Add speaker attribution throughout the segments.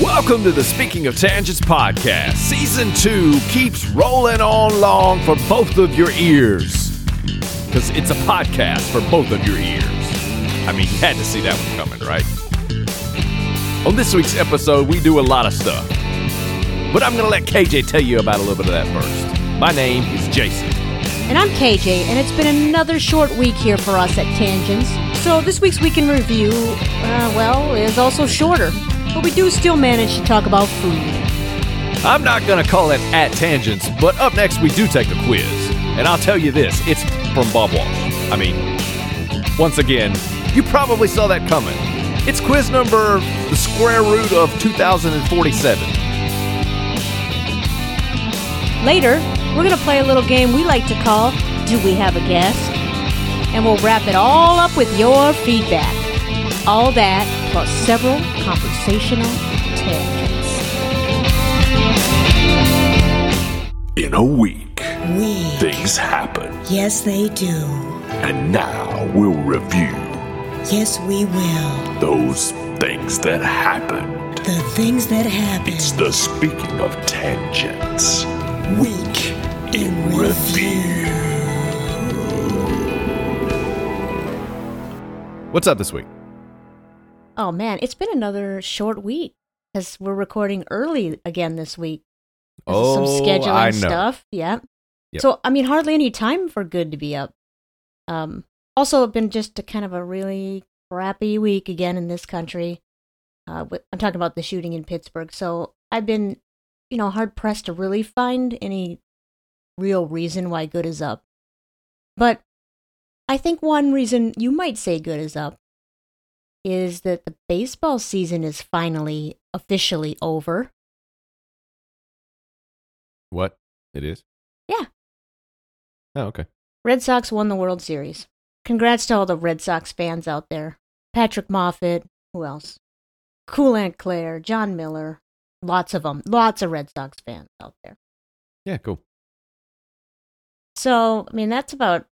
Speaker 1: Welcome to the Speaking of Tangents podcast. Season two keeps rolling on long for both of your ears. Because it's a podcast for both of your ears. I mean, you had to see that one coming, right? On this week's episode, we do a lot of stuff. But I'm going to let KJ tell you about a little bit of that first. My name is Jason.
Speaker 2: And I'm KJ, and it's been another short week here for us at Tangents. So this week's Week in Review, uh, well, is also shorter. But we do still manage to talk about food.
Speaker 1: I'm not going to call it at tangents, but up next we do take a quiz. And I'll tell you this it's from Bob Walsh. I mean, once again, you probably saw that coming. It's quiz number the square root of 2047.
Speaker 2: Later, we're going to play a little game we like to call Do We Have a Guest? And we'll wrap it all up with your feedback. All that plus several conversational tangents.
Speaker 3: In a week, things happen,
Speaker 4: Yes, they do.
Speaker 3: and now we'll review
Speaker 4: Yes, we will.
Speaker 3: those things that happened.
Speaker 4: The things that happen.
Speaker 3: It's the speaking of tangents. Week in
Speaker 4: in
Speaker 3: review.
Speaker 1: What's up this week?
Speaker 2: Oh man, it's been another short week because we're recording early again this week. 'cause of some scheduling
Speaker 1: Oh, I know.
Speaker 2: stuff. Yeah.
Speaker 1: Yep.
Speaker 2: So I mean, hardly any time for good to be up. Um, also, it's been just a kind of a really crappy week again in this country. Uh, with, I'm talking about the shooting in Pittsburgh. So I've been, you know, hard pressed to really find any real reason why good is up. But I think one reason you might say good is up is that the baseball season is finally officially over.
Speaker 1: What? It is?
Speaker 2: Yeah.
Speaker 1: Oh, okay.
Speaker 2: Red Sox won the World Series. Congrats to all the Red Sox fans out there. Patrick Moffitt, who else? Cool Aunt Claire, John Miller, lots of them, lots of Red Sox fans out there.
Speaker 1: Yeah, cool.
Speaker 2: So, I mean, that's about,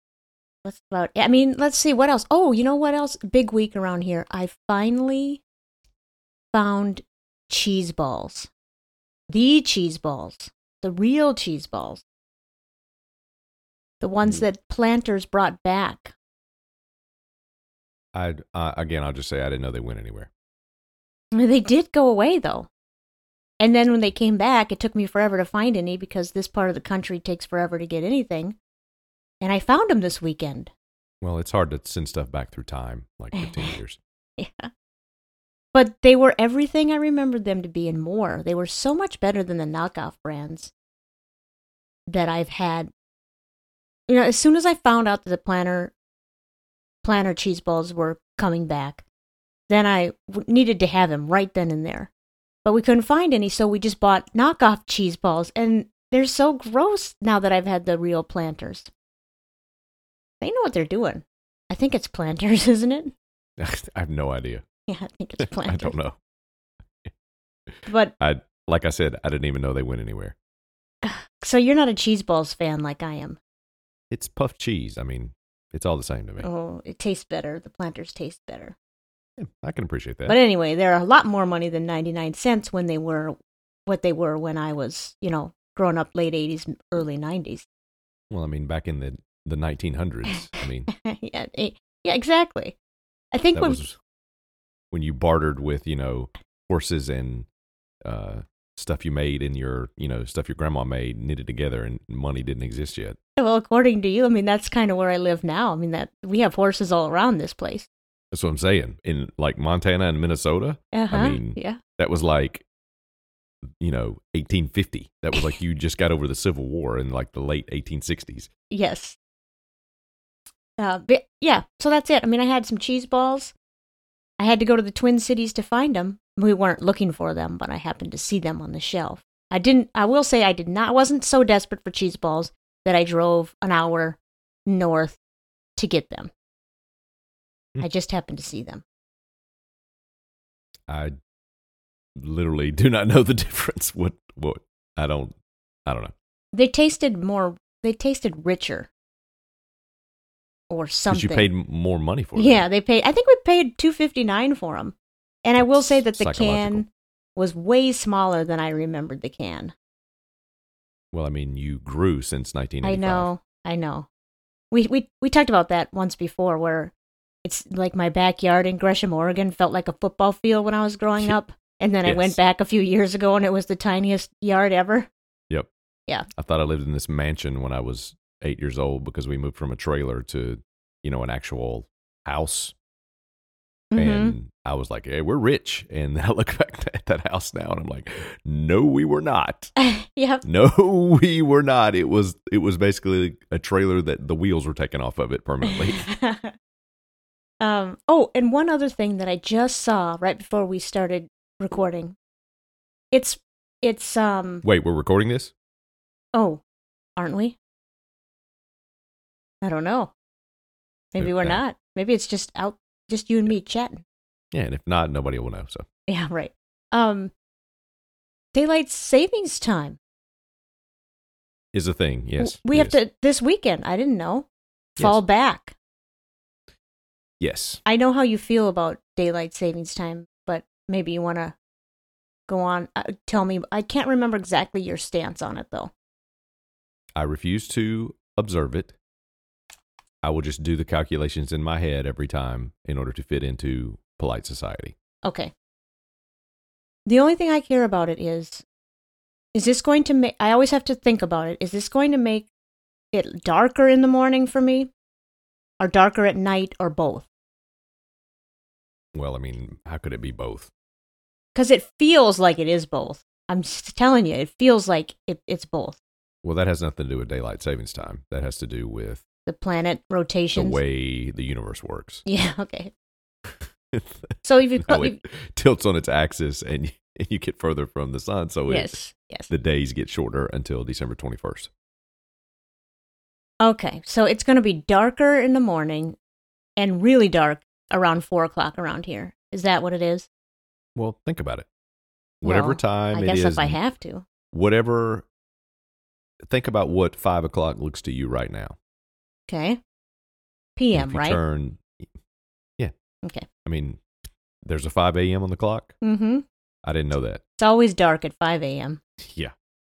Speaker 2: that's about, I mean, let's see what else. Oh, you know what else? Big week around here. I finally found cheese balls. The cheese balls. The real cheese balls. The
Speaker 1: Mm-hmm.
Speaker 2: ones that planters brought back.
Speaker 1: I uh, again, I'll just say I didn't know they went anywhere.
Speaker 2: I mean, They did go away though. And then when they came back, it took me forever to find any because this part of the country takes forever to get anything. And I found them this weekend.
Speaker 1: Well, it's hard to send stuff back through time, like 15 years.
Speaker 2: Yeah. But they were everything I remembered them to be and more. They were so much better than the knockoff brands that I've had. You know, as soon as I found out that the planner planner cheese balls were coming back, then I w- needed to have them right then and there. But we couldn't find any, so we just bought knockoff cheese balls and they're so gross now that I've had the real planters. They know what they're doing. I think it's planters, isn't it?
Speaker 1: I have no idea.
Speaker 2: Yeah, I think it's planters.
Speaker 1: I don't know.
Speaker 2: But
Speaker 1: I like I said, I didn't even know they went anywhere.
Speaker 2: so you're not a cheese balls fan like I am.
Speaker 1: It's puff cheese. I mean, it's all the same to me.
Speaker 2: Oh, it tastes better. The planters taste better.
Speaker 1: Yeah, I can appreciate that.
Speaker 2: But anyway, they're a lot more money than 99 cents when they were what they were when I was, you know, growing up late 80s, early 90s.
Speaker 1: well, I mean, back in the the 1900s, I mean,
Speaker 2: yeah, eh, yeah, exactly. I think
Speaker 1: that
Speaker 2: when
Speaker 1: was when you bartered with you know horses and uh, stuff you made and your you know stuff your grandma made knitted together, and money didn't exist yet.
Speaker 2: well, according to you, I mean that's kind of where I live now. I mean that we have horses all around this place.
Speaker 1: That's what I'm saying. In like Montana and Minnesota,
Speaker 2: Uh-huh.
Speaker 1: mean,
Speaker 2: yeah.
Speaker 1: that was like you know 1850 that was like you just got over the civil war in like the late 1860s
Speaker 2: Yes. Uh, but yeah, so that's it. I mean, I had some cheese balls. I had to go to the Twin Cities to find them. We weren't looking for them, but I happened to see them on the shelf. I didn't. I will say I did not. I wasn't so desperate for cheese balls that I drove an hour north to get them.
Speaker 1: Hmm.
Speaker 2: I just happened to see them.
Speaker 1: I literally do not know the difference. What what I don't I don't know.
Speaker 2: They tasted more. They tasted richer, or
Speaker 1: Because
Speaker 2: something.
Speaker 1: you paid m- more money for it.
Speaker 2: Yeah, they paid. I think we paid two fifty nine for them. And I will say that
Speaker 1: It's
Speaker 2: the
Speaker 1: psychological.
Speaker 2: can was way smaller than I remembered the can.
Speaker 1: Well, I mean, you grew since 1985.
Speaker 2: I know, I know. We we we talked about that once before, where it's like my backyard in Gresham, Oregon, felt like a football field when I was growing up, and then I
Speaker 1: Yes.
Speaker 2: went back a few years ago, and it was the tiniest yard ever.
Speaker 1: Yep.
Speaker 2: Yeah.
Speaker 1: I thought I lived in this mansion when I was eight years old because we moved from a trailer to, you know, an actual house.
Speaker 2: Mhm.
Speaker 1: And I was like, hey, we're rich. And then I look back at that house now and I'm like, no, we were not.
Speaker 2: Mm-hmm. yep.
Speaker 1: No, we were not. It was it was basically a trailer that the wheels were taken off of it permanently.
Speaker 2: um, oh, and one other thing that I just saw right before we started recording. It's it's um
Speaker 1: Wait, we're recording this?
Speaker 2: oh, aren't we? I don't know. Maybe
Speaker 1: Who-
Speaker 2: we're
Speaker 1: uh,
Speaker 2: not. Maybe it's just out just you and me chatting.
Speaker 1: Yeah, and if not, nobody will know. So
Speaker 2: Yeah, right. Um daylight savings time.
Speaker 1: is a thing. Yes. it
Speaker 2: we have
Speaker 1: is.
Speaker 2: to this weekend. I didn't know.
Speaker 1: Yes.
Speaker 2: Fall back.
Speaker 1: Yes.
Speaker 2: I know how you feel about daylight savings time, but maybe you want to go on. Uh, tell me. I can't remember exactly your stance on it, though.
Speaker 1: I refuse to observe it. I will just do the calculations in my head every time in order to fit into polite society.
Speaker 2: Okay. The only thing I care about it is is this going to make. I always have to think about it. Is this going to make it darker in the morning for me? Or darker at night, or both?
Speaker 1: Well, I mean, how could it be both?
Speaker 2: Because it feels like it is both. I'm just telling you, it feels like it, it's both.
Speaker 1: Well, that has nothing to do with daylight savings time. That has to do with
Speaker 2: The planet
Speaker 1: the
Speaker 2: rotations.
Speaker 1: way the universe works.
Speaker 2: Yeah. Okay. So if you,
Speaker 1: How
Speaker 2: if,
Speaker 1: it tilts on its axis and you, and you get further from the sun. So it-
Speaker 2: yes, yes.
Speaker 1: the days get shorter until December 21st.
Speaker 2: Okay, so it's going to be darker in the morning, and really dark around four o'clock around here. Is that what it is?
Speaker 1: Well, think about it. Whatever
Speaker 2: Well,
Speaker 1: time
Speaker 2: I
Speaker 1: it
Speaker 2: guess
Speaker 1: is,
Speaker 2: if I have to.
Speaker 1: whatever, think about what five o'clock looks to you right now.
Speaker 2: Okay.
Speaker 1: And
Speaker 2: P.m.
Speaker 1: if you
Speaker 2: Right.
Speaker 1: Turn,
Speaker 2: Okay.
Speaker 1: I mean, there's a 5 a.m. on the clock.
Speaker 2: Mm-hmm.
Speaker 1: I didn't know that.
Speaker 2: It's always dark at five a.m.
Speaker 1: Yeah.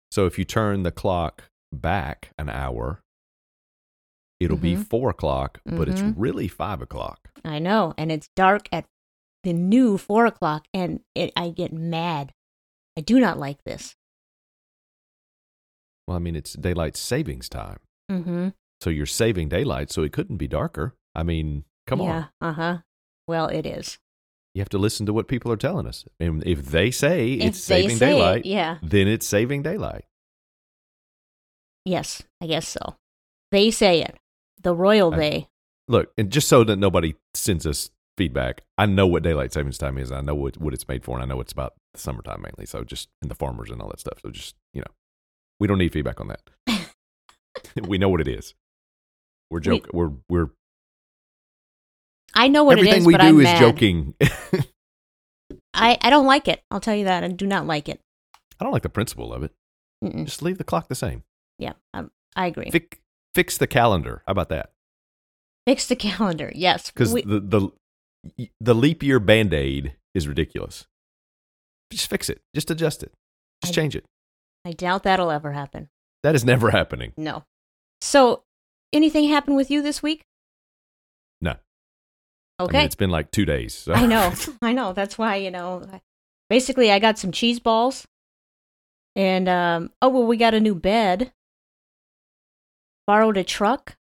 Speaker 1: So if you turn the clock back an hour, it'll be
Speaker 2: Mhm.
Speaker 1: four o'clock, but it's
Speaker 2: Mhm.
Speaker 1: really five o'clock.
Speaker 2: I know, and it's dark at the new four o'clock, and it, I get mad. I do not like this.
Speaker 1: Well, I mean, it's daylight savings time.
Speaker 2: Mm-hmm.
Speaker 1: So you're saving daylight, so it couldn't be darker. I mean, come on.
Speaker 2: Yeah. Uh huh. Well, it is.
Speaker 1: You have to listen to what people are telling us. And if they say
Speaker 2: If
Speaker 1: it's
Speaker 2: they
Speaker 1: saving
Speaker 2: say it,
Speaker 1: daylight,
Speaker 2: yeah.
Speaker 1: then it's saving daylight.
Speaker 2: Yes, I guess so. They say it. The royal
Speaker 1: I-
Speaker 2: they.
Speaker 1: Look, and just so that nobody sends us feedback, I know what daylight savings time is. and I know what, what it's made for, and I know it's about the summertime mainly. So just and the farmers and all that stuff. So just you know, we don't need feedback on that. we know what it is. We're
Speaker 2: We-
Speaker 1: joking. We, are we're
Speaker 2: I know what
Speaker 1: everything
Speaker 2: it is,
Speaker 1: we
Speaker 2: but
Speaker 1: do
Speaker 2: I'm
Speaker 1: is
Speaker 2: mad.
Speaker 1: joking. I
Speaker 2: I, I don't like it. I'll tell you that. I do not like it.
Speaker 1: don't like the principle of it.
Speaker 2: Mm-mm.
Speaker 1: Just leave the clock the same.
Speaker 2: Yeah, um, I agree.
Speaker 1: Fix fix the calendar. How about that?
Speaker 2: Fix the calendar. Yes.
Speaker 1: Because
Speaker 2: we-
Speaker 1: the the the leap year band aid is ridiculous. Just fix it. Just adjust it. Just
Speaker 2: I-
Speaker 1: change it.
Speaker 2: I doubt that'll ever happen.
Speaker 1: That is never happening.
Speaker 2: No. So, anything happened with you this week?
Speaker 1: No. I
Speaker 2: Okay.
Speaker 1: mean, it's uh, been like two days. So.
Speaker 2: I know. I know. That's why, you know, I- basically, I got some cheese balls. And, um, oh, well, we got a new bed. Borrowed a truck.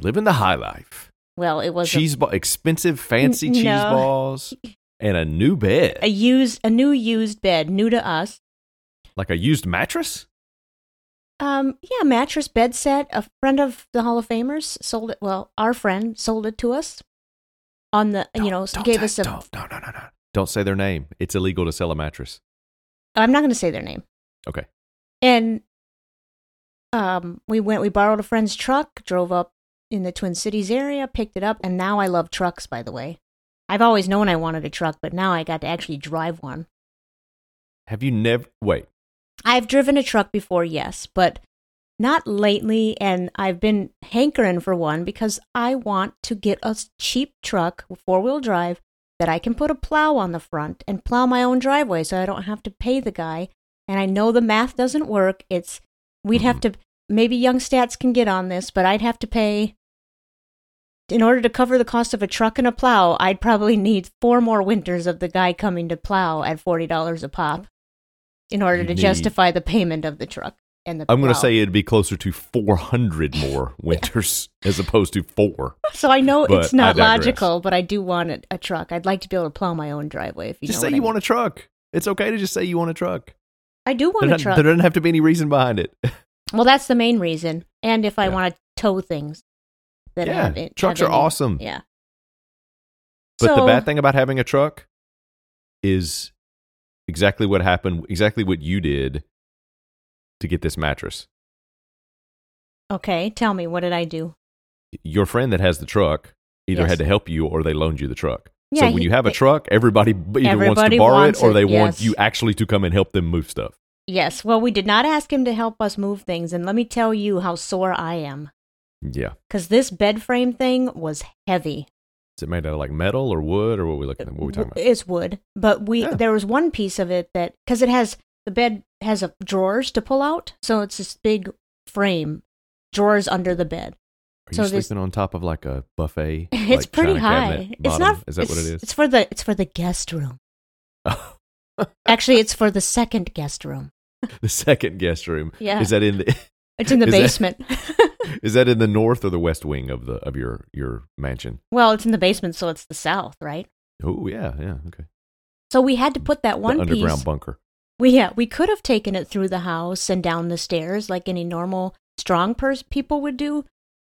Speaker 1: Living the high life.
Speaker 2: Well, it was a,
Speaker 1: cheese ball, expensive, fancy
Speaker 2: N-
Speaker 1: cheese
Speaker 2: no.
Speaker 1: balls, and a new bed,
Speaker 2: a used, a new used bed, new to us.
Speaker 1: like a used mattress.
Speaker 2: Um, yeah, mattress bed set. A friend of the Hall of Famers sold it. Well, our friend sold it to us on the, you know,
Speaker 1: Don't- don't
Speaker 2: gave
Speaker 1: say-
Speaker 2: us a.
Speaker 1: Don't, no, no, no, no. Don't say their name. It's illegal to sell a mattress.
Speaker 2: I'm not going to say their name.
Speaker 1: Okay.
Speaker 2: And um, we went. We borrowed a friend's truck, drove up in the Twin Cities area, picked it up, and now I love trucks. By the way, I've always known I wanted a truck, but now I got to actually drive one.
Speaker 1: Have you never? Wait.
Speaker 2: I've driven a truck before, yes, but not lately. And I've been hankering for one because I want to get a s- cheap truck, four wheel drive, that I can put a plow on the front and plow my own driveway so I don't have to pay the guy. And I know the math doesn't work. It's we'd have
Speaker 1: Mm-hmm.
Speaker 2: to maybe young stats can get on this, but I'd have to pay in order to cover the cost of a truck and a plow, I'd probably need four more winters of the guy coming to plow at forty dollars a pop in order
Speaker 1: You
Speaker 2: to
Speaker 1: need-
Speaker 2: justify the payment of the truck and the
Speaker 1: I'm going to
Speaker 2: plow.
Speaker 1: say it'd be closer to 400 more winters as opposed to four.
Speaker 2: So I know
Speaker 1: But
Speaker 2: it's
Speaker 1: I
Speaker 2: not
Speaker 1: digress.
Speaker 2: logical, but I do want a, a truck. I'd like to be able to plow my own driveway. If you
Speaker 1: just
Speaker 2: know
Speaker 1: say
Speaker 2: what
Speaker 1: you
Speaker 2: I
Speaker 1: want a truck. It's okay to just say you want a truck.
Speaker 2: mean. I do
Speaker 1: There
Speaker 2: want a
Speaker 1: doesn't,
Speaker 2: truck.
Speaker 1: there doesn't have to be any reason behind it.
Speaker 2: Well, that's the main reason. And if I
Speaker 1: Yeah.
Speaker 2: want to tow things that
Speaker 1: Yeah,
Speaker 2: have it,
Speaker 1: trucks
Speaker 2: have
Speaker 1: are
Speaker 2: any-
Speaker 1: awesome.
Speaker 2: Yeah.
Speaker 1: But the
Speaker 2: So-
Speaker 1: bad thing about having a truck is exactly what happened, exactly what you did to get this mattress.
Speaker 2: Okay, tell me what did I do?
Speaker 1: Your friend that has the truck either
Speaker 2: Yes.
Speaker 1: had to help you or they loaned you the truck.
Speaker 2: Yeah,
Speaker 1: so when
Speaker 2: he-
Speaker 1: you have a
Speaker 2: they-
Speaker 1: truck, everybody b- either wants to
Speaker 2: Everybody
Speaker 1: borrow
Speaker 2: wants
Speaker 1: it or they
Speaker 2: it,
Speaker 1: want
Speaker 2: yes.
Speaker 1: you actually to come and help them move stuff.
Speaker 2: Yes. Well, we did not ask him to help us move things, and let me tell you how sore I am
Speaker 1: Yeah.
Speaker 2: because this bed frame thing was heavy.
Speaker 1: Is it made out of like metal or wood or what are we looking at? What are we talking about?
Speaker 2: It's wood, but we
Speaker 1: Yeah.
Speaker 2: there was one piece of it that because it has the bed has a drawers to pull out, so it's this big frame drawers under the bed.
Speaker 1: Are
Speaker 2: so
Speaker 1: you
Speaker 2: this-
Speaker 1: sleeping on top of like a buffet?
Speaker 2: It's
Speaker 1: like, china
Speaker 2: pretty high.
Speaker 1: cabinet
Speaker 2: It's
Speaker 1: bottom?
Speaker 2: not.
Speaker 1: Is that what
Speaker 2: it's-
Speaker 1: it
Speaker 2: It's for the it's for the guest room. Actually, it's for the second guest room.
Speaker 1: is? the second guest room.
Speaker 2: Yeah.
Speaker 1: Is that in the
Speaker 2: It's in the
Speaker 1: Is that-
Speaker 2: basement.
Speaker 1: Is that in the north or the west wing of the of your your mansion?
Speaker 2: well, it's in the basement, so it's the south, right?
Speaker 1: Oh yeah, yeah, okay.
Speaker 2: So we had to put that one
Speaker 1: the underground
Speaker 2: piece.
Speaker 1: bunker.
Speaker 2: We yeah, we could have taken it through the house and down the stairs like any normal strong person people would do,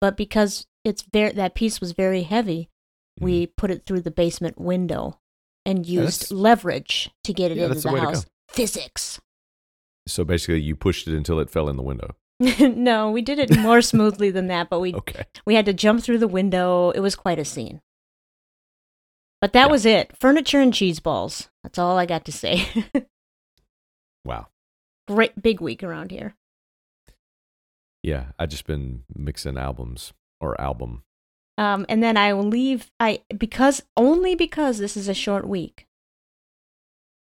Speaker 2: but because it's very that piece was very heavy, we put it through the basement window and
Speaker 1: Mm-hmm. Yeah,
Speaker 2: used
Speaker 1: that's-
Speaker 2: leverage to get it
Speaker 1: Yeah,
Speaker 2: into
Speaker 1: that's the
Speaker 2: the,
Speaker 1: way to go.
Speaker 2: house. Physics.
Speaker 1: So basically, you pushed it until it fell in the window.
Speaker 2: no, we did it more smoothly than that, but we
Speaker 1: Okay.
Speaker 2: we had to jump through the window. It was quite a scene. But that
Speaker 1: Yeah.
Speaker 2: was it. Furniture and cheese balls. That's all I got to say.
Speaker 1: Wow.
Speaker 2: Great big week around here.
Speaker 1: Yeah, I just been mixing albums or album.
Speaker 2: Um, and then I will leave. I because only because this is a short week.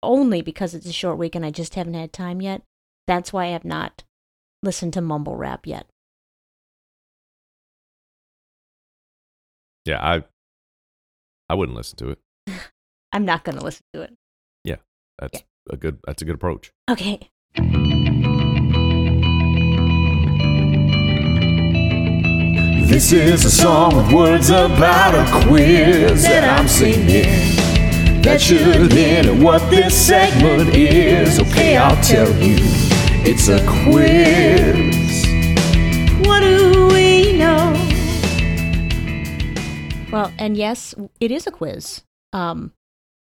Speaker 2: Only because it's a short week, and I just haven't had time yet. That's why I have not listened to mumble rap yet.
Speaker 1: Yeah, I I wouldn't listen to it.
Speaker 2: I'm not going to listen to it.
Speaker 1: That's a good. That's a good approach.
Speaker 2: Okay.
Speaker 3: This is a song with words about a quiz that I'm singing. That should have been at what this segment is. Okay, I'll tell you. It's a quiz.
Speaker 2: What do we know? Well, and yes, it is a quiz. Um,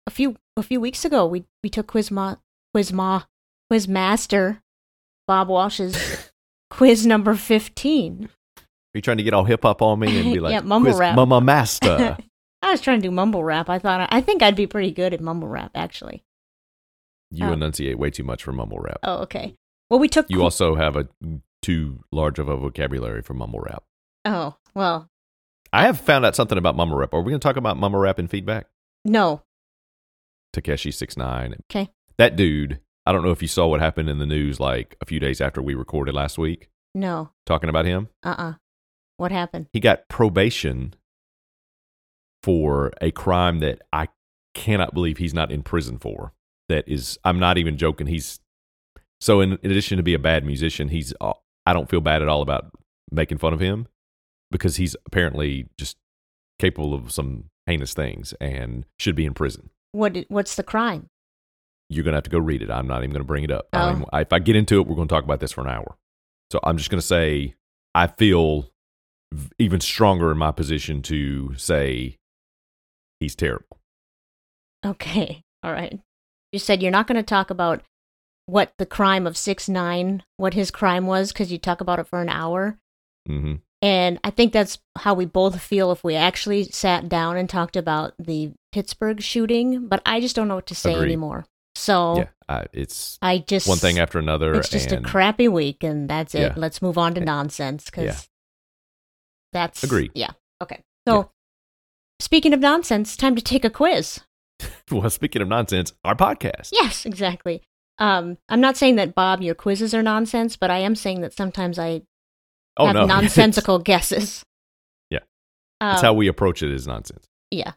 Speaker 2: a few a few weeks ago, we we took Quizma Quizma Quizmaster Bob Walsh's quiz number fifteen.
Speaker 1: Are you trying to get all hip hop on me and be like,
Speaker 2: Yeah, mumble
Speaker 1: "Quiz
Speaker 2: rap." Oh.
Speaker 1: Mama Master.
Speaker 2: I was trying to do mumble rap. I thought I think I'd be pretty good at mumble rap actually.
Speaker 1: You
Speaker 2: Oh.
Speaker 1: enunciate way too much for mumble rap.
Speaker 2: Oh, okay. Well, we took
Speaker 1: You also have a too large of a vocabulary for mumble rap.
Speaker 2: Oh, well,
Speaker 1: I have found out something about mumble rap. Are we going to talk about mumble rap and feedback?
Speaker 2: no.
Speaker 1: Takeshi six nine.
Speaker 2: Okay.
Speaker 1: That dude. I don't know if you saw what happened in the news like a few days after we recorded last week
Speaker 2: No.
Speaker 1: talking about him.
Speaker 2: Uh-uh. What happened?
Speaker 1: He got probation for a crime that I cannot believe he's not in prison for. That is I'm not even joking. He's so in addition to be a bad musician, he's uh, I don't feel bad at all about making fun of him because he's apparently just capable of some heinous things and should be in prison.
Speaker 2: What did, what's the crime?
Speaker 1: you're gonna have to go read it. I'm not even gonna bring it up.
Speaker 2: Oh.
Speaker 1: I mean, if I get into it, we're gonna talk about this for an hour. So I'm just gonna say I feel v- even stronger in my position to say he's terrible.
Speaker 2: Okay. All right. You said you're not going to talk about what the crime of 6-9, what his crime was cuz you talk about it for an hour.
Speaker 1: hmm
Speaker 2: And I think that's how we both feel if we actually sat down and talked about the Pittsburgh shooting, but I just don't know what to say
Speaker 1: Agreed.
Speaker 2: anymore. So
Speaker 1: Yeah, I, it's
Speaker 2: I just
Speaker 1: one thing after another.
Speaker 2: It's just
Speaker 1: and
Speaker 2: a crappy week, and that's it.
Speaker 1: Yeah.
Speaker 2: Let's move on to nonsense because
Speaker 1: Yeah.
Speaker 2: that's
Speaker 1: Agreed.
Speaker 2: Yeah. Okay. So, speaking of nonsense, time to take a quiz.
Speaker 1: well, speaking of nonsense, our podcast.
Speaker 2: Yes, exactly. Um, I'm not saying that Bob, your quizzes are nonsense, but I am saying that sometimes I
Speaker 1: oh
Speaker 2: have
Speaker 1: no,
Speaker 2: nonsensical guesses.
Speaker 1: Yeah.
Speaker 2: Um,
Speaker 1: That's how we approach it is nonsense.
Speaker 2: Yeah.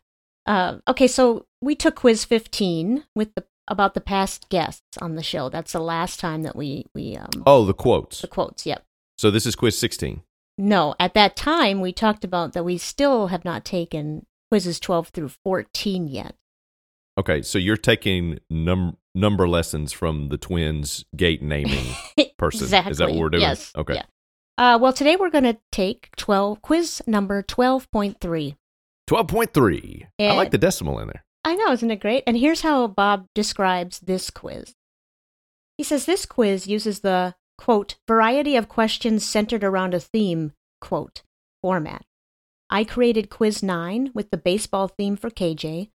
Speaker 2: Uh, okay, so we took quiz 15 with the about the past guests on the show. That's the last time that we we um
Speaker 1: Oh, the quotes.
Speaker 2: the quotes. Yep.
Speaker 1: So this is quiz sixteen.
Speaker 2: No, at that time we talked about that we still have not taken quizzes 12 through 14 yet.
Speaker 1: Okay, so you're taking num- number lessons from the twins gate naming person. Is that
Speaker 2: exactly.
Speaker 1: what we're doing?
Speaker 2: Yes.
Speaker 1: Okay.
Speaker 2: yeah. Uh, well, today we're going to take 12 quiz number 12.3.
Speaker 1: twelve point three. I like
Speaker 2: And-
Speaker 1: the decimal in there.
Speaker 2: I know, isn't it great? And here's how Bob describes this quiz. He says this quiz uses the quote variety of questions centered around a theme quote format. I created quiz 9 with the baseball theme for KJ.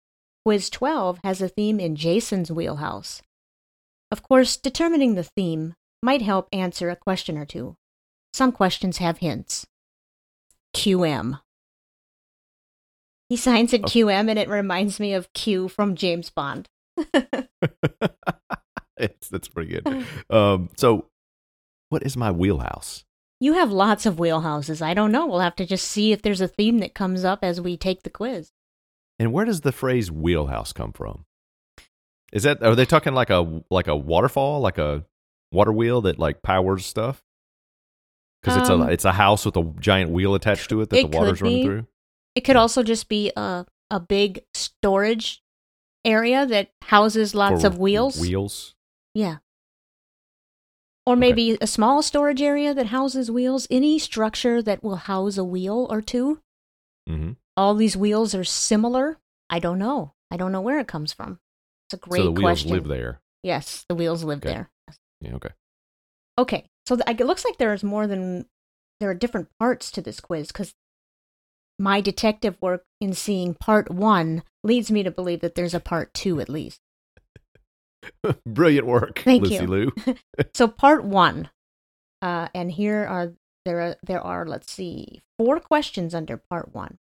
Speaker 2: Quiz 12 has a theme in Jason's wheelhouse. Of course, determining the theme might help answer a question or two. Some questions have hints. QM. He signs it
Speaker 1: Oh.
Speaker 2: QM and it reminds me of Q from James Bond.
Speaker 1: It's, that's pretty good.
Speaker 2: Oh.
Speaker 1: Um, so, what is my wheelhouse?
Speaker 2: You have lots of wheelhouses. I don't know. We'll have to just see if there's a theme that comes up as we take the quiz.
Speaker 1: And where does the phrase wheelhouse come from? Is that are they talking like a like a waterfall, like a water wheel that like powers stuff? Because it's
Speaker 2: Um,
Speaker 1: a it's a house with a giant wheel attached to it that
Speaker 2: it
Speaker 1: the water's
Speaker 2: could
Speaker 1: running
Speaker 2: be.
Speaker 1: through.
Speaker 2: It could also just be a, a big storage area that houses lots
Speaker 1: For
Speaker 2: of wheels.
Speaker 1: Wheels.
Speaker 2: Yeah. Or
Speaker 1: Okay.
Speaker 2: maybe a small storage area that houses wheels. Any structure that will house a wheel or two.
Speaker 1: hmm
Speaker 2: All these wheels are similar. I don't know. I don't know where it comes from. It's a great
Speaker 1: So the wheels
Speaker 2: question.
Speaker 1: live there.
Speaker 2: Yes, the wheels live
Speaker 1: Okay.
Speaker 2: there.
Speaker 1: Yeah. Okay.
Speaker 2: Okay, so th- it looks like there's more than there are different parts to this quiz because my detective work in seeing part one leads me to believe that there's a part two at least.
Speaker 1: Brilliant work,
Speaker 2: Thank
Speaker 1: Lucy
Speaker 2: you.
Speaker 1: Lou.
Speaker 2: so part one, uh, and here are there are, there are let's see four questions under part one.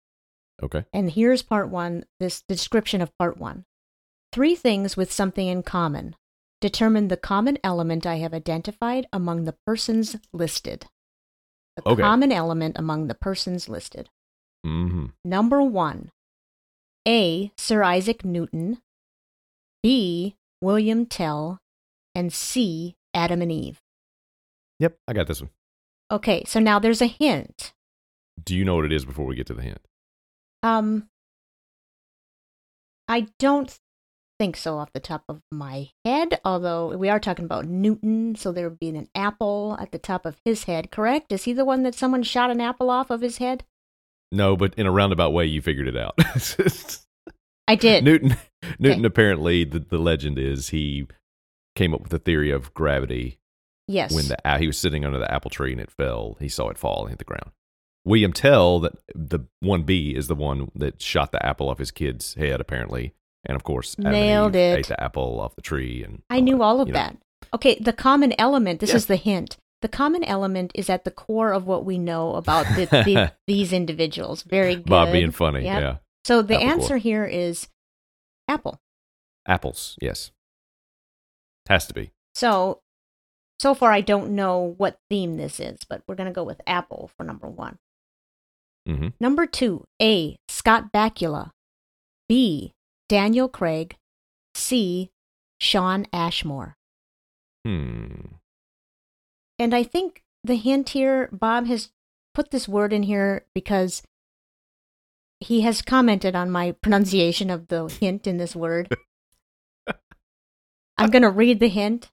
Speaker 1: Okay.
Speaker 2: And here's part one this description of part one. Three things with something in common. Determine the common element I have identified among the persons listed. The
Speaker 1: Okay.
Speaker 2: common element among the persons listed.
Speaker 1: hmm
Speaker 2: Number one A. Sir Isaac Newton, B. William Tell, and C. Adam and Eve.
Speaker 1: Yep. I got this one.
Speaker 2: Okay, so now there's a hint.
Speaker 1: Do you know what it is before we get to the hint?
Speaker 2: Um, I don't think so off the top of my head, although we are talking about Newton, so there would be an apple at the top of his head, correct? Is he the one that someone shot an apple off of his head?
Speaker 1: No, but in a roundabout way, you figured it out.
Speaker 2: I did.
Speaker 1: Newton Newton apparently the, the legend is he came up with the theory of gravity
Speaker 2: yes.
Speaker 1: when the a- he was sitting under the apple tree and it fell he saw it fall and hit the ground William Tell that the one B is the one that shot the apple off his kid's head apparently and of course Adam and
Speaker 2: Nailed
Speaker 1: Eve
Speaker 2: it.
Speaker 1: ate the apple off the tree and
Speaker 2: I knew all of
Speaker 1: you know.
Speaker 2: that. Okay, the common element, this
Speaker 1: Yeah.
Speaker 2: is the hint. The common element is at the core of what we know about the, the, these individuals. Very good.
Speaker 1: Bob being funny
Speaker 2: Yep.
Speaker 1: yeah
Speaker 2: So the
Speaker 1: Apple core.
Speaker 2: answer here is apple.
Speaker 1: apples yes has to be
Speaker 2: So, so far, I don't know what theme this is, but we're going to go with Apple for number one.
Speaker 1: hmm
Speaker 2: Number two, A. Scott Bakula. B. Daniel Craig. C. Sean Ashmore.
Speaker 1: hmm
Speaker 2: And I think the hint here, Bob has put this word in here because he has commented on my pronunciation of the hint in this word. I'm going to read the hint.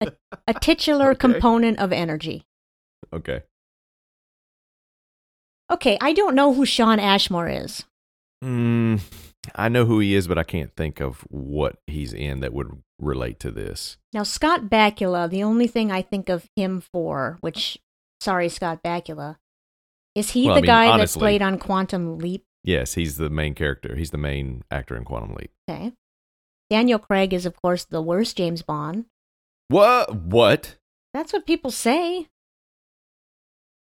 Speaker 2: A, a titular
Speaker 1: Okay.
Speaker 2: component of energy.
Speaker 1: okay
Speaker 2: Okay, I don't know who Sean Ashmore is.
Speaker 1: Mm, I know who he is, but I can't think of what he's in that would relate to this.
Speaker 2: Now, Scott Bakula, the only thing I think of him for, which, sorry, Scott Bakula, is he
Speaker 1: Well, I
Speaker 2: the
Speaker 1: mean,
Speaker 2: guy
Speaker 1: honestly-
Speaker 2: that played on Quantum Leap?
Speaker 1: Yes, he's the main character. He's the main actor in Quantum Leap.
Speaker 2: Okay. Daniel Craig is, of course, the worst James Bond.
Speaker 1: What? What?
Speaker 2: That's what people say.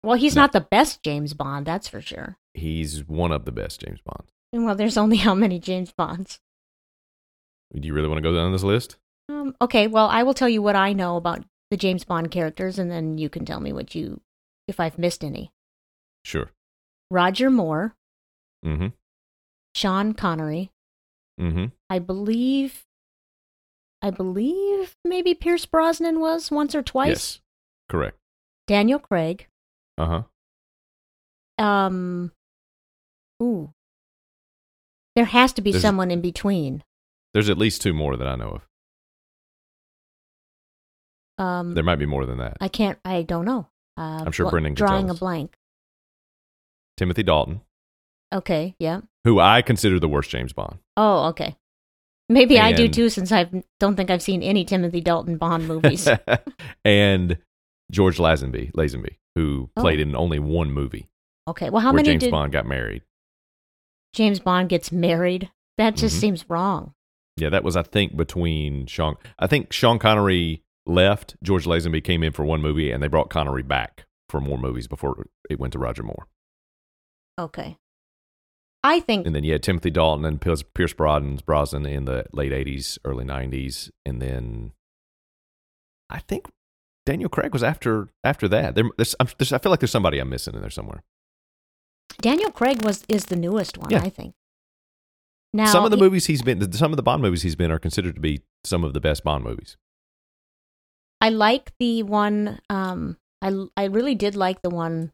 Speaker 2: Well, he's
Speaker 1: No.
Speaker 2: not the best James Bond, that's for sure.
Speaker 1: He's one of the best James Bonds.
Speaker 2: Well, there's only how many James Bonds?
Speaker 1: Do you really want to go down this list?
Speaker 2: Um, okay, well, I will tell you what I know about the James Bond characters, and then you can tell me what you, if I've missed any.
Speaker 1: Sure.
Speaker 2: Roger Moore,
Speaker 1: Mm
Speaker 2: Sean Connery,
Speaker 1: hmm. Mm hmm.
Speaker 2: I believe, I believe maybe Pierce Brosnan was once or twice.
Speaker 1: Yes. Correct.
Speaker 2: Daniel Craig.
Speaker 1: Uh huh.
Speaker 2: Um, ooh, there has to be
Speaker 1: There's-
Speaker 2: someone in between.
Speaker 1: There's at least two more that I know of.
Speaker 2: Um,
Speaker 1: There might be more than that.
Speaker 2: I can't. I don't know. Uh,
Speaker 1: I'm sure
Speaker 2: bl-
Speaker 1: Brendan can
Speaker 2: drawing
Speaker 1: tell
Speaker 2: a
Speaker 1: us.
Speaker 2: blank.
Speaker 1: Timothy Dalton,
Speaker 2: Okay. Yeah.
Speaker 1: who I consider the worst James Bond.
Speaker 2: Oh, okay. Maybe I do
Speaker 1: And-
Speaker 2: too, since I don't think I've seen any Timothy Dalton Bond movies.
Speaker 1: and George Lazenby, Lazenby, who
Speaker 2: Oh.
Speaker 1: played in only one movie
Speaker 2: okay. Well, how
Speaker 1: where
Speaker 2: many
Speaker 1: James
Speaker 2: did
Speaker 1: Bond got married.
Speaker 2: James Bond gets married? That just
Speaker 1: Mhm.
Speaker 2: seems wrong.
Speaker 1: Yeah, that was I think between Sean. I think Sean Connery left. George Lazenby came in for one movie, and they brought Connery back for more movies before it went to Roger Moore.
Speaker 2: Okay. I think
Speaker 1: And then you had Timothy Dalton and Pierce, Pierce Brosnan, Brosnan in the late '80s, early '90s, and then I think Daniel Craig was after after that. There, there's, I'm, there's, I feel like there's somebody I'm missing in there somewhere.
Speaker 2: Daniel Craig was is the newest one.
Speaker 1: Yeah.
Speaker 2: I think. Now
Speaker 1: some of the
Speaker 2: he-
Speaker 1: movies he's been, some of the Bond movies he's been, are considered to be some of the best Bond movies.
Speaker 2: I like the one. Um, I I really did like the one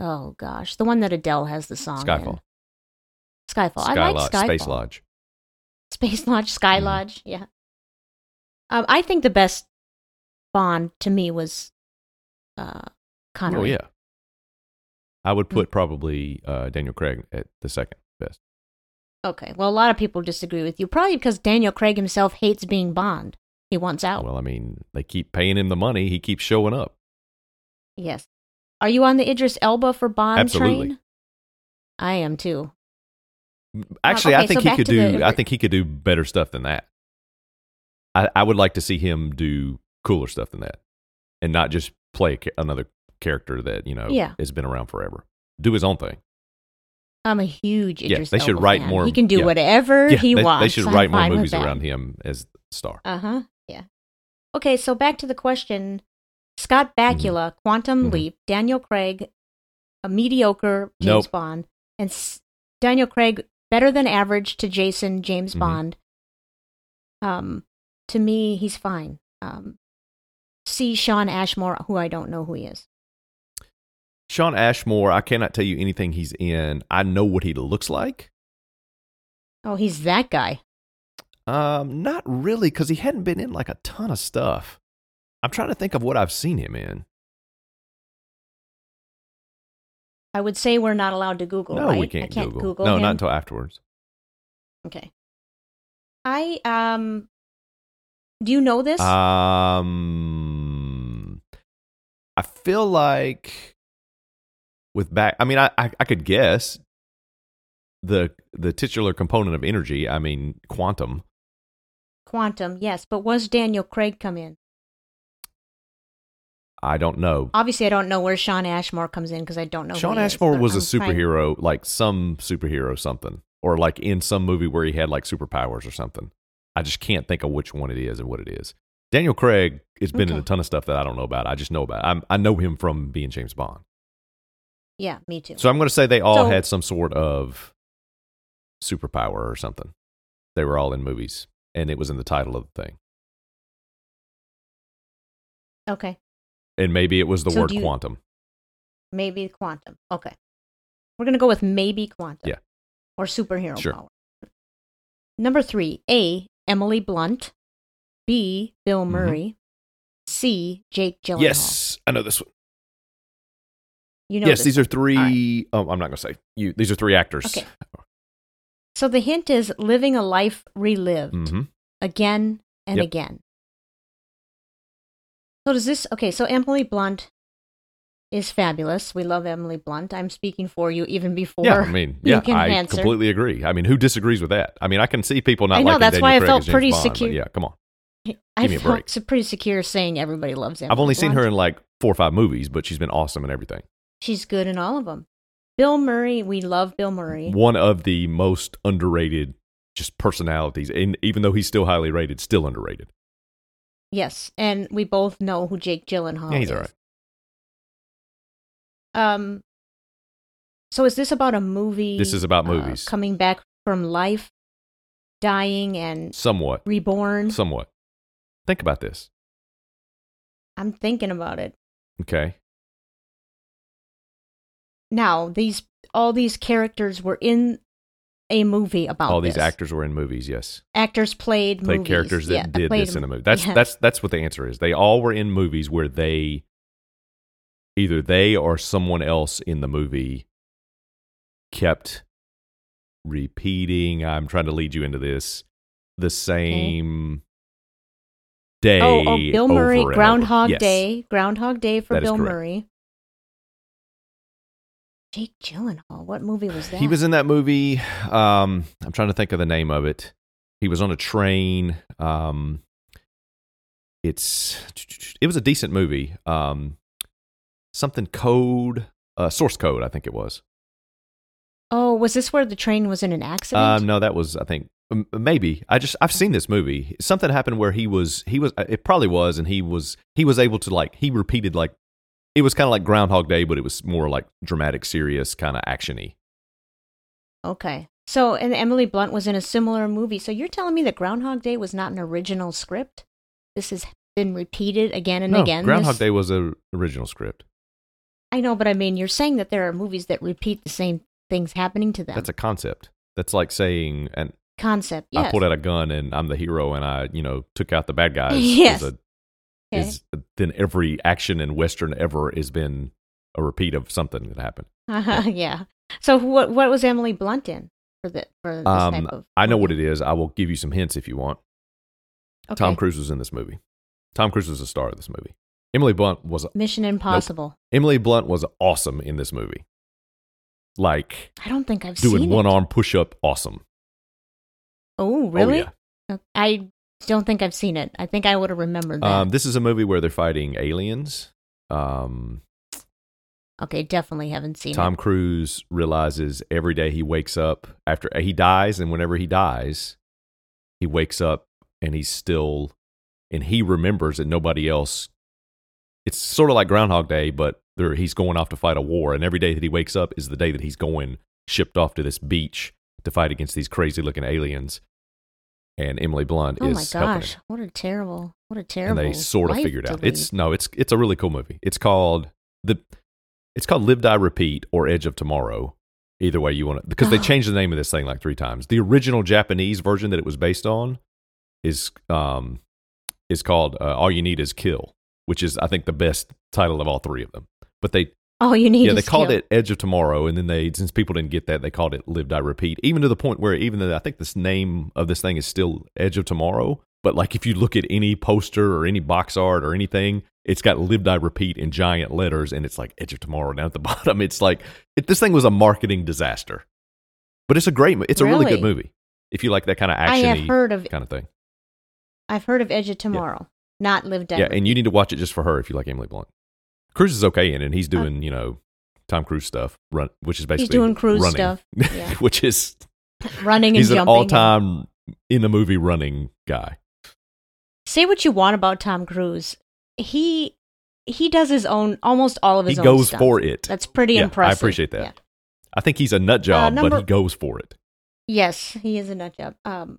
Speaker 2: oh gosh, the one that Adele has the song. in.
Speaker 1: Skyfall,
Speaker 2: Skyfall. I
Speaker 1: Skylo-
Speaker 2: like Skyfall.
Speaker 1: Space Lodge.
Speaker 2: Space Lodge, Sky
Speaker 1: Mhm.
Speaker 2: Lodge. Yeah. Um, I think the best Bond to me was uh, Connery.
Speaker 1: Oh yeah, I
Speaker 2: Hmm.
Speaker 1: would put probably uh, Daniel Craig at the second best.
Speaker 2: Okay. Well, a lot of people disagree with you, probably because Daniel Craig himself hates being Bond. He wants out.
Speaker 1: Well, I mean, they keep paying him the money; he keeps showing up.
Speaker 2: yes. Are you on the Idris Elba for Bond
Speaker 1: Absolutely.
Speaker 2: train? I am too.
Speaker 1: Actually,
Speaker 2: okay,
Speaker 1: I think
Speaker 2: so
Speaker 1: he
Speaker 2: back
Speaker 1: could
Speaker 2: to the
Speaker 1: do. I
Speaker 2: infra-
Speaker 1: think he could do better stuff than that. I, I would like to see him do cooler stuff than that, and not just play a, ca- another character that you know
Speaker 2: Yeah.
Speaker 1: has been around forever. Do his own thing.
Speaker 2: I'm a huge
Speaker 1: Yeah,
Speaker 2: Idris
Speaker 1: they should
Speaker 2: Elba
Speaker 1: write
Speaker 2: fan.
Speaker 1: more-
Speaker 2: He can do
Speaker 1: yeah.
Speaker 2: whatever
Speaker 1: Yeah,
Speaker 2: he
Speaker 1: they,
Speaker 2: wants.
Speaker 1: they should write more movies around him as star.
Speaker 2: Uh huh. Yeah. Okay, so back to the question: Scott
Speaker 1: Mm-hmm.
Speaker 2: Bakula, Quantum
Speaker 1: Mhm.
Speaker 2: Leap, Daniel Craig, a mediocre James
Speaker 1: Nope.
Speaker 2: Bond, and S- Daniel Craig better than average to Jason James
Speaker 1: Mhm.
Speaker 2: Bond. Um, to me, he's fine. Um, see Sean Ashmore, who I don't know who he is.
Speaker 1: Sean Ashmore, I cannot tell you anything he's in. I know what he looks like.
Speaker 2: Oh, he's that guy.
Speaker 1: Um, not really, because he hadn't been in like a ton of stuff. I'm trying to think of what I've seen him in.
Speaker 2: I would say we're not allowed to Google.
Speaker 1: no,
Speaker 2: right?
Speaker 1: we can't,
Speaker 2: I can't Google.
Speaker 1: no,
Speaker 2: him.
Speaker 1: not until afterwards.
Speaker 2: Okay. I um do you know this?
Speaker 1: Uh, Um, I feel like with back. I mean, I, I I could guess the the titular component of energy. I mean, quantum.
Speaker 2: Quantum, yes, but was Daniel Craig come in?
Speaker 1: I don't know,
Speaker 2: Obviously I don't know where Sean Ashmore comes in because I don't know who
Speaker 1: Sean
Speaker 2: he is,
Speaker 1: Ashmore
Speaker 2: but
Speaker 1: was a
Speaker 2: I'm trying-
Speaker 1: superhero, like some superhero something, or like in some movie where he had like superpowers or something. I just can't think of which one it is and what it is. Daniel Craig has been in a
Speaker 2: Okay.
Speaker 1: ton of stuff that I don't know about. I just know about. I'm, I know him from being James Bond.
Speaker 2: Yeah, me too.
Speaker 1: So I'm going to say they all
Speaker 2: So-
Speaker 1: had some sort of superpower or something. They were all in movies, and it was in the title of the thing.
Speaker 2: okay.
Speaker 1: And maybe it was the
Speaker 2: So
Speaker 1: word
Speaker 2: do you-
Speaker 1: quantum.
Speaker 2: Maybe quantum. Okay. We're gonna go with maybe quantum.
Speaker 1: Yeah.
Speaker 2: Or superhero
Speaker 1: Sure.
Speaker 2: power. Number three, A, Emily Blunt. B, Bill
Speaker 1: Mhm.
Speaker 2: Murray. C, Jake Gyllenhaal.
Speaker 1: Yes, I know this one.
Speaker 2: You know
Speaker 1: yes,
Speaker 2: this
Speaker 1: these are three.
Speaker 2: All right.
Speaker 1: Oh, I'm not going to say you. These are three actors.
Speaker 2: Okay. So the hint is living a life relived
Speaker 1: hmm
Speaker 2: again and
Speaker 1: Yep.
Speaker 2: again. So does this okay, so Emily Blunt is fabulous. We love Emily Blunt. I'm speaking for you even before
Speaker 1: Yeah, I mean, yeah,
Speaker 2: you can
Speaker 1: I
Speaker 2: answer.
Speaker 1: completely agree. I mean, who disagrees with that? I mean, I can see people not
Speaker 2: I know,
Speaker 1: liking
Speaker 2: that's
Speaker 1: Daniel
Speaker 2: why I
Speaker 1: Craig
Speaker 2: felt
Speaker 1: as James
Speaker 2: pretty
Speaker 1: Bond, but
Speaker 2: secure.
Speaker 1: Yeah, come on.
Speaker 2: I
Speaker 1: me a
Speaker 2: felt
Speaker 1: break.
Speaker 2: so pretty secure saying everybody loves Emily
Speaker 1: I've only seen her
Speaker 2: Blunt.
Speaker 1: in like four or five movies, but she's been awesome in everything.
Speaker 2: She's good in all of them. Bill Murray, we love Bill Murray.
Speaker 1: One of the most underrated just personalities. And even though he's still highly rated, still underrated.
Speaker 2: Yes, and we both know who Jake Gyllenhaal
Speaker 1: yeah, he's
Speaker 2: is.
Speaker 1: all right.
Speaker 2: Um, so is this about a movie?
Speaker 1: This is about
Speaker 2: uh,
Speaker 1: movies.
Speaker 2: coming back from life, dying and
Speaker 1: Somewhat.
Speaker 2: reborn.
Speaker 1: Somewhat. Think about this.
Speaker 2: I'm thinking about it
Speaker 1: Okay.
Speaker 2: now. These all these characters were in a movie about
Speaker 1: All these
Speaker 2: this.
Speaker 1: actors were in movies, yes.
Speaker 2: Actors played
Speaker 1: Played
Speaker 2: movies.
Speaker 1: characters that
Speaker 2: Yeah,
Speaker 1: did
Speaker 2: played
Speaker 1: this in a movie. That's
Speaker 2: yeah.
Speaker 1: that's that's what the answer is. They all were in movies where they either they or someone else in the movie kept repeating, I'm trying to lead you into this, the same day.
Speaker 2: oh, oh, Bill
Speaker 1: over
Speaker 2: Murray,
Speaker 1: and over.
Speaker 2: Groundhog
Speaker 1: Yes.
Speaker 2: Day, Groundhog Day for
Speaker 1: That is
Speaker 2: Bill
Speaker 1: correct.
Speaker 2: Murray. Jake Gyllenhaal. What movie was that?
Speaker 1: He was in that movie. Um, I'm trying to think of the name of it. He was on a train. Um, it's it was a decent movie. Um, something code, uh, source code, I think it was.
Speaker 2: Oh, was this where the train was in an accident?
Speaker 1: Um, no, that was I think m- maybe I just I've seen this movie. Something happened where he was he was uh, it probably was, and he was he was able to like he repeated like it was kind of like Groundhog Day, but it was more like dramatic, serious kind of actiony.
Speaker 2: Okay. So, and Emily Blunt was in a similar movie. So you're telling me that Groundhog Day was not an original script? This has been repeated again and
Speaker 1: no,
Speaker 2: again.
Speaker 1: Groundhog
Speaker 2: This-
Speaker 1: Day was a original script.
Speaker 2: I know, but I mean, you're saying that there are movies that repeat the same things happening to them.
Speaker 1: That's a concept. That's like saying, and
Speaker 2: concept. Yes.
Speaker 1: I pulled out a gun and I'm the hero and I, you know, took out the bad guys. is
Speaker 2: Yes.
Speaker 1: a-
Speaker 2: Okay.
Speaker 1: is- then every action in Western ever has been a repeat of something that happened.
Speaker 2: yeah. So what what was Emily Blunt in for the for this type of?
Speaker 1: Um, I know what it is. I will give you some hints if you want.
Speaker 2: Okay.
Speaker 1: Tom Cruise was in this movie. Tom Cruise was the star of this movie. Emily Blunt was
Speaker 2: Mission Impossible.
Speaker 1: Emily Blunt was awesome in this movie. Like
Speaker 2: I don't think I've
Speaker 1: doing
Speaker 2: seen
Speaker 1: one
Speaker 2: it.
Speaker 1: arm push up, awesome.
Speaker 2: Oh, really?
Speaker 1: yeah.
Speaker 2: I don't think I've seen it. I think I would have remembered that.
Speaker 1: Um, this is a movie where they're fighting aliens. Um,
Speaker 2: okay, definitely haven't seen
Speaker 1: Tom
Speaker 2: it.
Speaker 1: Cruise realizes every day he wakes up after uh, he dies, and whenever he dies, he wakes up and he's still, and he remembers that nobody else. It's sort of like Groundhog Day, but there, he's going off to fight a war, and every day that he wakes up is the day that he's going shipped off to this beach to fight against these crazy looking aliens. And Emily Blunt
Speaker 2: Oh
Speaker 1: is
Speaker 2: my
Speaker 1: helping him
Speaker 2: gosh! What a terrible, what a terrible.
Speaker 1: and they sort of
Speaker 2: life
Speaker 1: figured
Speaker 2: to
Speaker 1: out
Speaker 2: lead.
Speaker 1: it's no it's it's a really cool movie it's called the it's called live die repeat or edge of tomorrow either way you want it because they
Speaker 2: Oh.
Speaker 1: changed the name of this thing like three times the original japanese version that it was based on is um is called uh, all you need is kill which is i think the best title of all three of them but they
Speaker 2: all Oh, you need.
Speaker 1: yeah,
Speaker 2: is
Speaker 1: they called
Speaker 2: skill.
Speaker 1: it Edge of Tomorrow, and then they since people didn't get that, they called it Live Die Repeat. Even to the point where even though I think this name of this thing is still Edge of Tomorrow, but like if you look at any poster or any box art or anything, it's got Live Die Repeat in giant letters, and it's like Edge of Tomorrow down at the bottom. It's like it, this thing was a marketing disaster, but it's a great, mo- it's a really good
Speaker 2: Really?
Speaker 1: movie if you like that kind of
Speaker 2: I have
Speaker 1: action
Speaker 2: heard of.
Speaker 1: kind of thing.
Speaker 2: I've heard of Edge of Tomorrow, not Live Dead.
Speaker 1: Yeah, and you need to watch it just for her if you like Emily Blunt. Cruise is okay in it. and
Speaker 2: Uh,
Speaker 1: He's doing, you know, Tom Cruise stuff, run, which is basically
Speaker 2: doing Cruise
Speaker 1: running,
Speaker 2: stuff, yeah.
Speaker 1: which is
Speaker 2: running
Speaker 1: he's an
Speaker 2: and jumping.
Speaker 1: all-time in the movie running guy.
Speaker 2: Say what you want about Tom Cruise, he he does his own almost all of
Speaker 1: He
Speaker 2: his. own
Speaker 1: goes
Speaker 2: stuff.
Speaker 1: for it.
Speaker 2: That's pretty
Speaker 1: Yeah, I
Speaker 2: impressive.
Speaker 1: appreciate that.
Speaker 2: Yeah.
Speaker 1: I think he's a nut job, but
Speaker 2: Uh, number-
Speaker 1: he goes for it.
Speaker 2: Yes, he is a nut job. Um,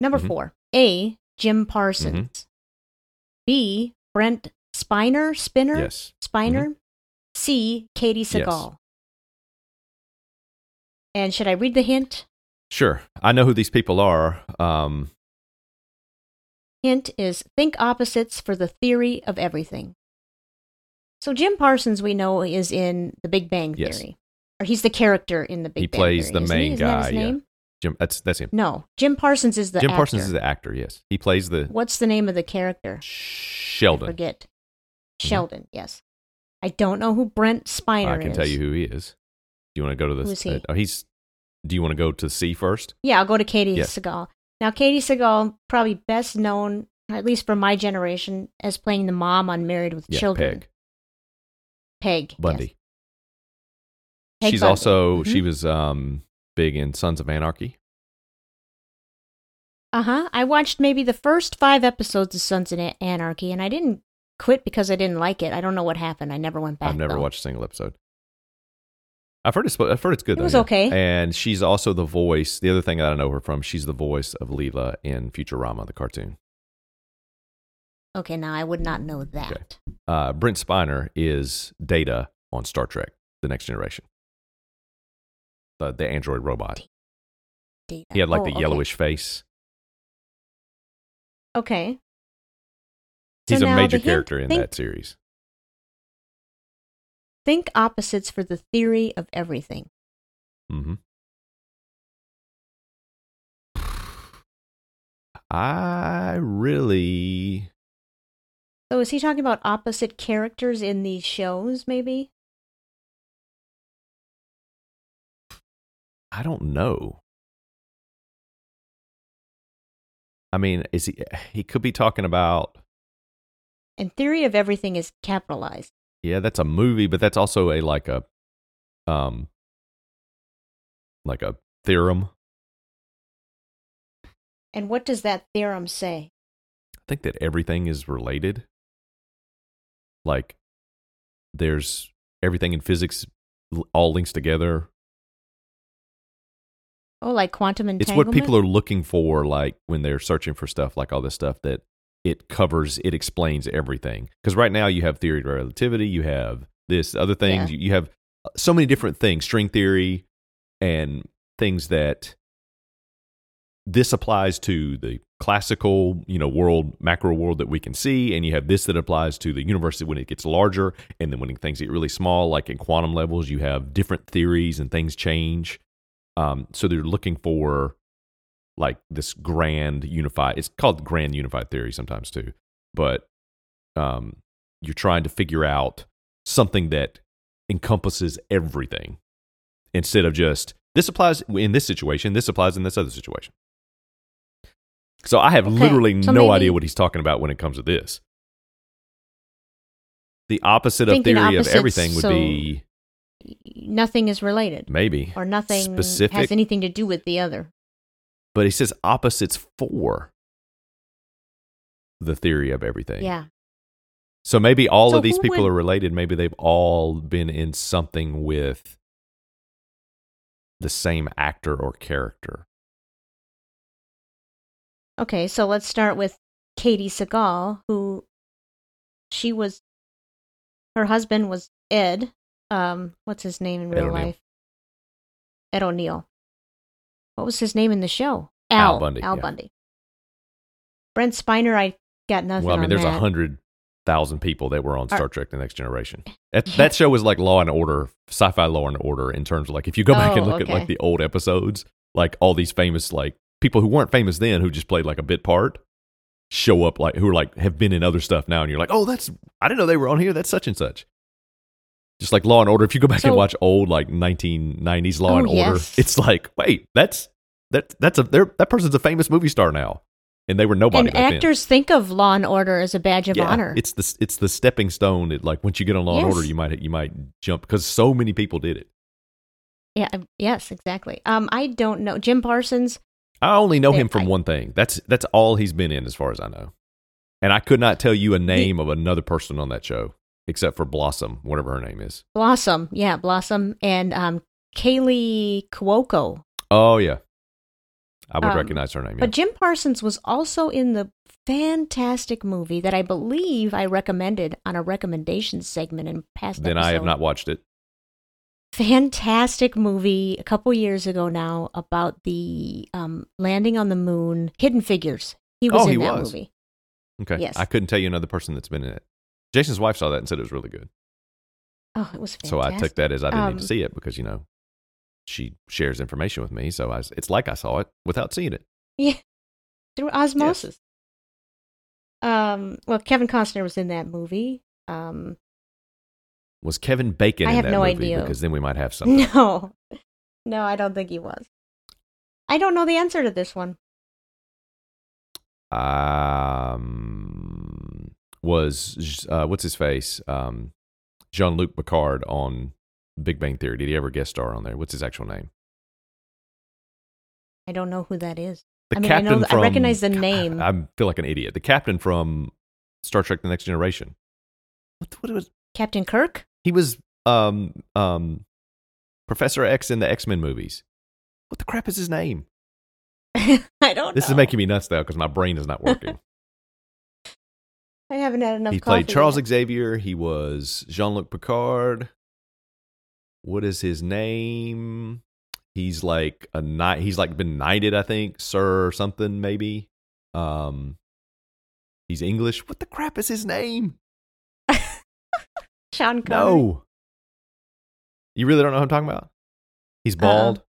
Speaker 2: number
Speaker 1: Mhm.
Speaker 2: four, A. Jim Parsons,
Speaker 1: Mm-hmm.
Speaker 2: B. Brent Spiner, Spinner,
Speaker 1: Yes.
Speaker 2: Spiner, C. Katie
Speaker 1: Mm-hmm. Yes.
Speaker 2: Seagal. And should I read the hint?
Speaker 1: Sure, I know who these people are. Um,
Speaker 2: Hint is think opposites for the theory of everything. So Jim Parsons, we know, is in The Big Bang Theory,
Speaker 1: Yes.
Speaker 2: or he's the character in The Big
Speaker 1: He
Speaker 2: Bang
Speaker 1: plays
Speaker 2: Theory,
Speaker 1: the
Speaker 2: isn't he?
Speaker 1: main
Speaker 2: Isn't that
Speaker 1: guy,
Speaker 2: his
Speaker 1: yeah.
Speaker 2: name?
Speaker 1: Jim, that's that's him.
Speaker 2: No, Jim Parsons is the
Speaker 1: Jim
Speaker 2: actor.
Speaker 1: Parsons is the actor. Yes, he plays the
Speaker 2: What's the name of the character? I
Speaker 1: Sheldon. Mm-hmm.
Speaker 2: forget. Sheldon, yes. I don't know who Brent Spiner
Speaker 1: I
Speaker 2: is.
Speaker 1: can tell you who he is. Do you want to go to the?
Speaker 2: Who is he?
Speaker 1: uh, he's. Do you want to go to C first?
Speaker 2: Yeah, I'll go to Katie
Speaker 1: Yeah.
Speaker 2: Seagal. Now, Katie Seagal, probably best known, at least for my generation, as playing the mom on Married with
Speaker 1: Yeah,
Speaker 2: Children.
Speaker 1: Peg
Speaker 2: Peg. yes.
Speaker 1: Bundy.
Speaker 2: Peg
Speaker 1: She's
Speaker 2: Bundy.
Speaker 1: also
Speaker 2: Mhm.
Speaker 1: she was um big in Sons of Anarchy.
Speaker 2: Uh huh. I watched maybe the first five episodes of Sons of An- Anarchy, and I didn't quit because I didn't like it. I don't know what happened. I never went back.
Speaker 1: I've never
Speaker 2: though.
Speaker 1: watched a single episode. I've heard it's I've heard it's good.
Speaker 2: It
Speaker 1: though,
Speaker 2: was
Speaker 1: yeah.
Speaker 2: okay.
Speaker 1: And she's also the voice. The other thing that I know her from, she's the voice of Leela in Futurama, the cartoon.
Speaker 2: Okay, now I would not know that.
Speaker 1: Uh, Brent Spiner is Data on Star Trek: The Next Generation. The the android robot.
Speaker 2: Data.
Speaker 1: He had like
Speaker 2: Oh,
Speaker 1: the
Speaker 2: okay.
Speaker 1: yellowish face.
Speaker 2: Okay. So
Speaker 1: He's a
Speaker 2: now
Speaker 1: major
Speaker 2: the hint-
Speaker 1: character in
Speaker 2: think-
Speaker 1: that series.
Speaker 2: Think opposites for the theory of everything.
Speaker 1: Mm-hmm. I really
Speaker 2: So is he talking about opposite characters in these shows? Maybe.
Speaker 1: I don't know. I mean, is he he could be talking about
Speaker 2: And theory of everything is capitalized.
Speaker 1: yeah, that's a movie, but that's also a like a um like a theorem. I
Speaker 2: And what does that theorem say?
Speaker 1: think that everything is related. Like there's everything in physics l- all links together.
Speaker 2: Oh, like quantum
Speaker 1: It's
Speaker 2: entanglement.
Speaker 1: what people are looking for like when they're searching for stuff like all this stuff that it covers, it explains everything. Cuz right now you have theory of relativity, you have this other things, you, you have uh, so many different things, string theory and things that this applies to the classical, you know, world, macro world that we can see, and you have this that applies to the universe when it gets larger, and then when things get really small, like in quantum levels, you have different theories and things change. Um, so they're looking for like this grand unified. It's called grand unified theory sometimes too, but um, you're trying to figure out something that encompasses everything instead of just this applies in this situation, this applies in this other situation. So I have
Speaker 2: Okay,
Speaker 1: literally
Speaker 2: so
Speaker 1: no
Speaker 2: maybe-
Speaker 1: idea what he's talking about when it comes to this. The opposite of
Speaker 2: Thinking
Speaker 1: theory
Speaker 2: opposites,
Speaker 1: of everything would
Speaker 2: so-
Speaker 1: be
Speaker 2: Nothing is related,
Speaker 1: maybe
Speaker 2: or nothing
Speaker 1: Mm, specific,
Speaker 2: has anything to do with the other.
Speaker 1: but he says opposites for the theory of everything.
Speaker 2: Yeah.
Speaker 1: So maybe all
Speaker 2: So
Speaker 1: of these
Speaker 2: who
Speaker 1: people
Speaker 2: would-
Speaker 1: are related. Maybe they've all been in something with the same actor or character.
Speaker 2: Okay, so let's start with Katie Segal, who she was her husband was Ed. Um, what's his name in
Speaker 1: Ed
Speaker 2: real
Speaker 1: O'Neill.
Speaker 2: life? Ed O'Neill. What was his name in the show?
Speaker 1: Al Bundy,
Speaker 2: Al
Speaker 1: yeah.
Speaker 2: Bundy. Brent Spiner, I got nothing.
Speaker 1: well, I mean,
Speaker 2: on
Speaker 1: there's a
Speaker 2: that.
Speaker 1: hundred thousand people that were on
Speaker 2: Are-
Speaker 1: Star Trek: The Next Generation. That, that show was like Law and Order, sci-fi Law and Order, in terms of like if you go back and
Speaker 2: Oh,
Speaker 1: look at
Speaker 2: okay.
Speaker 1: like the old episodes, like all these famous like people who weren't famous then who just played like a bit part show up like who are like have been in other stuff now, and you're like, oh, that's I didn't know they were on here. That's such and such. Just like Law and Order, if you go back
Speaker 2: So-
Speaker 1: and watch old like 1990s Law
Speaker 2: Oh,
Speaker 1: and Order,
Speaker 2: yes.
Speaker 1: it's like, wait, that's that that's a they're, that person's a famous movie star now, and they were nobody.
Speaker 2: And
Speaker 1: back then.
Speaker 2: actors think of Law and Order as a badge of honor.
Speaker 1: It's the it's the stepping stone. That, like once you get on Law and Order,
Speaker 2: Yes.
Speaker 1: you might you might jump because so many people did it.
Speaker 2: Yeah, I- yes, exactly. Um, I don't know Jim Parsons.
Speaker 1: I only know him
Speaker 2: Yeah,
Speaker 1: from
Speaker 2: I-
Speaker 1: one thing. That's that's all he's been in, as far as I know. And I could not tell you a name of another person on that show except for Blossom, whatever her name is.
Speaker 2: Blossom, yeah, Blossom, and um, Kaylee Cuoco.
Speaker 1: Oh yeah, I would
Speaker 2: Um,
Speaker 1: recognize her name. Yeah.
Speaker 2: But Jim Parsons was also in the fantastic movie that I believe I recommended on a recommendation segment in past.
Speaker 1: then I have
Speaker 2: episode.
Speaker 1: not watched it.
Speaker 2: Fantastic movie a couple years ago now about the um, landing on the moon, Hidden Figures. He was
Speaker 1: Oh,
Speaker 2: in
Speaker 1: he
Speaker 2: that
Speaker 1: was.
Speaker 2: movie.
Speaker 1: Okay,
Speaker 2: Yes.
Speaker 1: I couldn't tell you another person that's been in it. Jason's wife saw that and said it was really good.
Speaker 2: Oh, it was fantastic.
Speaker 1: So I took that as I didn't need to
Speaker 2: Um,
Speaker 1: see it because you know she shares information with me. So I, it's like I saw it without seeing it.
Speaker 2: Yeah. Through osmosis. Um, well, Kevin Costner was in that movie. Um,
Speaker 1: Was Kevin Bacon
Speaker 2: I
Speaker 1: in
Speaker 2: have
Speaker 1: that
Speaker 2: no
Speaker 1: movie?
Speaker 2: idea.
Speaker 1: Because then we might have something.
Speaker 2: no. No, I don't think he was. I don't know the answer to this one.
Speaker 1: Um, was uh, what's his face? Um, Jean Luc Picard on Big Bang Theory. Did he ever guest star on there? What's his actual name?
Speaker 2: I don't know who that is.
Speaker 1: The
Speaker 2: I mean, I
Speaker 1: captain
Speaker 2: know, th-
Speaker 1: from uh,
Speaker 2: I recognize the name.
Speaker 1: I feel like an idiot. The captain from Star Trek: The Next Generation. What, what was
Speaker 2: Captain Kirk?
Speaker 1: he was? Um, um, Professor X in the X Men movies. What the crap is his name?
Speaker 2: I don't
Speaker 1: This
Speaker 2: know.
Speaker 1: is making me nuts though because my brain is not working.
Speaker 2: I haven't had enough
Speaker 1: he played
Speaker 2: coffee
Speaker 1: Charles
Speaker 2: yet.
Speaker 1: Xavier. He was Jean Luc Picard. What is his name? He's like a knight. He's like been knighted, I think, sir or something, maybe. Um, he's English. What the crap is his name?
Speaker 2: Sean Connery.
Speaker 1: No. You really don't know who I'm talking about?
Speaker 2: Uh-uh.
Speaker 1: He's bald.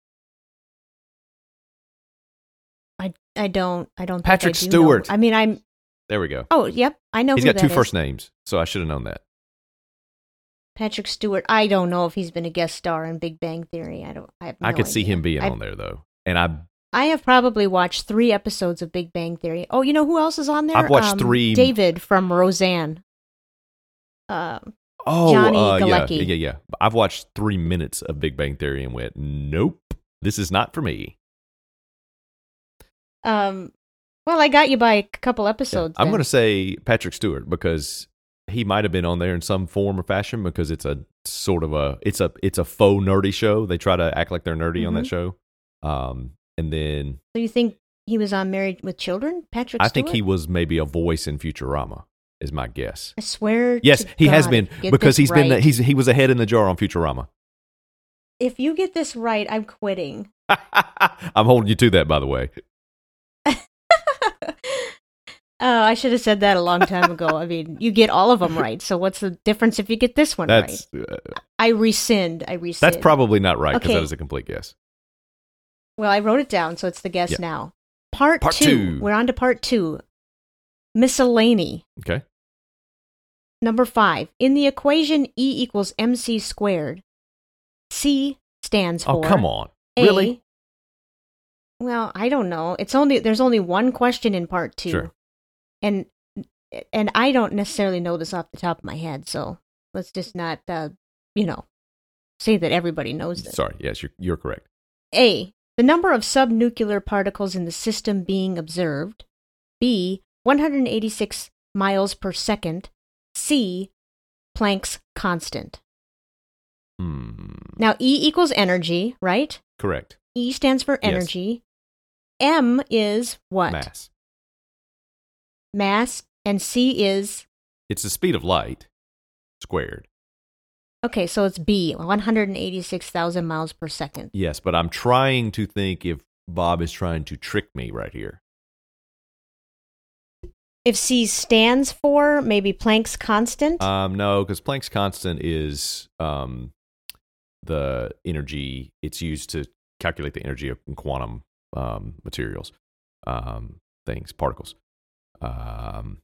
Speaker 2: I, I don't. I don't. think I
Speaker 1: Patrick
Speaker 2: do know.
Speaker 1: Stewart.
Speaker 2: I mean, I'm.
Speaker 1: There we go.
Speaker 2: Oh, yep. I know
Speaker 1: He's
Speaker 2: who
Speaker 1: got two
Speaker 2: that is.
Speaker 1: first names, so I should have known that.
Speaker 2: Patrick Stewart. I don't know if he's been a guest star in Big Bang Theory. I don't. I have. No
Speaker 1: I could see
Speaker 2: idea.
Speaker 1: him being
Speaker 2: I-
Speaker 1: on there though, and I
Speaker 2: I have probably watched three episodes of Big Bang Theory. Oh, you know who else is on there? Um,
Speaker 1: I've watched three-
Speaker 2: David from Roseanne. Um,
Speaker 1: Oh,
Speaker 2: Johnny
Speaker 1: uh, yeah,
Speaker 2: Galecki.
Speaker 1: yeah, yeah. I've watched three minutes of Big Bang Theory and went, nope, this is not for me.
Speaker 2: um, well, I got you by a couple episodes.
Speaker 1: I'm
Speaker 2: then.
Speaker 1: going to say Patrick Stewart because he might have been on there in some form or fashion because it's a sort of a it's a it's a faux nerdy show. They try to act like they're nerdy
Speaker 2: Mm-hmm.
Speaker 1: on that show. Um, and then
Speaker 2: So you think he was on Married with Children? Patrick.
Speaker 1: I think
Speaker 2: Stewart?
Speaker 1: he was maybe a voice in Futurama, is my guess.
Speaker 2: I swear.
Speaker 1: Yes,
Speaker 2: to
Speaker 1: he has
Speaker 2: God,
Speaker 1: been
Speaker 2: if you get
Speaker 1: because
Speaker 2: this
Speaker 1: he's been
Speaker 2: right-
Speaker 1: he's he was a head in the jar on Futurama.
Speaker 2: If you get this right, I'm quitting.
Speaker 1: I'm holding you to that, by the way.
Speaker 2: Oh, I should have said that a long time ago. I mean, you get all of them right. So what's the difference if you get this one right?
Speaker 1: That's uh,
Speaker 2: I rescind. I rescind.
Speaker 1: That's probably not right because that
Speaker 2: Okay.
Speaker 1: is a complete guess.
Speaker 2: Well, I wrote it down, so it's the guess
Speaker 1: Yeah.
Speaker 2: now. Part,
Speaker 1: Part
Speaker 2: 2
Speaker 1: two.
Speaker 2: We're on to part two. Miscellany.
Speaker 1: Okay.
Speaker 2: Number five. In the equation E equals MC squared, C stands
Speaker 1: Oh,
Speaker 2: for.
Speaker 1: come on.
Speaker 2: A-
Speaker 1: really?
Speaker 2: Well, I don't know. It's only there's only one question in part two,
Speaker 1: Sure.
Speaker 2: and and I don't necessarily know this off the top of my head. So let's just not, uh, you know, say that everybody knows this.
Speaker 1: Sorry. Yes, you're, you're correct.
Speaker 2: A. The number of subnuclear particles in the system being observed. B. 186 miles per second. C. Planck's constant.
Speaker 1: Hmm.
Speaker 2: Now, E equals energy, right?
Speaker 1: Correct.
Speaker 2: E stands for
Speaker 1: Yes.
Speaker 2: energy. M is what?
Speaker 1: Mass.
Speaker 2: Mass. And C is,
Speaker 1: It's the speed of light squared.
Speaker 2: okay, so it's B, 186,000 miles per second.
Speaker 1: Yes, but I'm trying to think if Bob is trying to trick me right here.
Speaker 2: If C stands for maybe Planck's constant,
Speaker 1: Um, no, because Planck's constant is um, the energy. It's used to calculate the energy of quantum um, materials, um, things, particles. Um,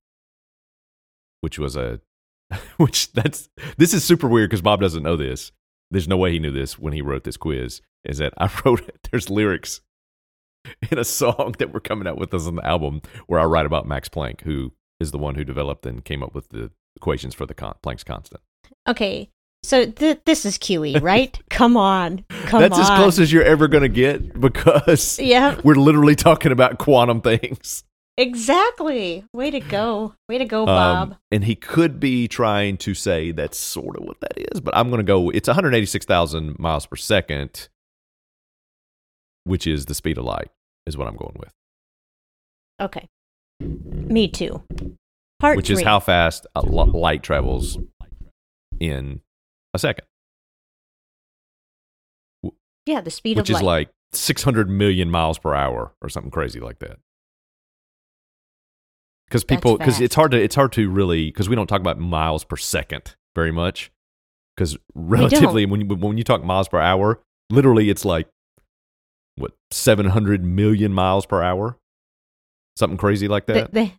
Speaker 1: which was a, which that's this is super weird because Bob doesn't know this. There's no way he knew this when he wrote this quiz. Is that I wrote there's lyrics in a song that we're coming out with us on the album where I write about Max Planck, who is the one who developed and came up with the equations for the con- Planck's constant.
Speaker 2: Okay, so th- this is QE, right? Come on, come
Speaker 1: That's
Speaker 2: on.
Speaker 1: as close as you're ever going to get because
Speaker 2: Yeah.
Speaker 1: we're literally talking about quantum things.
Speaker 2: exactly. Way to go, way to go,
Speaker 1: Um,
Speaker 2: Oh, Bob.
Speaker 1: and he could be trying to say that's sort of what that is, but I'm going to go. It's 186,000 miles per second, which is the speed of light, is what I'm going with,
Speaker 2: okay, me too. Part
Speaker 1: which
Speaker 2: three.
Speaker 1: is how fast a lo- light travels in a second,
Speaker 2: yeah, the speed
Speaker 1: which
Speaker 2: of
Speaker 1: is
Speaker 2: light.
Speaker 1: like 600 million miles per hour or something crazy like that. Because
Speaker 2: That's
Speaker 1: people, because it's
Speaker 2: fast.
Speaker 1: hard to it's hard to really because we don't talk about miles per second very much. Because relatively, when you, when you talk miles per hour, literally it's like what 700 million miles per hour, something crazy like
Speaker 2: Th-
Speaker 1: that.
Speaker 2: they-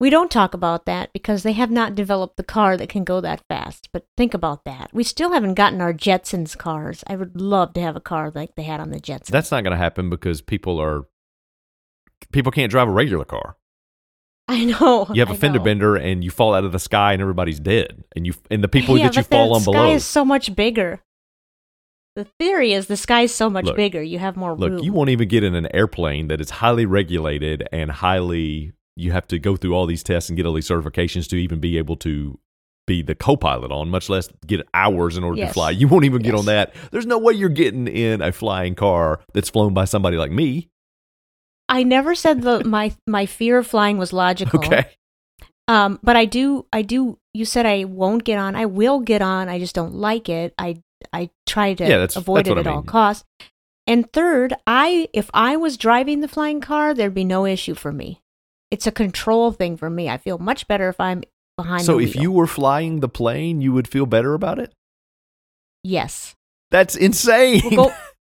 Speaker 2: we don't talk about that because they have not developed the car that can go that fast. But think about that. We still haven't gotten our Jetsons cars. I would love to have a car like they had on the Jetsons.
Speaker 1: That's not going to happen because people are people can't drive a regular car.
Speaker 2: I know.
Speaker 1: You have a
Speaker 2: I
Speaker 1: fender
Speaker 2: know.
Speaker 1: bender and you fall out of the sky and everybody's dead and you and the people
Speaker 2: yeah,
Speaker 1: that you
Speaker 2: but their
Speaker 1: fall on
Speaker 2: sky
Speaker 1: below.
Speaker 2: is so much bigger. The theory is the sky's so much
Speaker 1: Look.
Speaker 2: bigger, you have more
Speaker 1: Look,
Speaker 2: room.
Speaker 1: you won't even get in an airplane that is highly regulated and highly you have to go through all these tests and get all these certifications to even be able to be the co-pilot on, much less get hours in order to
Speaker 2: Yes.
Speaker 1: fly. You won't even get on
Speaker 2: Yes.
Speaker 1: that. There's no way you're getting in a flying car that's flown by somebody like me.
Speaker 2: I never said the my my fear of flying was logical.
Speaker 1: Okay.
Speaker 2: Um, but I do I do you said I won't get on. I will get on. I just don't like it. I I try to
Speaker 1: Yeah, that's-
Speaker 2: avoid
Speaker 1: that's
Speaker 2: it
Speaker 1: what I
Speaker 2: at all
Speaker 1: mean.
Speaker 2: costs. And third, I if I was driving the flying car, there'd be no issue for me. It's a control thing for me. I feel much better if I'm behind
Speaker 1: So
Speaker 2: the
Speaker 1: if
Speaker 2: wheel.
Speaker 1: you were flying the plane, you would feel better about it?
Speaker 2: Yes.
Speaker 1: That's insane.
Speaker 2: We'll go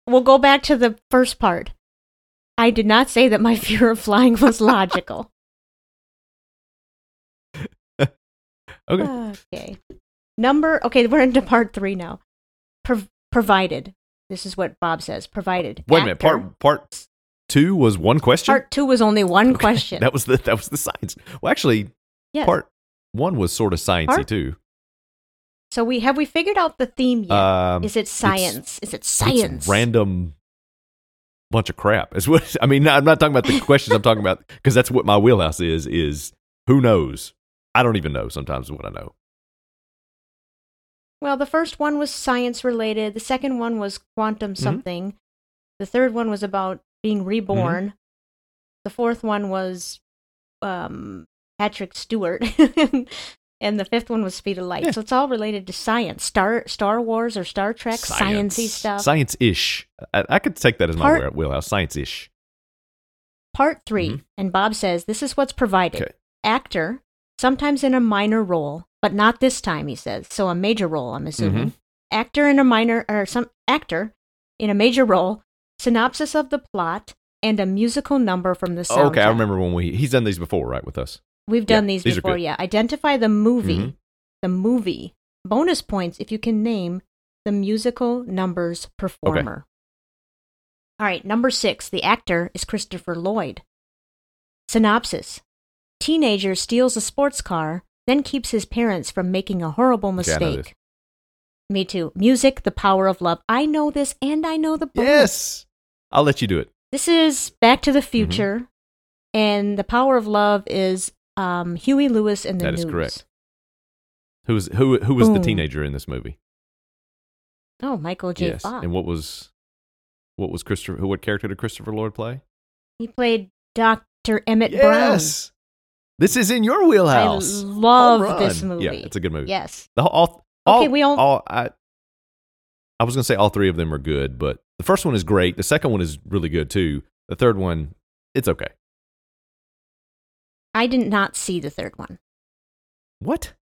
Speaker 2: we'll go back to the first part. I did not say that my fear of flying was logical.
Speaker 1: okay.
Speaker 2: Okay. Number, okay, we're into part three now. Pro- provided. This is what Bob says. Provided.
Speaker 1: Wait a minute.
Speaker 2: Actor-
Speaker 1: Part part 2 was one question.
Speaker 2: part two was only one
Speaker 1: Okay,
Speaker 2: question.
Speaker 1: That was the that was the science. Well, actually,
Speaker 2: Yes.
Speaker 1: part one was sort of sciencey
Speaker 2: Part-
Speaker 1: too.
Speaker 2: so we have we figured out the theme yet?
Speaker 1: Um,
Speaker 2: is it science? Is it science?
Speaker 1: It's random bunch of crap. Is what I mean. no, I'm not talking about the questions. I'm talking about because that's what my wheelhouse is. Is who knows? I don't even know sometimes what I know.
Speaker 2: Well, the first one was science related. The second one was quantum
Speaker 1: Mhm.
Speaker 2: something. The third one was about being reborn.
Speaker 1: Mm-hmm.
Speaker 2: The fourth one was um, Patrick Stewart, and the fifth one was Speed of Light.
Speaker 1: Yeah.
Speaker 2: So it's all related to science, Star Star Wars or Star Trek, sciencey stuff.
Speaker 1: Science ish. I, I could take that as my
Speaker 2: Part-
Speaker 1: wheelhouse. Science ish.
Speaker 2: Part 3
Speaker 1: Mhm.
Speaker 2: and Bob says this is what's provided.
Speaker 1: Okay.
Speaker 2: Actor, sometimes in a minor role, but not this time, he says. So a major role, I'm assuming.
Speaker 1: Mm-hmm.
Speaker 2: Actor in a minor or some actor in a major role, synopsis of the plot, and a musical number from the soundtrack.
Speaker 1: okay, I remember when we he's done these before, right, with us.
Speaker 2: We've done
Speaker 1: Yeah,
Speaker 2: these,
Speaker 1: these are
Speaker 2: before,
Speaker 1: good.
Speaker 2: yeah. Identify the movie.
Speaker 1: Mhm.
Speaker 2: The movie. Bonus points if you can name the musical numbers performer. All right, number six. The actor is Christopher Lloyd. Synopsis Teenager steals a sports car, then keeps his parents from making a horrible
Speaker 1: Okay, I know this.
Speaker 2: mistake. Me too. Music, the power of love. I know this and I know the bonus.
Speaker 1: Yes, I'll let you do it.
Speaker 2: This is Back to the
Speaker 1: Mm-hmm.
Speaker 2: Future, and the power of love is um, Huey Lewis and the
Speaker 1: That is
Speaker 2: News.
Speaker 1: correct. Who was who? Who was the
Speaker 2: Boom.
Speaker 1: teenager in this movie?
Speaker 2: Oh, Michael J.
Speaker 1: yes,
Speaker 2: Fox.
Speaker 1: and what was what was Christopher? Who? What character did Christopher Lloyd play?
Speaker 2: he played Dr. Emmett
Speaker 1: yes, this is in your
Speaker 2: Brown. I
Speaker 1: wheelhouse. Home
Speaker 2: love this
Speaker 1: run.
Speaker 2: movie.
Speaker 1: Yeah, it's a good movie.
Speaker 2: Yes.
Speaker 1: The whole- all, all,
Speaker 2: Okay, we all-
Speaker 1: all- I, I was gonna say all three of them are good, but the first one is great. The second one is really good too. The third one, it's okay.
Speaker 2: I did not see the third one.
Speaker 1: What?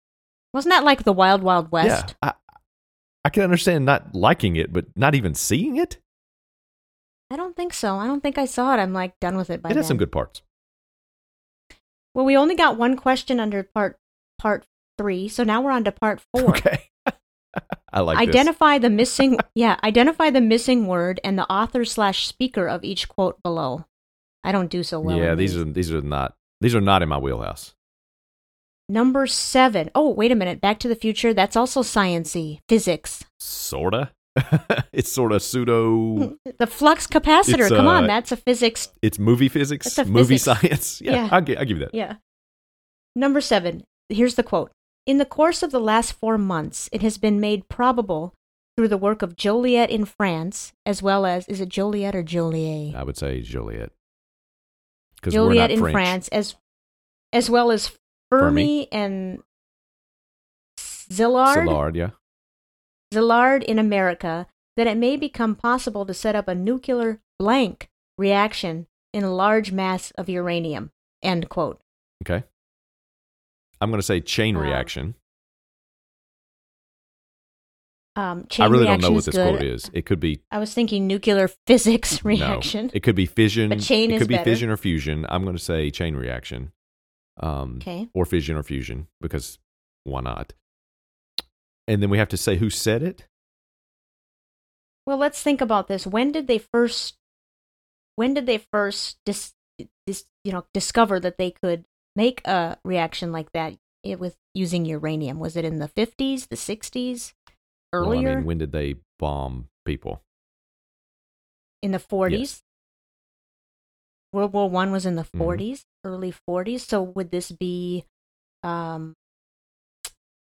Speaker 2: Wasn't that like the Wild Wild West?
Speaker 1: Yeah, I, I can understand not liking it, but not even seeing it.
Speaker 2: I don't think so. I don't think I saw it. I'm like done with it by
Speaker 1: it has some
Speaker 2: then.
Speaker 1: good parts.
Speaker 2: Well, we only got one question under part part three, so now we're on to part four.
Speaker 1: Okay, I like this.
Speaker 2: identify the missing yeah identify the missing word and the author slash speaker of each quote below i don't do so well
Speaker 1: yeah,
Speaker 2: in
Speaker 1: these are these are not these are not in my wheelhouse.
Speaker 2: number seven. Oh, wait a minute back to the future that's also sciency physics
Speaker 1: Sorta. it's sort of pseudo.
Speaker 2: the flux capacitor
Speaker 1: It's,
Speaker 2: come
Speaker 1: uh,
Speaker 2: on that's a physics
Speaker 1: It's movie physics,
Speaker 2: That's a
Speaker 1: movie
Speaker 2: physics.
Speaker 1: science. Yeah,
Speaker 2: Yeah.
Speaker 1: I'll, gi- I'll give you that.
Speaker 2: Yeah. Number seven. Here's the quote In the course of the last four months, it has been made probable through the work of Joliet in France, as well as, is it Joliet or Joliet?
Speaker 1: I would say Joliet. Because we're
Speaker 2: Joliet
Speaker 1: not
Speaker 2: in
Speaker 1: French.
Speaker 2: France, as, as well as Fermi, and Zillard, Zillard.
Speaker 1: Szilard, yeah.
Speaker 2: in America, that it may become possible to set up a nuclear blank reaction in a large mass of uranium. End quote.
Speaker 1: Okay. I'm going to say chain
Speaker 2: Um,
Speaker 1: reaction.
Speaker 2: Um,
Speaker 1: I
Speaker 2: chain
Speaker 1: really don't know
Speaker 2: reaction
Speaker 1: what this
Speaker 2: good.
Speaker 1: quote is. It could be
Speaker 2: I was thinking nuclear physics
Speaker 1: no.
Speaker 2: reaction.
Speaker 1: It could be fission.
Speaker 2: But chain
Speaker 1: it
Speaker 2: is
Speaker 1: could be
Speaker 2: better.
Speaker 1: fission or fusion. I'm going to say chain reaction. Um,
Speaker 2: Okay.
Speaker 1: Or fission or fusion because why not? And then we have to say who said it.
Speaker 2: Well, let's think about this. When did they first? When did they first dis, dis, you know discover that they could make a reaction like that it, with using uranium? Was it in the fifties, the sixties,
Speaker 1: Well, I
Speaker 2: earlier?
Speaker 1: mean, when did they bomb people.
Speaker 2: in the 40s. World War One was in the
Speaker 1: Mhm.
Speaker 2: 40s, early 40s. So would this be um,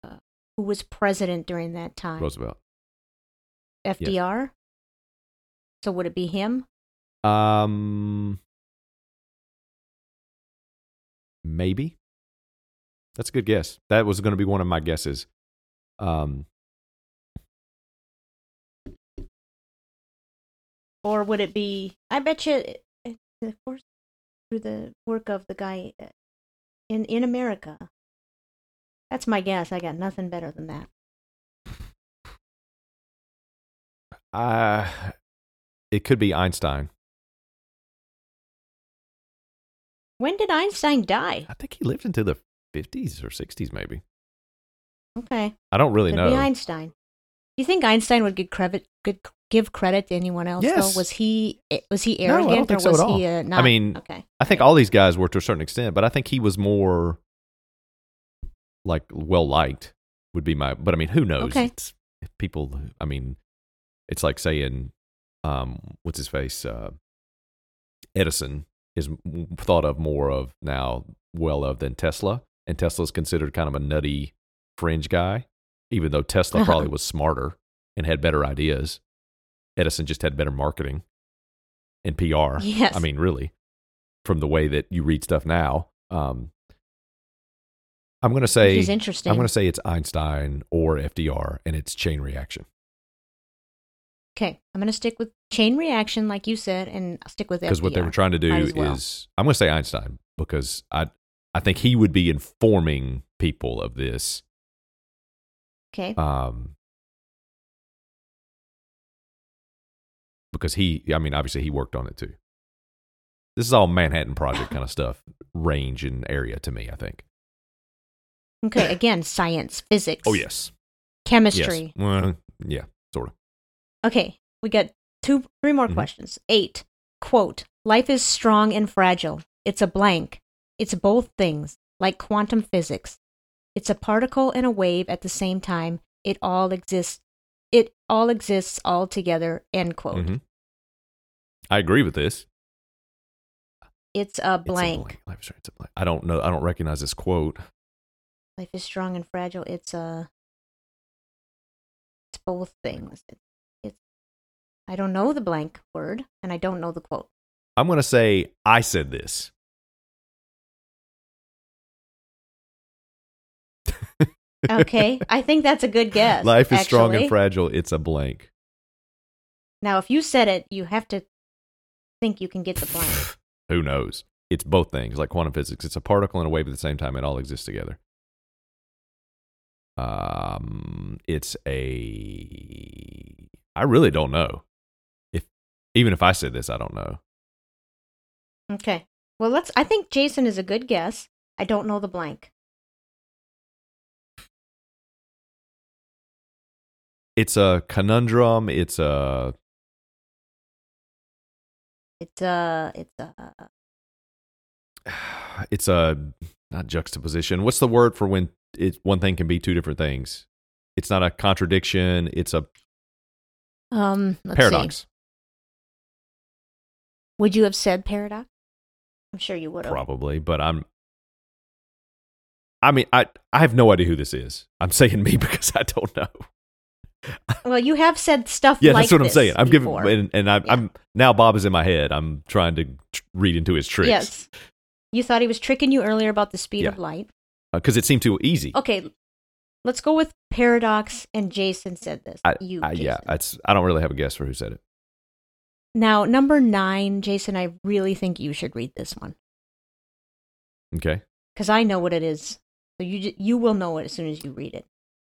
Speaker 2: uh, who was president during that time?
Speaker 1: Roosevelt.
Speaker 2: FDR. So would it be him?
Speaker 1: Um, maybe. That's a good guess. That was going to be one of my guesses. Um,
Speaker 2: or would it be i bet you it- it- of course through the work of the guy uh, in in america that's my guess i got nothing better than that
Speaker 1: uh, it could be Einstein.
Speaker 2: when did einstein die
Speaker 1: I think he lived into the 50s or 60s, maybe.
Speaker 2: okay
Speaker 1: I don't really
Speaker 2: could
Speaker 1: know.
Speaker 2: be einstein do you think einstein would give credit good give credit to anyone else
Speaker 1: Yes.
Speaker 2: though was he eh, was he
Speaker 1: No, I don't
Speaker 2: arrogant
Speaker 1: think
Speaker 2: or
Speaker 1: so
Speaker 2: was
Speaker 1: at all.
Speaker 2: he uh,
Speaker 1: I
Speaker 2: not
Speaker 1: mean,
Speaker 2: okay
Speaker 1: I think all these guys were to a certain extent, but I think he was more like well liked would be my. But I mean, who knows?
Speaker 2: Okay.
Speaker 1: It's people. I mean, it's like saying, um, what's his face? Uh, Edison is m- thought of more of now, well of than Tesla, and Tesla's considered kind of a nutty fringe guy, even though Tesla probably was smarter and had better ideas. Edison just had better marketing and PR.
Speaker 2: Yes.
Speaker 1: I mean, really, from the way that you read stuff now. Um, I'm going to say
Speaker 2: Which is interesting.
Speaker 1: I'm going to say it's Einstein or FDR, and it's chain reaction.
Speaker 2: okay i'm gonna stick with chain reaction like you said and i'll stick with
Speaker 1: because what they
Speaker 2: FDR.
Speaker 1: were trying to do
Speaker 2: Might as well.
Speaker 1: is I'm going to say Einstein because I I think he would be informing people of this.
Speaker 2: okay
Speaker 1: Um, because he, I mean, obviously he worked on it too. This is all Manhattan Project kind of stuff, range and area to me. I think.
Speaker 2: okay again science physics
Speaker 1: Oh yes,
Speaker 2: chemistry
Speaker 1: yes, Well, yeah, sort of.
Speaker 2: Okay, we got two, three more
Speaker 1: Mhm.
Speaker 2: questions. Eight. Quote: Life is strong and fragile. It's a blank. It's both things, like quantum physics. It's a particle and a wave at the same time. It all exists. It all exists all together. End quote.
Speaker 1: Mhm. I agree with this.
Speaker 2: It's a
Speaker 1: It's a
Speaker 2: blank.
Speaker 1: Life is strange, it's a blank. I don't know. I don't recognize this quote.
Speaker 2: Life is strong and fragile. It's a. It's both things. It, it's. I don't know the blank word, and I don't know the quote.
Speaker 1: I'm going to say I said this.
Speaker 2: Okay, I think that's a good guess.
Speaker 1: Life is strong and
Speaker 2: actually.
Speaker 1: fragile. It's a blank.
Speaker 2: Now, if you said it, you have to think you can get the blank.
Speaker 1: Who knows? It's both things, like quantum physics. It's a particle and a wave at the same time. It all exists together. Um, it's a. I really don't know. If even if I said this, I don't know.
Speaker 2: Okay. Well, let's. I think Jason is a good guess. I don't know the blank.
Speaker 1: It's a conundrum. It's a.
Speaker 2: It's uh, it's uh,
Speaker 1: It's a not juxtaposition. What's the word for when it one thing can be two different things? It's not a contradiction. It's a
Speaker 2: um, let's see.
Speaker 1: paradox.
Speaker 2: Would you have said paradox? I'm sure you would have.
Speaker 1: probably but i'm i mean i i have no idea who this is i'm saying me because i don't know
Speaker 2: Well, you have said stuff.
Speaker 1: yeah
Speaker 2: like
Speaker 1: that's what i'm
Speaker 2: this
Speaker 1: saying i'm
Speaker 2: before.
Speaker 1: giving and, and I'm,
Speaker 2: Yeah.
Speaker 1: I'm now bob is in my head i'm trying to tr- read into his tricks
Speaker 2: Yes. You thought he was tricking you earlier about the speed
Speaker 1: Yeah.
Speaker 2: of light.
Speaker 1: because uh, it seemed too easy
Speaker 2: Okay, let's go with paradox. And Jason said this.
Speaker 1: I,
Speaker 2: you,
Speaker 1: I- yeah
Speaker 2: Jason.
Speaker 1: that's i don't really have a guess for who said it
Speaker 2: Now, number nine, Jason. I really think you should read this one.
Speaker 1: okay
Speaker 2: because I know what it is. So you ju- you will know it as soon as you read it.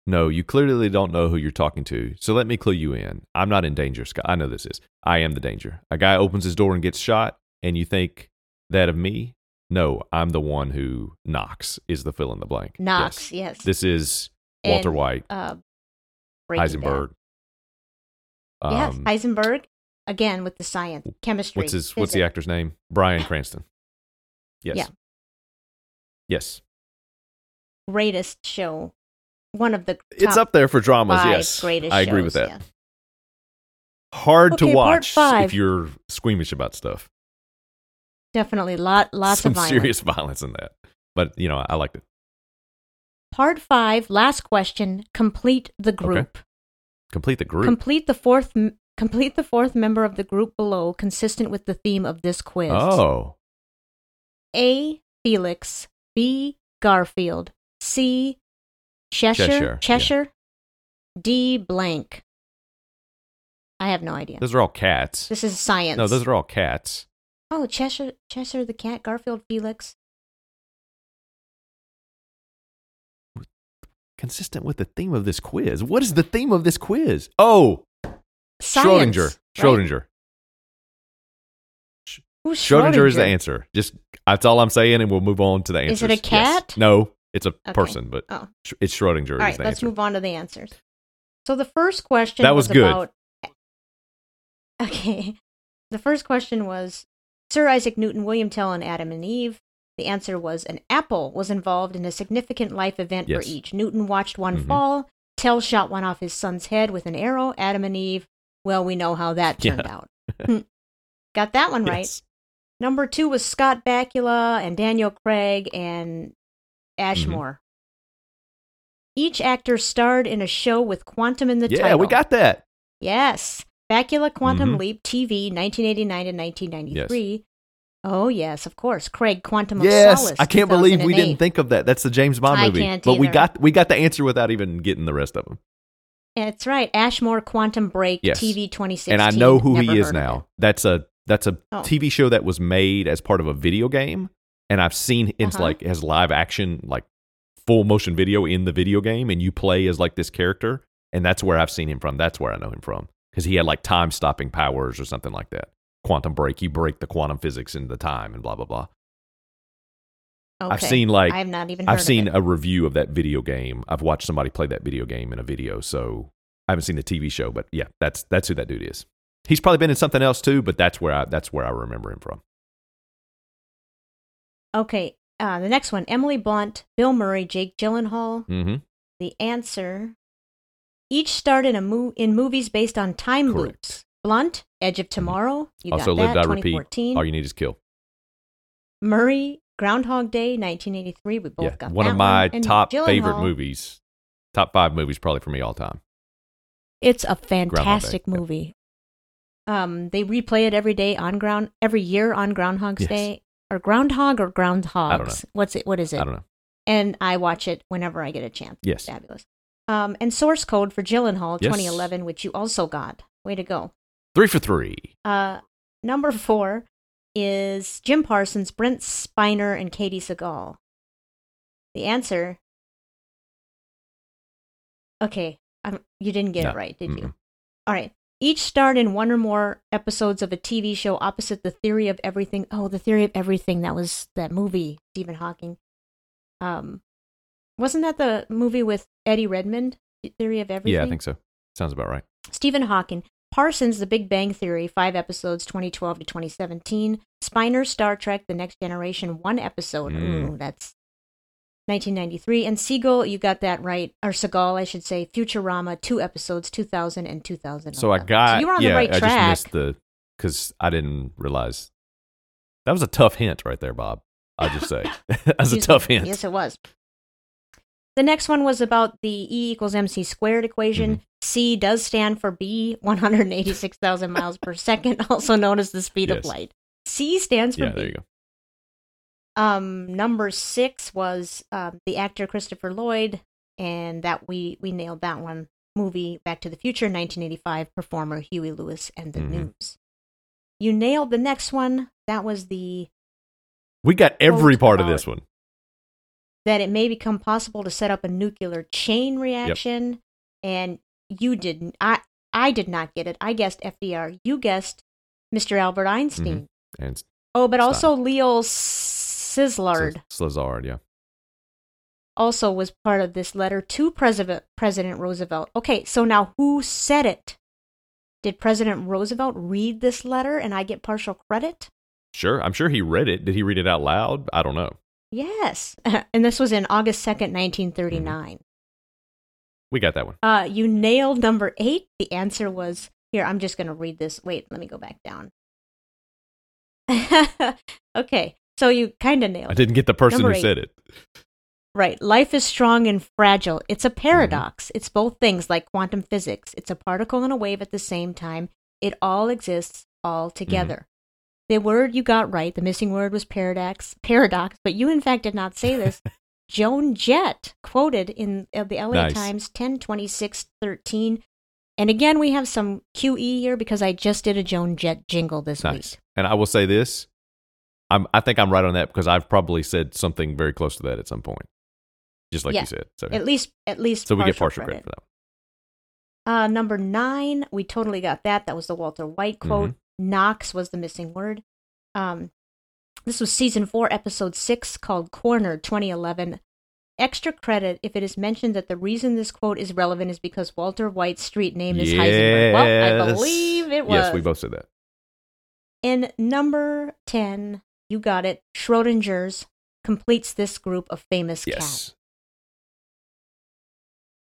Speaker 1: no you clearly don't know who you're talking to so let me clue you in i'm not in danger scott i know this is i am the danger a guy opens his door and gets shot and you think that of me no i'm the one who knocks is the fill in the blank Yes.
Speaker 2: Knox, yes.
Speaker 1: This is Walter
Speaker 2: And,
Speaker 1: White,
Speaker 2: Uh, Breaking
Speaker 1: Heisenberg. um,
Speaker 2: Bad. yes, Heisenberg again with the science, chemistry.
Speaker 1: what's his What's the
Speaker 2: physics.
Speaker 1: actor's name? Brian Cranston. Yes.
Speaker 2: uh, Yeah.
Speaker 1: Yes.
Speaker 2: greatest show? One of the
Speaker 1: It's
Speaker 2: top
Speaker 1: up there for dramas.
Speaker 2: five
Speaker 1: yes,
Speaker 2: greatest.
Speaker 1: I agree
Speaker 2: shows,
Speaker 1: with that.
Speaker 2: yes.
Speaker 1: hard to
Speaker 2: Okay, part
Speaker 1: watch if
Speaker 2: five.
Speaker 1: you're squeamish about stuff.
Speaker 2: Definitely lot lots
Speaker 1: Some
Speaker 2: of violence.
Speaker 1: serious violence in that. But you know, I liked it.
Speaker 2: Part five, last question. Complete the group.
Speaker 1: Complete the group.
Speaker 2: Complete the fourth. m- Complete the fourth member of the group below, consistent with the theme of this quiz.
Speaker 1: oh,
Speaker 2: A. Felix. B. Garfield. C. Cheshire.
Speaker 1: Cheshire,
Speaker 2: Cheshire.
Speaker 1: yeah.
Speaker 2: D. Blank. I have no idea.
Speaker 1: those are all cats.
Speaker 2: This is science.
Speaker 1: No, those are all cats.
Speaker 2: Oh, Cheshire, Cheshire the cat, Garfield, Felix.
Speaker 1: Consistent with the theme of this quiz. What is the theme of this quiz? Oh,
Speaker 2: Science,
Speaker 1: Schrodinger.
Speaker 2: right?
Speaker 1: Schrodinger.
Speaker 2: Who's
Speaker 1: Schrodinger is the answer. Just that's all I'm saying, and we'll move on to the answers.
Speaker 2: Is it a
Speaker 1: Yes.
Speaker 2: cat?
Speaker 1: No, it's a
Speaker 2: Okay.
Speaker 1: person, but
Speaker 2: Oh,
Speaker 1: Sch- it's Schrodinger.
Speaker 2: all
Speaker 1: is
Speaker 2: right.
Speaker 1: the
Speaker 2: Let's
Speaker 1: answer.
Speaker 2: move on to the answers. So the first question
Speaker 1: That was good.
Speaker 2: about. Okay, the first question was Sir Isaac Newton, William Tell, and Adam and Eve. The answer was an apple was involved in a significant life event
Speaker 1: Yes.
Speaker 2: for each. Newton watched one
Speaker 1: Mhm.
Speaker 2: fall. Tell shot one off his son's head with an arrow. Adam and Eve. Well, we know how that
Speaker 1: Yeah.
Speaker 2: turned out. Hmm. Got that one right.
Speaker 1: Yes.
Speaker 2: Number two was Scott Bakula and Daniel Craig and
Speaker 1: Mm-hmm.
Speaker 2: Ashmore. Each actor starred in a show with Quantum in the
Speaker 1: yeah,
Speaker 2: title.
Speaker 1: we got that.
Speaker 2: Yes. Bakula Quantum
Speaker 1: Mhm.
Speaker 2: Leap TV, 1989 and 1993. Oh, yes, of course. Craig Quantum of
Speaker 1: Yes,
Speaker 2: Solace.
Speaker 1: I can't believe we
Speaker 2: 2008.
Speaker 1: didn't think of that. That's the James Bond
Speaker 2: I
Speaker 1: movie.
Speaker 2: can't
Speaker 1: but we
Speaker 2: either.
Speaker 1: got we got the answer without even getting the rest of them.
Speaker 2: That's right. Ashmore Quantum Break
Speaker 1: Yes.
Speaker 2: TV 2016.
Speaker 1: and I know who
Speaker 2: Never
Speaker 1: he is
Speaker 2: heard of
Speaker 1: now. That's a that's a
Speaker 2: Oh.
Speaker 1: TV show that was made as part of a video game, and I've seen it's
Speaker 2: Uh-huh.
Speaker 1: like has live action like full motion video in the video game, and you play as like this character, and that's where I've seen him from. That's where I know him from because he had like time stopping powers or something like that. Quantum break, you break the quantum physics into time and blah blah blah.
Speaker 2: it.
Speaker 1: I've
Speaker 2: Okay.
Speaker 1: seen, like-
Speaker 2: I've not even. heard
Speaker 1: I've
Speaker 2: of
Speaker 1: seen
Speaker 2: it.
Speaker 1: a review of that video game. I've watched somebody play that video game in a video, so I haven't seen the TV show, but yeah, that's that's who that dude is. He's probably been in something else too, but that's where I that's where I remember him from.
Speaker 2: Okay, uh, the next one: Emily Blunt, Bill Murray, Jake Gyllenhaal.
Speaker 1: Mm-hmm.
Speaker 2: The answer. Each starred in a mo- in movies based on time
Speaker 1: Correct. Mm-hmm.
Speaker 2: loops. Blunt, Edge of Tomorrow. You
Speaker 1: also,
Speaker 2: got
Speaker 1: lived
Speaker 2: that.
Speaker 1: I repeat.
Speaker 2: 2014.
Speaker 1: All you need is kill.
Speaker 2: Murray, Groundhog Day, 1983. We both
Speaker 1: yeah,
Speaker 2: got
Speaker 1: one
Speaker 2: that
Speaker 1: of my
Speaker 2: And
Speaker 1: top
Speaker 2: Jake
Speaker 1: favorite
Speaker 2: Gyllenhaal.
Speaker 1: movies, top five movies probably for me all time.
Speaker 2: It's a
Speaker 1: Day,
Speaker 2: fantastic
Speaker 1: yeah.
Speaker 2: movie. Um, they replay it every day on ground every year on Groundhog's
Speaker 1: Yes.
Speaker 2: Day or Groundhog or Groundhogs.
Speaker 1: know.
Speaker 2: What's it? What is it?
Speaker 1: I don't know.
Speaker 2: and I watch it whenever I get a chance.
Speaker 1: Yes.
Speaker 2: Fabulous. Um, and Source Code for Gyllenhaal
Speaker 1: Yes.
Speaker 2: 2011, which you also got. Way to go.
Speaker 1: Three for three.
Speaker 2: Uh, number four is Jim Parsons, Brent Spiner, and Katie Seagal. The answer. Okay, I'm, you didn't get
Speaker 1: No.
Speaker 2: it right, did
Speaker 1: Mm-mm.
Speaker 2: you? All right. Each starred in one or more episodes of a TV show opposite the theory of everything. Oh, the theory of everything. That was that movie, Stephen Hawking. Um, wasn't that the movie with Eddie Redmond? The Theory of everything.
Speaker 1: Yeah, I think so. Sounds about right.
Speaker 2: Stephen Hawking, Parsons, The Big Bang Theory, five episodes, 2012 to 2017. Spiner, Star Trek, The Next Generation, one episode.
Speaker 1: Mm.
Speaker 2: Ooh, that's 1993. And Siegel, you got that right, or Seagal, I should say, Futurama, two episodes, 2000 and 2000.
Speaker 1: So I got.
Speaker 2: you were on
Speaker 1: yeah,
Speaker 2: the right
Speaker 1: I
Speaker 2: track.
Speaker 1: just missed the because I didn't realize that was a tough hint right there, Bob. I'll just say that was a
Speaker 2: Excuse
Speaker 1: tough
Speaker 2: me.
Speaker 1: hint.
Speaker 2: Yes, it was. The next one was about the E equals MC squared equation.
Speaker 1: Mm-hmm.
Speaker 2: C does stand for B, 186,000 miles per second, also known as the speed
Speaker 1: Yes.
Speaker 2: of light. C stands for
Speaker 1: yeah,
Speaker 2: B.
Speaker 1: there you go.
Speaker 2: Um, number six was um, the actor Christopher Lloyd, and that we we nailed that one. Movie Back to the Future, 1985, performer Huey Lewis and the
Speaker 1: Mhm.
Speaker 2: News. You nailed the next one. That was the
Speaker 1: We got every
Speaker 2: Quote
Speaker 1: part of
Speaker 2: about-
Speaker 1: this one.
Speaker 2: that it may become possible to set up a nuclear chain reaction, and you didn't. I I did not get it. I guessed FDR. You guessed Mr. Albert Einstein.
Speaker 1: And
Speaker 2: Oh, but
Speaker 1: Stein.
Speaker 2: also Leo Szilard.
Speaker 1: Slazard, yeah.
Speaker 2: also was part of this letter to President President Roosevelt. Okay, so now who said it? Did President Roosevelt read this letter and I get partial credit?
Speaker 1: Sure. I'm sure he read it. Did he read it out loud? I don't know.
Speaker 2: Yes. and this was in August 2nd, 1939.
Speaker 1: We got that one.
Speaker 2: Uh, you nailed number eight. The answer was Here, I'm just going to read this. Wait, let me go back down. okay, so you kind of nailed
Speaker 1: I
Speaker 2: it.
Speaker 1: didn't get the person
Speaker 2: Number
Speaker 1: who
Speaker 2: eight.
Speaker 1: said it.
Speaker 2: Right. Life is strong and fragile. It's
Speaker 1: Mm-hmm.
Speaker 2: a paradox. It's both things like quantum physics. It's a particle and a wave at the same time. It all exists
Speaker 1: Mm-hmm.
Speaker 2: all together. The word you got right, the missing word was paradox, paradox, but you in fact did not say this. Joan Jett quoted in uh, the LA
Speaker 1: Nice.
Speaker 2: Times 10 13. And again, we have some QE here because I just did a Joan Jett jingle this
Speaker 1: Nice.
Speaker 2: week.
Speaker 1: And I will say this. I'm, I think I'm right on that because I've probably said something very close to that at some point, just like
Speaker 2: Yeah.
Speaker 1: you said. So,
Speaker 2: At least, at least.
Speaker 1: so we get partial credit for that.
Speaker 2: Uh, number nine, we totally got that. That was the Walter White
Speaker 1: Mm-hmm.
Speaker 2: quote. Knox was the missing word. Um, this was season four, episode six, called Corner 2011. Extra credit if it is mentioned that the reason this quote is relevant is because Walter White's street name is Heisenberg. Well, I
Speaker 1: Yes.
Speaker 2: believe it was.
Speaker 1: Yes, we both said that.
Speaker 2: And number 10, you got it. Schrodinger's completes this group of famous cats.
Speaker 1: Yes.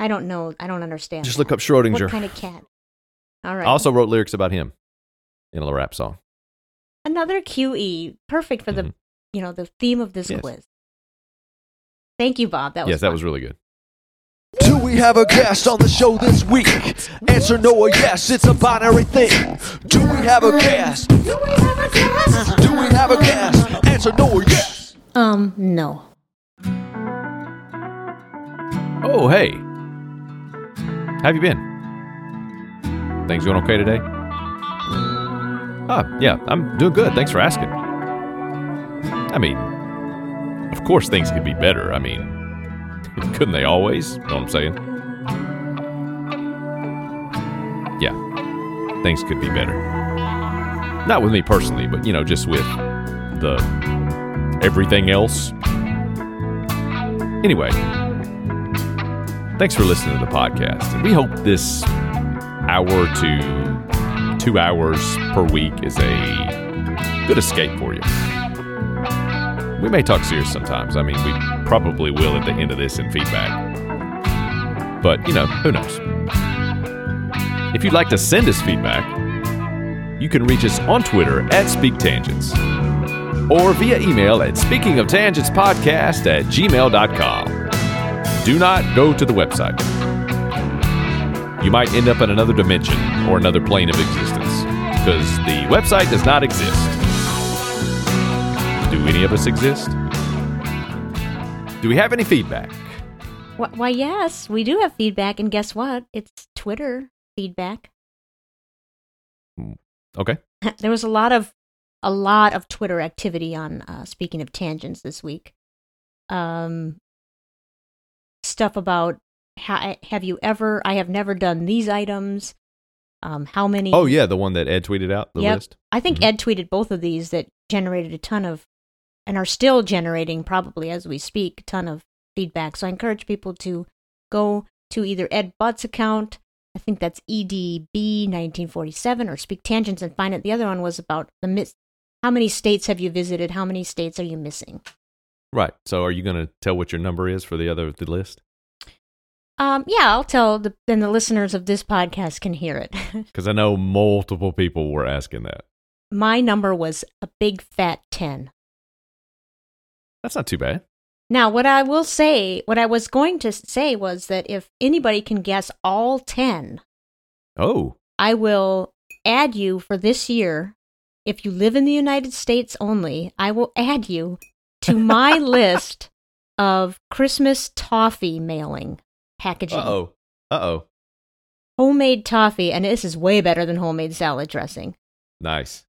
Speaker 2: I don't know. I don't understand.
Speaker 1: Just
Speaker 2: that.
Speaker 1: look up Schrodinger.
Speaker 2: What kind of cat? All right.
Speaker 1: I also wrote lyrics about him in a rap song.
Speaker 2: another QE, perfect for the
Speaker 1: Mhm.
Speaker 2: you know the theme of this
Speaker 1: Yes.
Speaker 2: quiz. Thank you, Bob. That was
Speaker 1: yes, that
Speaker 2: fun.
Speaker 1: was really good.
Speaker 5: Do we have a guest on the show this week? Answer no or yes, it's a binary thing. Do we have a guest? Do we have a guest? Do we have a guest? Answer no or yes.
Speaker 2: um no.
Speaker 1: Oh, hey. Have you been? Things going okay today? Ah, yeah, I'm doing good. Thanks for asking. I mean, of course things could be better. I mean, couldn't they always? Know what I'm saying? Yeah, things could be better. Not with me personally, but you know, just with the everything else. Anyway, Thanks for listening to the podcast. And we hope this hour to two hours per week is a good escape for you. We may talk serious sometimes. I mean, we probably will at the end of this in feedback. But, you know, who knows? If you'd like to send us feedback, you can reach us on Twitter at SpeakTangents or via email at speakingoftangentspodcast at gmail.com do not go to the website. You might end up in another dimension or another plane of existence because the website does not exist. Do any of us exist? Do we have any feedback?
Speaker 2: Why, why yes, we do have feedback, and guess what? It's Twitter feedback.
Speaker 1: Okay.
Speaker 2: there was a lot of a lot of Twitter activity on uh, speaking of tangents this week. Um, stuff about ha- have you ever? I have never done these items. Um, how many?
Speaker 1: Oh, yeah, the one that Ed tweeted out, the
Speaker 2: Yep.
Speaker 1: list.
Speaker 2: I think
Speaker 1: Mhm.
Speaker 2: Ed tweeted both of these that generated a ton of, and are still generating probably as we speak, a ton of feedback. So I encourage people to go to either Ed Butt's account, I think that's E EDB1947, or Speak Tangents and find it. The other one was about the miss. How many states have you visited? How many states are you missing?
Speaker 1: Right. So are you going to tell what your number is for the other the list?
Speaker 2: Um, yeah, I'll tell. The, then the listeners of this podcast can hear it.
Speaker 1: Because I know multiple people were asking that.
Speaker 2: My number was a big fat ten.
Speaker 1: That's not too bad.
Speaker 2: Now, what I will say, what I was going to say was that if anybody can guess all 10,
Speaker 1: Oh,
Speaker 2: I will add you for this year. If you live in the United States only, I will add you to my list of Christmas toffee mailing packaging.
Speaker 1: uh oh. Uh oh.
Speaker 2: Homemade toffee, and this is way better than homemade salad dressing.
Speaker 1: Nice.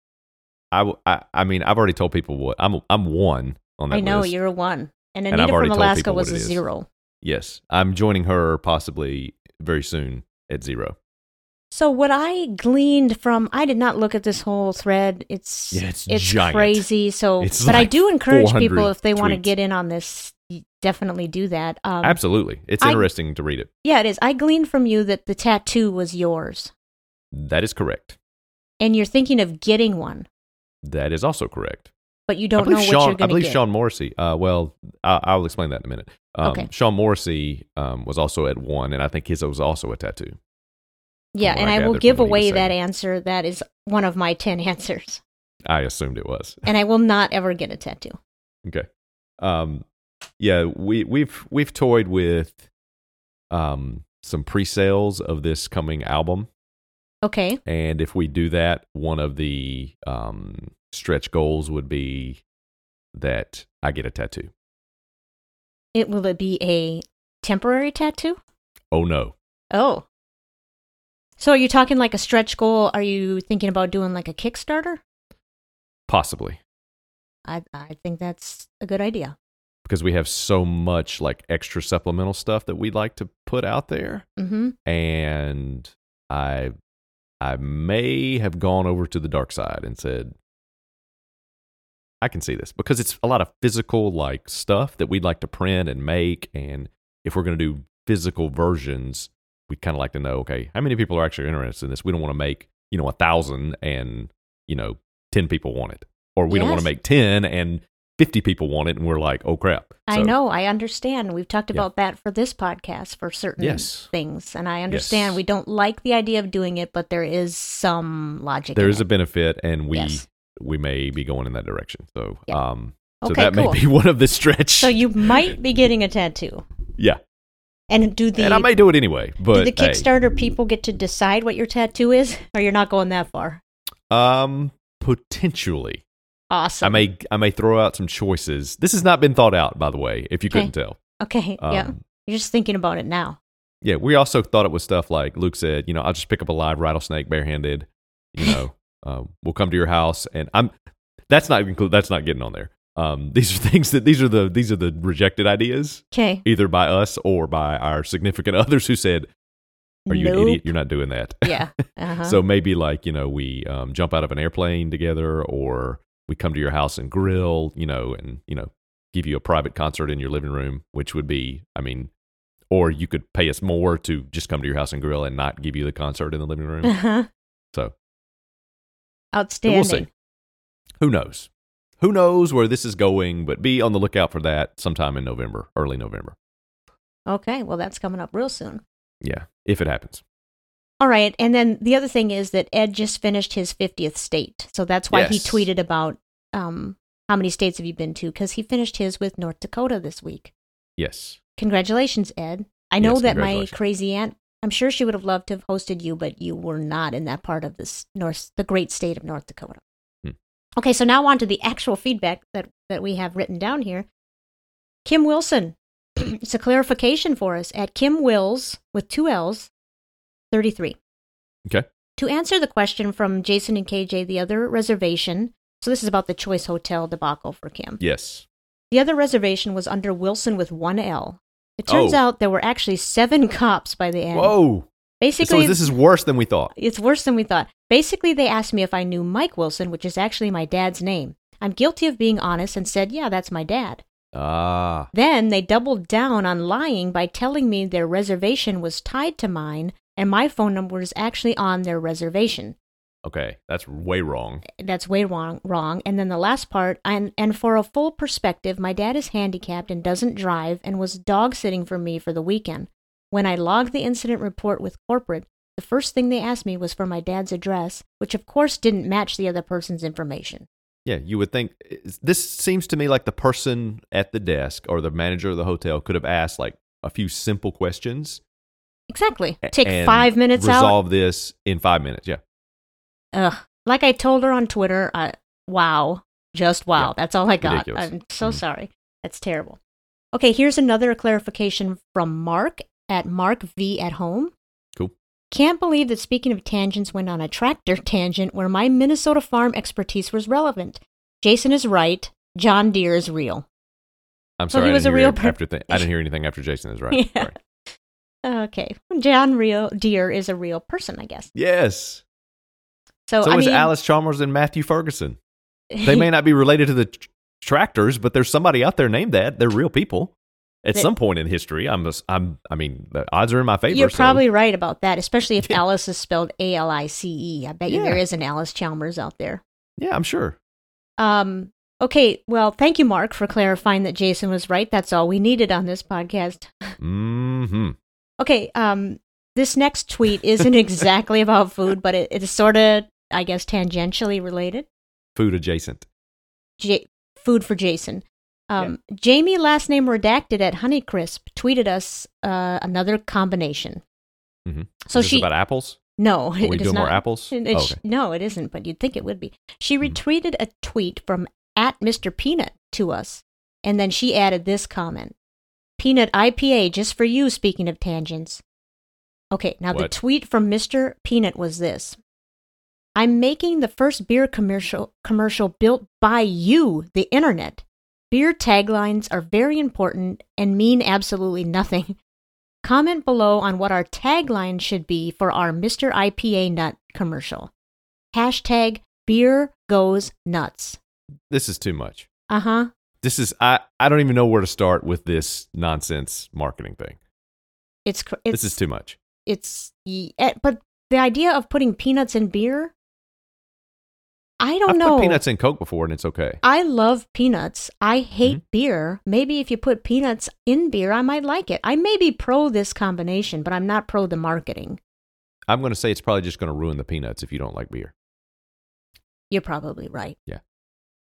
Speaker 1: I, w- I, I mean, I've already told people what I'm. I'm one on that.
Speaker 2: I know
Speaker 1: list.
Speaker 2: you're a one.
Speaker 1: And
Speaker 2: And Anita
Speaker 1: I've already
Speaker 2: from
Speaker 1: told
Speaker 2: Alaska
Speaker 1: people what
Speaker 2: was
Speaker 1: it
Speaker 2: a
Speaker 1: is.
Speaker 2: zero.
Speaker 1: Yes, I'm joining her possibly very soon at zero.
Speaker 2: So what I gleaned from I did not look at this whole thread. It's
Speaker 1: Yeah, it's giant.
Speaker 2: crazy. So
Speaker 1: It's
Speaker 2: but I
Speaker 1: like
Speaker 2: do encourage
Speaker 1: 400
Speaker 2: people if they want to
Speaker 1: tweets.
Speaker 2: get in on this, y- definitely do that. Um,
Speaker 1: Absolutely, it's
Speaker 2: I-
Speaker 1: interesting to read it.
Speaker 2: Yeah, it is. I gleaned from you that the tattoo was yours,
Speaker 1: That is correct.
Speaker 2: and you're thinking of getting one,
Speaker 1: That is also correct.
Speaker 2: but you
Speaker 1: I
Speaker 2: don't know
Speaker 1: believe
Speaker 2: what
Speaker 1: Sean.
Speaker 2: you're
Speaker 1: I
Speaker 2: going to
Speaker 1: believe
Speaker 2: get.
Speaker 1: Sean Morrissey. Uh, well, I, I'll explain that in a minute. Um,
Speaker 2: Okay.
Speaker 1: Sean Morrissey um, was also at one, and I think his was also a tattoo.
Speaker 2: Yeah,
Speaker 1: Well,
Speaker 2: and
Speaker 1: I
Speaker 2: I, will
Speaker 1: gathered
Speaker 2: give
Speaker 1: from what you
Speaker 2: away
Speaker 1: said.
Speaker 2: that answer. That is one of my 10 answers.
Speaker 1: I assumed it was.
Speaker 2: And I will not ever get a tattoo.
Speaker 1: Okay. Um yeah, we we've we've toyed with um some pre-sales of this coming album
Speaker 2: Okay.
Speaker 1: and if we do that, one of the um stretch goals would be that I get a tattoo.
Speaker 2: It will it be a temporary tattoo?
Speaker 1: Oh no.
Speaker 2: Oh. So are you talking like a stretch goal? Are you thinking about doing like a Kickstarter?
Speaker 1: Possibly.
Speaker 2: I I think that's a good idea.
Speaker 1: Because we have so much like extra supplemental stuff that we'd like to put out there.
Speaker 2: Mm-hmm.
Speaker 1: and I I may have gone over to the dark side and said I can see this because it's a lot of physical like stuff that we'd like to print and make and if we're going to do physical versions we kind of like to know okay how many people are actually interested in this we don't want to make you know a thousand and you know 10 people want it or we don't want
Speaker 2: Yes.
Speaker 1: to make 10 and 50 people want it and we're like oh crap
Speaker 2: I
Speaker 1: So,
Speaker 2: know. I understand. We've talked
Speaker 1: Yeah.
Speaker 2: about that for this podcast for certain
Speaker 1: Yes.
Speaker 2: things, and I understand
Speaker 1: Yes.
Speaker 2: we don't like the idea of doing it, but there is some logic.
Speaker 1: there
Speaker 2: in
Speaker 1: is a
Speaker 2: it.
Speaker 1: benefit and we
Speaker 2: Yes.
Speaker 1: we may be going in that direction so
Speaker 2: Yeah.
Speaker 1: um so
Speaker 2: Okay,
Speaker 1: that
Speaker 2: cool.
Speaker 1: may be one of the stretch
Speaker 2: so you might be getting a tattoo,
Speaker 1: yeah
Speaker 2: and do the
Speaker 1: and i may do it anyway
Speaker 2: do
Speaker 1: but
Speaker 2: the
Speaker 1: hey.
Speaker 2: Kickstarter people get to decide what your tattoo is, or you're not going that far.
Speaker 1: um potentially
Speaker 2: Awesome.
Speaker 1: i may i may throw out some choices this has not been thought out by the way if you
Speaker 2: Okay.
Speaker 1: couldn't tell
Speaker 2: okay. yeah.
Speaker 1: um,
Speaker 2: You're just thinking about it now.
Speaker 1: yeah we also thought it was stuff like luke said you know i'll just pick up a live rattlesnake barehanded you know um, we'll come to your house and i'm that's not include that's not getting on there um, these are things that these are the these are the rejected ideas
Speaker 2: Okay.
Speaker 1: either by us or by our significant others who said, "Are you an idiot? You're not doing that."
Speaker 2: yeah. Uh-huh.
Speaker 1: so maybe like you know we um, jump out of an airplane together, or we come to your house and grill, you know, and you know give you a private concert in your living room, which would be, I mean, or you could pay us more to just come to your house and grill and not give you the concert in the living room.
Speaker 2: Uh-huh.
Speaker 1: so
Speaker 2: Outstanding.
Speaker 1: we'll see. Who knows? Who knows where this is going? But be on the lookout for that sometime in November, early November.
Speaker 2: Okay. Well, that's coming up real soon.
Speaker 1: Yeah, if it happens.
Speaker 2: All right. And then the other thing is that Ed just finished his 50th state. So that's why he
Speaker 1: Yes.
Speaker 2: tweeted about um, how many states have you been to? Because he finished his with North Dakota this week.
Speaker 1: Yes.
Speaker 2: Congratulations, Ed. I know
Speaker 1: Yes,
Speaker 2: that my
Speaker 1: congratulations.
Speaker 2: crazy aunt, I'm sure she would have loved to have hosted you, but you were not in that part of this North, the great state of North Dakota.
Speaker 1: Hmm.
Speaker 2: Okay. So now on to the actual feedback that, that we have written down here. Kim Wilson. it's a clarification for us at Kim Wills with two L's, 33.
Speaker 1: Okay.
Speaker 2: To answer the question from Jason and KJ, the other reservation, so this is about the Choice Hotel debacle for Kim.
Speaker 1: Yes.
Speaker 2: The other reservation was under Wilson with one L. It turns
Speaker 1: Oh.
Speaker 2: out there were actually seven cops by the end.
Speaker 1: Whoa.
Speaker 2: Basically,
Speaker 1: so this is worse than we thought.
Speaker 2: it's worse than we thought. Basically, they asked me if I knew Mike Wilson, which is actually my dad's name. I'm guilty of being honest and said, yeah, that's my dad.
Speaker 1: Ah.
Speaker 2: Then they doubled down on lying by telling me their reservation was tied to mine and my phone number is actually on their reservation.
Speaker 1: Okay. That's way wrong.
Speaker 2: that's way wrong wrong and then the last part and and for a full perspective my dad is handicapped and doesn't drive and was dog sitting for me for the weekend when i logged the incident report with corporate the first thing they asked me was for my dad's address which of course didn't match the other person's information
Speaker 1: Yeah, you would think this seems to me like the person at the desk or the manager of the hotel could have asked like a few simple questions.
Speaker 2: exactly take
Speaker 1: and
Speaker 2: 5 minutes out
Speaker 1: Resolve this in five minutes. Yeah.
Speaker 2: Ugh. like i told her on twitter I, wow just wow
Speaker 1: Yeah.
Speaker 2: that's all i got
Speaker 1: Ridiculous.
Speaker 2: i'm so
Speaker 1: Mhm.
Speaker 2: sorry that's terrible okay here's another clarification from mark at mark v at home
Speaker 1: Cool.
Speaker 2: Can't believe that speaking of tangents went on a tractor tangent where my Minnesota farm expertise was relevant. Jason is right. John Deere is real.
Speaker 1: I'm
Speaker 2: So
Speaker 1: sorry.
Speaker 2: he
Speaker 1: I
Speaker 2: was
Speaker 1: didn't
Speaker 2: a
Speaker 1: hear
Speaker 2: real per-
Speaker 1: after thing. I didn't hear anything after Jason is right.
Speaker 2: Yeah.
Speaker 1: Sorry.
Speaker 2: Okay. John real Deere is a real person, I guess.
Speaker 1: Yes.
Speaker 2: So,
Speaker 1: so
Speaker 2: I
Speaker 1: is
Speaker 2: mean,
Speaker 1: Alice Chalmers and Matthew Ferguson. They may not be related to the tr- tractors, but there's somebody out there named that. They're real people. At
Speaker 2: They-
Speaker 1: some point in history, I'm. just- I'm. I mean, the odds are in my favor.
Speaker 2: you're
Speaker 1: so-
Speaker 2: probably right about that, especially if
Speaker 1: Yeah.
Speaker 2: Alice is spelled A L I C E. I bet you there
Speaker 1: Yeah.
Speaker 2: is an Alice Chalmers out there.
Speaker 1: Yeah, I'm sure.
Speaker 2: Um, okay. Well, thank you, Mark, for clarifying that Jason was right. That's all we needed on this podcast.
Speaker 1: Mm-hmm.
Speaker 2: Okay, um this next tweet isn't exactly about food, but it, it's sort of, I guess, tangentially related.
Speaker 1: Food adjacent.
Speaker 2: J- food for Jason. Um, Jamie, last name redacted at Honeycrisp, tweeted us uh, another combination.
Speaker 1: Mm-hmm.
Speaker 2: So
Speaker 1: Is this
Speaker 2: she
Speaker 1: about apples?
Speaker 2: no,
Speaker 1: Are we
Speaker 2: it is
Speaker 1: doing
Speaker 2: not.
Speaker 1: more apples?
Speaker 2: It- it
Speaker 1: Oh,
Speaker 2: sh-
Speaker 1: okay. Hmm.
Speaker 2: No, it isn't. But you'd think it would be. She retweeted a tweet from at Mr. Peanut to us, and then she added this comment: "Peanut IPA just for you." Speaking of tangents, okay. Now the
Speaker 1: What?
Speaker 2: tweet from Mr. Peanut was this: "I'm making the first beer commercial commercial built by you, the internet. Beer taglines are very important and mean absolutely nothing." Comment below on what our tagline should be for our Mr. IPA Nut commercial. Hashtag beer goes nuts.
Speaker 1: This is too much.
Speaker 2: Uh huh.
Speaker 1: This is I. I don't even know where to start with this nonsense marketing thing.
Speaker 2: It's, cr- it's,
Speaker 1: this is too much.
Speaker 2: it's, ye- eh, but the idea of putting peanuts in beer, I don't
Speaker 1: I've
Speaker 2: know.
Speaker 1: put peanuts in Coke before, and it's okay.
Speaker 2: I love peanuts. I hate
Speaker 1: Mm-hmm.
Speaker 2: beer. Maybe if you put peanuts in beer, I might like it. I may be pro this combination, but I'm not pro the marketing.
Speaker 1: I'm going to say it's probably just going to ruin the peanuts if you don't like beer.
Speaker 2: You're probably right.
Speaker 1: Yeah.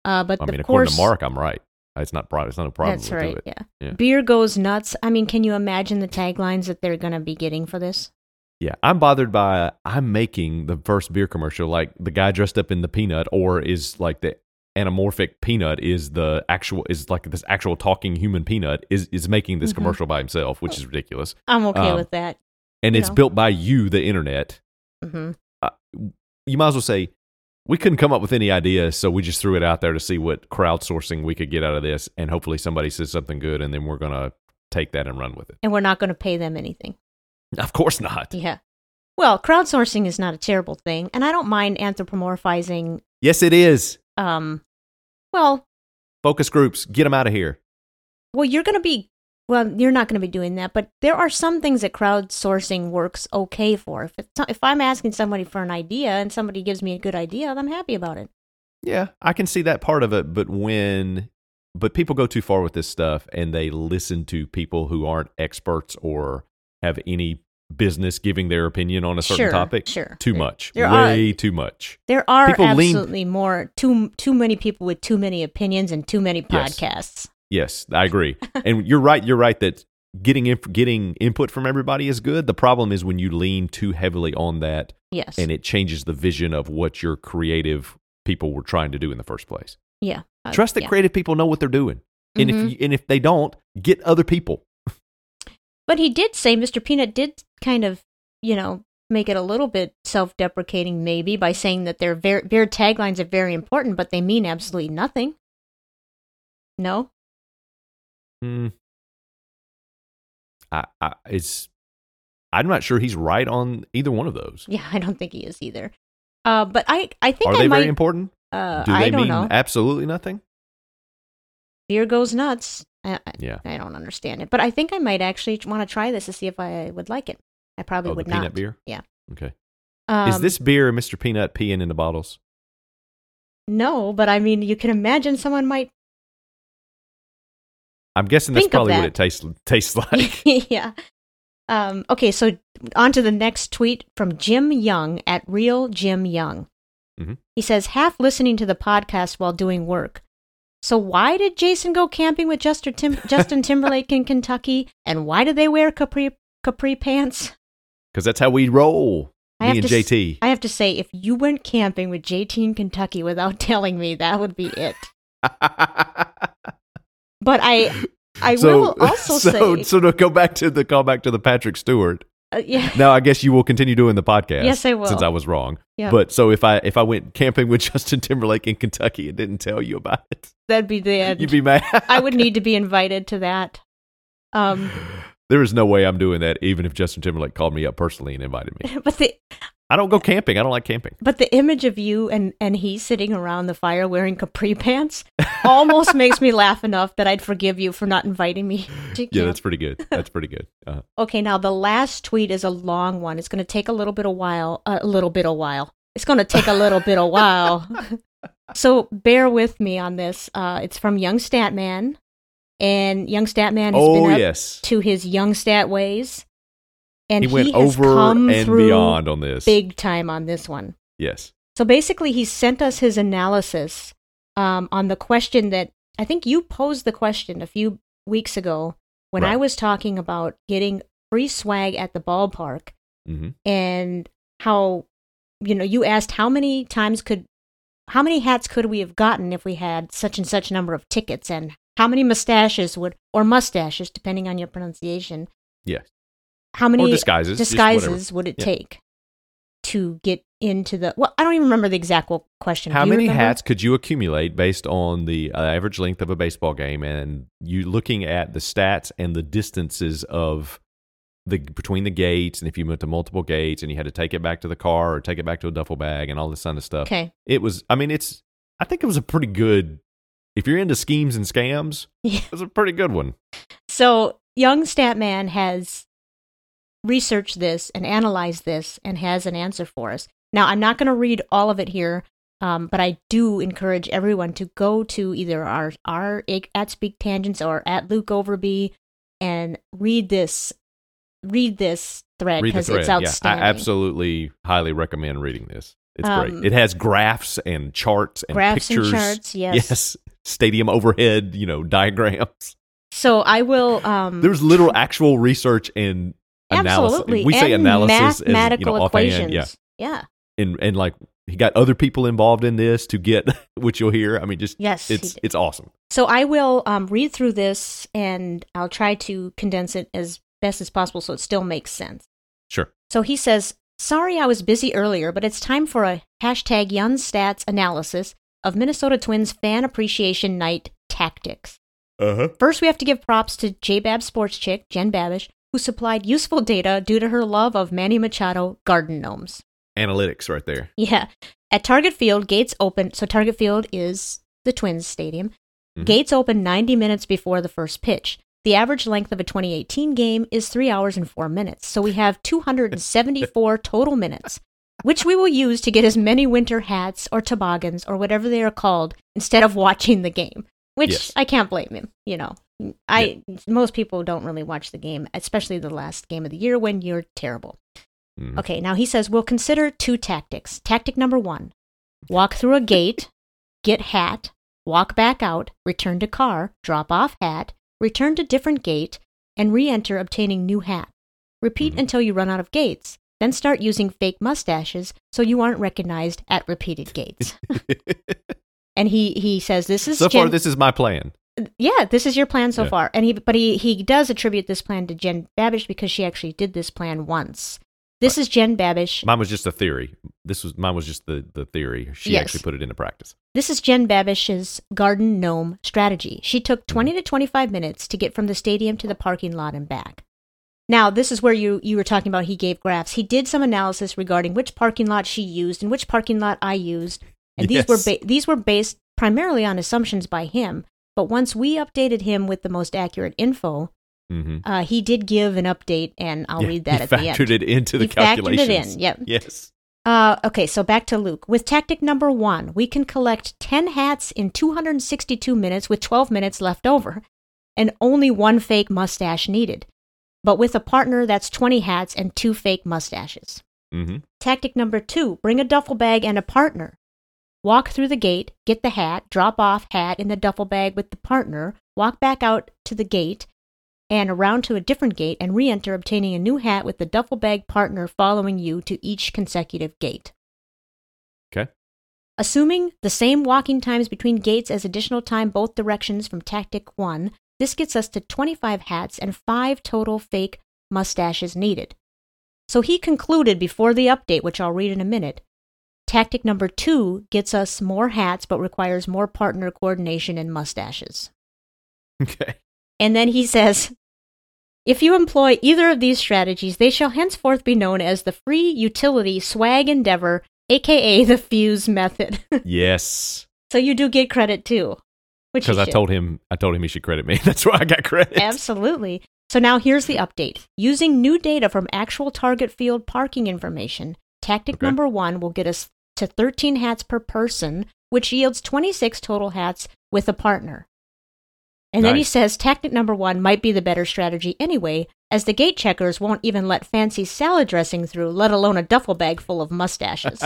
Speaker 2: Uh, but
Speaker 1: I
Speaker 2: of
Speaker 1: mean, according
Speaker 2: course,
Speaker 1: to Mark, I'm right. It's not pro- It's not a problem.
Speaker 2: That's
Speaker 1: to
Speaker 2: right.
Speaker 1: it.
Speaker 2: Yeah.
Speaker 1: Yeah.
Speaker 2: Beer goes nuts. I mean, can you imagine the taglines that they're going to be getting for this?
Speaker 1: Yeah, I'm bothered by I'm making the first beer commercial like the guy dressed up in the peanut or is like the anamorphic peanut is the actual is like this actual talking human peanut is is making this
Speaker 2: Mhm.
Speaker 1: commercial by himself, which is ridiculous.
Speaker 2: I'm okay
Speaker 1: Um,
Speaker 2: with that.
Speaker 1: And it's
Speaker 2: No.
Speaker 1: built by you the internet.
Speaker 2: hmm
Speaker 1: You might as well say we couldn't come up with any ideas, so we just threw it out there to see what crowdsourcing we could get out of this and hopefully somebody says something good and then we're going to take that and run with it.
Speaker 2: And we're not going to pay them anything.
Speaker 1: Of course not.
Speaker 2: Yeah. Well, crowdsourcing is not a terrible thing, and I don't mind anthropomorphizing.
Speaker 1: Yes it is.
Speaker 2: Um, well,
Speaker 1: Focus groups, get them out of here.
Speaker 2: well, you're going to be. Well, you're not going to be doing that, but there are some things that crowdsourcing works okay for. If it's, if I'm asking somebody for an idea and somebody gives me a good idea, I'm happy about it.
Speaker 1: Yeah, I can see that part of it, but when but people go too far with this stuff and they listen to people who aren't experts or have any business giving their opinion on a certain
Speaker 2: Sure,
Speaker 1: topic.
Speaker 2: sure.
Speaker 1: Too much.
Speaker 2: There are-
Speaker 1: way too much.
Speaker 2: There are
Speaker 1: People lean-
Speaker 2: absolutely more too too many people with too many opinions and too many
Speaker 1: Yes.
Speaker 2: podcasts.
Speaker 1: Yes, I agree. and you're right, you're right that getting inf- getting input from everybody is good. The problem is when you lean too heavily on that
Speaker 2: Yes.
Speaker 1: and it changes the vision of what your creative people were trying to do in the first place.
Speaker 2: yeah. Uh,
Speaker 1: Trust that
Speaker 2: yeah.
Speaker 1: creative people know what they're doing. And
Speaker 2: Mhm.
Speaker 1: if you, and if they don't, get other people.
Speaker 2: But he did say Mr. Peanut did kind of, you know, make it a little bit self-deprecating maybe by saying that their ver- their taglines are very important but they mean absolutely nothing. No.
Speaker 1: Mm. I, I it's I'm not sure he's right on either one of those.
Speaker 2: Yeah, I don't think he is either. Uh, but I I think
Speaker 1: Are
Speaker 2: I
Speaker 1: they
Speaker 2: might
Speaker 1: very important?
Speaker 2: uh
Speaker 1: Do they
Speaker 2: I don't
Speaker 1: mean
Speaker 2: know.
Speaker 1: absolutely nothing?
Speaker 2: Beer goes nuts. I, I,
Speaker 1: Yeah.
Speaker 2: I don't understand it, but I think I might actually want to try this to see if I would like it. I probably
Speaker 1: Oh, the
Speaker 2: would
Speaker 1: peanut
Speaker 2: not.
Speaker 1: beer?
Speaker 2: Yeah.
Speaker 1: Okay.
Speaker 2: Um,
Speaker 1: Is this beer Mr. Peanut peeing in the bottles?
Speaker 2: no? But I mean, you can imagine someone might.
Speaker 1: I'm guessing that's
Speaker 2: Think of
Speaker 1: probably what
Speaker 2: that.
Speaker 1: it tastes tastes like.
Speaker 2: yeah. Um, okay, so on to the next tweet from Jim Young at Real Jim Young.
Speaker 1: Mhm.
Speaker 2: He says, half listening to the podcast while doing work. So why did Jason go camping with Justin, Tim- Justin Timberlake in Kentucky, and why do they wear capri capri pants?
Speaker 1: Because that's how we roll.
Speaker 2: I
Speaker 1: me
Speaker 2: have
Speaker 1: and
Speaker 2: to s-
Speaker 1: JT.
Speaker 2: I have to say, if you went camping with JT in Kentucky without telling me, that would be it. But I, I will also
Speaker 1: so,
Speaker 2: say,
Speaker 1: so to go back to the callback to the Patrick Stewart.
Speaker 2: uh, yeah,
Speaker 1: Now I guess you will continue doing the podcast.
Speaker 2: Yes, I will.
Speaker 1: Since I was wrong.
Speaker 2: Yeah.
Speaker 1: But so if I if I went camping with Justin Timberlake in Kentucky and didn't tell you about it,
Speaker 2: that'd be the end.
Speaker 1: you'd be mad.
Speaker 2: I would need to be invited to that. Um,
Speaker 1: there is no way I'm doing that, even if Justin Timberlake called me up personally and invited me.
Speaker 2: but the
Speaker 1: I don't go camping. I don't like camping.
Speaker 2: but the image of you and and he sitting around the fire wearing capri pants almost makes me laugh enough that I'd forgive you for not inviting me. To
Speaker 1: Yeah,
Speaker 2: camp.
Speaker 1: that's pretty good. That's pretty good. Uh,
Speaker 2: Okay, now the last tweet is a long one. It's going to take a little bit of while, a little bit of while. It's going to take a little bit of while. So bear with me on this. Uh, it's from Young Statman, and Young Statman has
Speaker 1: oh
Speaker 2: been up
Speaker 1: yes,
Speaker 2: to his Young Stat ways, and
Speaker 1: he went
Speaker 2: has
Speaker 1: over
Speaker 2: come
Speaker 1: and
Speaker 2: through
Speaker 1: beyond on this.
Speaker 2: big time on this one.
Speaker 1: yes.
Speaker 2: So basically, he sent us his analysis um, on the question that I think you posed the question a few weeks ago when
Speaker 1: Right.
Speaker 2: I was talking about getting free swag at the ballpark
Speaker 1: Mm-hmm.
Speaker 2: and how you know you asked how many times could how many hats could we have gotten if we had such and such number of tickets and how many mustaches would or mustaches depending on your pronunciation
Speaker 1: Yes.
Speaker 2: how many
Speaker 1: disguises, just whatever.
Speaker 2: disguises would it
Speaker 1: Yeah.
Speaker 2: take to get into the well i don't even remember the exact wo- question
Speaker 1: How
Speaker 2: Do you
Speaker 1: many
Speaker 2: remember?
Speaker 1: hats could you accumulate based on the uh, average length of a baseball game, and you looking at the stats and the distances of the between the gates, and if you went to multiple gates, and you had to take it back to the car or take it back to a duffel bag, and all this kind of stuff.
Speaker 2: okay
Speaker 1: It was, I mean, it's, I think it was a pretty good. If you're into schemes and scams,
Speaker 2: Yeah.
Speaker 1: it was a pretty good one.
Speaker 2: So young Statman has researched this and analyzed this and has an answer for us. Now I'm not going to read all of it here, um, but I do encourage everyone to go to either our our ig- at Speak Tangents or at Luke Overby and read this read this thread
Speaker 1: Read the
Speaker 2: because
Speaker 1: thread.
Speaker 2: it's
Speaker 1: yeah, I
Speaker 2: outstanding.
Speaker 1: absolutely highly recommend reading this. It's
Speaker 2: Um,
Speaker 1: great. It has graphs and charts and
Speaker 2: Graphs and
Speaker 1: pictures.
Speaker 2: charts, yes. Mm-hmm.
Speaker 1: yes. Stadium overhead, you know, diagrams.
Speaker 2: So I will. Um,
Speaker 1: There's literal actual research and analysis.
Speaker 2: absolutely
Speaker 1: We say
Speaker 2: and
Speaker 1: analysis as you
Speaker 2: mathematical
Speaker 1: know,
Speaker 2: equations.
Speaker 1: offhand. Yeah.
Speaker 2: yeah.
Speaker 1: And and like he got other people involved in this to get which you'll hear. I mean, just
Speaker 2: Yes, he
Speaker 1: it's
Speaker 2: did.
Speaker 1: it's awesome.
Speaker 2: So I will um, read through this and I'll try to condense it as best as possible so it still makes sense.
Speaker 1: Sure.
Speaker 2: So he says, Sorry I was busy earlier, but it's time for a hashtag Yunstats analysis of Minnesota Twins fan appreciation night tactics.
Speaker 1: Uh huh.
Speaker 2: First, we have to give props to JBab Sports Chick, Jen Babish, who supplied useful data due to her love of Manny Machado garden gnomes.
Speaker 1: Analytics right there.
Speaker 2: Yeah. At Target Field, gates open. So Target Field is the Twins stadium.
Speaker 1: Mhm.
Speaker 2: Gates open 90 minutes before the first pitch. The average length of a 2018 game is 3 hours and 4 minutes. So we have 274 total minutes, which we will use to get as many winter hats or toboggans or whatever they are called instead of watching the game, which
Speaker 1: Yes.
Speaker 2: I can't blame him, you know. I most people don't really watch the game, especially the last game of the year when you're terrible.
Speaker 1: Mhm.
Speaker 2: Okay, now he says we'll consider two tactics. Tactic number one walk through a gate, get hat, walk back out, return to car, drop off hat, return to different gate, and re enter obtaining new hat. Repeat
Speaker 1: Mhm.
Speaker 2: until you run out of gates, then start using fake mustaches so you aren't recognized at repeated gates. and he, he says this is
Speaker 1: so far,
Speaker 2: Jen-
Speaker 1: this is my plan.
Speaker 2: yeah, this is your plan so
Speaker 1: Yeah.
Speaker 2: far. And he, but he, he does attribute this plan to Jen Babish because she actually did this plan once. This is Jen Babish.
Speaker 1: Mine was just a theory. This was mine was just the the theory. She
Speaker 2: Yes.
Speaker 1: actually put it into practice.
Speaker 2: This is Jen Babish's garden gnome strategy. She took
Speaker 1: Hmm.
Speaker 2: 20 to 25 minutes to get from the stadium to the parking lot and back. Now, this is where you, you were talking about he gave graphs. He did some analysis regarding which parking lot she used and which parking lot I used. And these were
Speaker 1: Yes.
Speaker 2: ba- these were based primarily on assumptions by him, but once we updated him with the most accurate info,
Speaker 1: Mm-hmm.
Speaker 2: uh, he did give an update and I'll
Speaker 1: Yeah,
Speaker 2: read that
Speaker 1: he
Speaker 2: at the end.
Speaker 1: factored it into the
Speaker 2: He factored it in,
Speaker 1: calculations.
Speaker 2: yep.
Speaker 1: Yes.
Speaker 2: Uh, okay, so back to Luke. With tactic number one, we can collect 10 hats in 262 minutes with 12 minutes left over and only one fake mustache needed. But with a partner, that's 20 hats and two fake mustaches.
Speaker 1: Mm-hmm.
Speaker 2: Tactic number two, bring a duffel bag and a partner. Walk through the gate, get the hat, drop off hat in the duffel bag with the partner, walk back out to the gate and around to a different gate and re enter, obtaining a new hat with the duffel bag partner following you to each consecutive gate.
Speaker 1: Okay.
Speaker 2: Assuming the same walking times between gates as additional time both directions from tactic 1, this gets us to 25 hats and 5 total fake mustaches needed. So he concluded before the update, which I'll read in a minute. Tactic number 2 gets us more hats but requires more partner coordination and mustaches.
Speaker 1: Okay.
Speaker 2: And then he says, if you employ either of these strategies, they shall henceforth be known as the free utility swag endeavor, aka the fuse method.
Speaker 1: Yes.
Speaker 2: So you do get credit too, which
Speaker 1: Because I told him, I told him he should credit me. That's why I got credit.
Speaker 2: absolutely. So now here's the update. Using new data from actual target field parking information, tactic
Speaker 1: Okay.
Speaker 2: number one will get us to 13 hats per person, which yields 26 total hats with a partner. And then he
Speaker 1: Nice.
Speaker 2: says tactic number one might be the better strategy anyway, as the gate checkers won't even let fancy salad dressing through, let alone a duffel bag full of mustaches.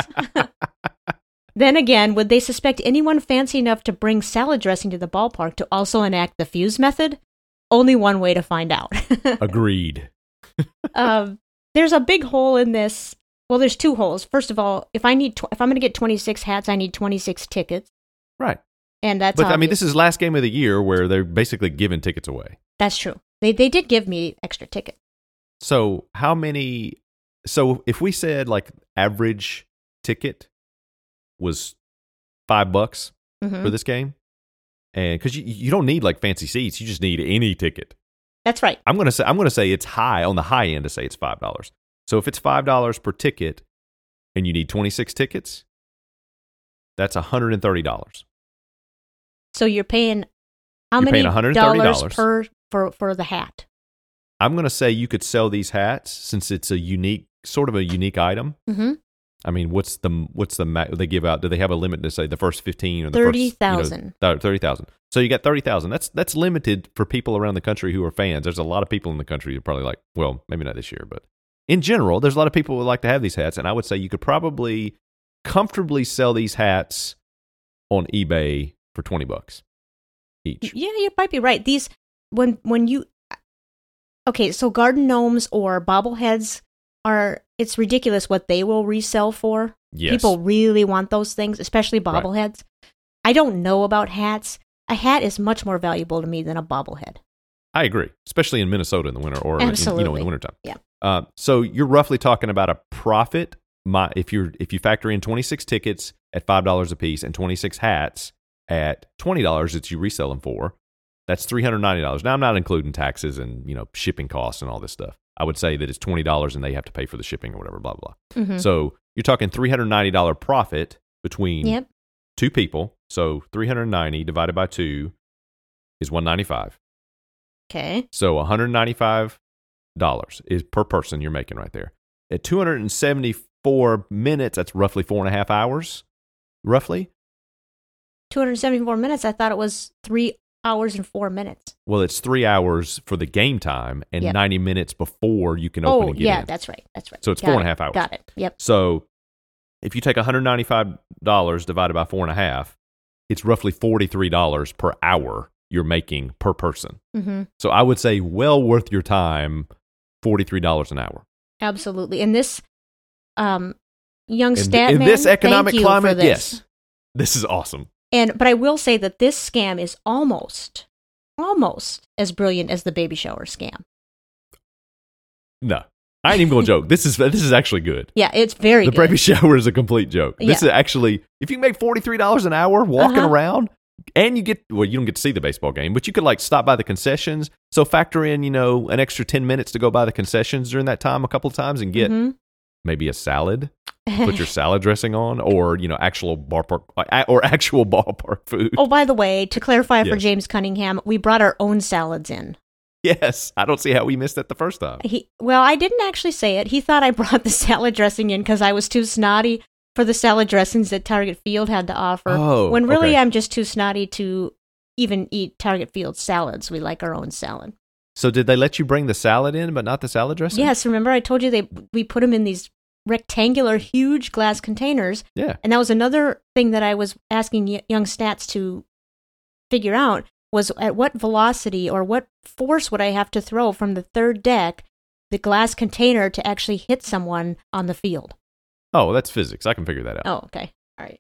Speaker 2: then again, would they suspect anyone fancy enough to bring salad dressing to the ballpark to also enact the fuse method? Only one way to find out.
Speaker 1: Agreed.
Speaker 2: um, there's a big hole in this. Well, there's two holes. First of all, if I need, tw- if I'm going to get 26 hats, I need 26 tickets,
Speaker 1: Right.
Speaker 2: and that's.
Speaker 1: but I mean, this
Speaker 2: obvious.
Speaker 1: is last game of the year where they're basically giving tickets away.
Speaker 2: that's true. They they did give me extra tickets.
Speaker 1: So how many? So if we said like average ticket was five bucks
Speaker 2: Mhm.
Speaker 1: for this game, and because you you don't need like fancy seats, you just need any ticket.
Speaker 2: That's right.
Speaker 1: I'm gonna say I'm gonna say it's high on the high end to say it's five dollars. So if it's five dollars per ticket, and you need 26 tickets, that's 130 dollars.
Speaker 2: So you're paying how
Speaker 1: You're
Speaker 2: many
Speaker 1: paying
Speaker 2: dollars
Speaker 1: $130.
Speaker 2: per for for the hat?
Speaker 1: I'm going to say you could sell these hats since it's a unique, sort of a unique item.
Speaker 2: Mm-hmm.
Speaker 1: I mean, what's the what's the ma- they give out? Do they have a limit to say the first fifteen or the first, you know,
Speaker 2: 30,000.
Speaker 1: thir- thirty thousand? So you got thirty thousand. That's that's limited for people around the country who are fans. There's a lot of people in the country who are probably like, well, maybe not this year, but in general, there's a lot of people who would like to have these hats, and I would say you could probably comfortably sell these hats on eBay for twenty bucks each.
Speaker 2: Yeah, you might be right. These when when you uh, okay, so garden gnomes or bobbleheads are it's ridiculous what they will resell for.
Speaker 1: Yes.
Speaker 2: People really want those things, especially
Speaker 1: Right.
Speaker 2: bobbleheads. I don't know about hats. A hat is much more valuable to me than a bobblehead.
Speaker 1: I agree, especially in Minnesota in the winter or in- you know in
Speaker 2: Absolutely.
Speaker 1: the wintertime.
Speaker 2: Yeah.
Speaker 1: Uh, so you're roughly talking about a profit. My if you're if you factor in 26 tickets at five dollars a piece and 26 hats at twenty dollars that you resell them for, that's 390 dollars. Now I'm not including taxes and you know shipping costs and all this stuff. I would say that it's twenty dollars and they have to pay for the shipping or whatever. Blah blah. blah.
Speaker 2: Mhm.
Speaker 1: So you're talking 390 dollar profit between
Speaker 2: Yep.
Speaker 1: two people. So 390 divided by two is 195.
Speaker 2: Okay.
Speaker 1: So $195 is per person you're making right there. At 274 minutes, that's roughly four and a half hours, roughly.
Speaker 2: 274 minutes. I thought it was 3 hours and 4 minutes.
Speaker 1: Well, it's three hours for the game time and
Speaker 2: Yep.
Speaker 1: 90 minutes before you can open
Speaker 2: oh,
Speaker 1: and get
Speaker 2: yeah,
Speaker 1: in.
Speaker 2: that's right. That's right.
Speaker 1: So it's
Speaker 2: Got
Speaker 1: four and a
Speaker 2: it.
Speaker 1: half hours.
Speaker 2: Got it. Yep.
Speaker 1: So if you take $195 divided by four and a half, it's roughly $43 per hour you're making per person.
Speaker 2: Mhm.
Speaker 1: So I would say well worth your time, $43 an hour.
Speaker 2: Absolutely. And this um young
Speaker 1: in,
Speaker 2: stat
Speaker 1: in
Speaker 2: man,
Speaker 1: this economic
Speaker 2: thank you
Speaker 1: climate,
Speaker 2: for this.
Speaker 1: yes, this is awesome.
Speaker 2: And but I will say that this scam is almost almost as brilliant as the baby shower scam.
Speaker 1: No, I ain't even gonna joke. This is this is actually good.
Speaker 2: Yeah, it's very
Speaker 1: The
Speaker 2: good.
Speaker 1: baby shower is a complete joke. This
Speaker 2: Yeah.
Speaker 1: is actually, if you can make forty three dollars an hour walking
Speaker 2: Uh-huh.
Speaker 1: around, and you get well, you don't get to see the baseball game, but you could like stop by the concessions. So factor in, you know, an extra ten minutes to go by the concessions during that time a couple of times and get
Speaker 2: Mhm.
Speaker 1: maybe a salad. Put your salad dressing on, or you know, actual ballpark or actual ballpark food.
Speaker 2: Oh, by the way, to clarify for
Speaker 1: Yes.
Speaker 2: James Cunningham, we brought our own salads in.
Speaker 1: Yes, I don't see how we missed that the first time.
Speaker 2: He well, I didn't actually say it. He thought I brought the salad dressing in cuz I was too snotty for the salad dressings that Target Field had to offer.
Speaker 1: Oh,
Speaker 2: when really
Speaker 1: okay.
Speaker 2: I'm just too snotty to even eat Target Field salads. We like our own salad.
Speaker 1: So did they let you bring the salad in, but not the salad dressing?
Speaker 2: Yes, remember I told you they we put them in these rectangular, huge glass containers,
Speaker 1: Yeah.
Speaker 2: and that was another thing that I was asking y- young stats to figure out was at what velocity or what force would I have to throw from the third deck the glass container to actually hit someone on the field.
Speaker 1: Oh, that's physics. I can figure that out.
Speaker 2: Oh, okay, all right.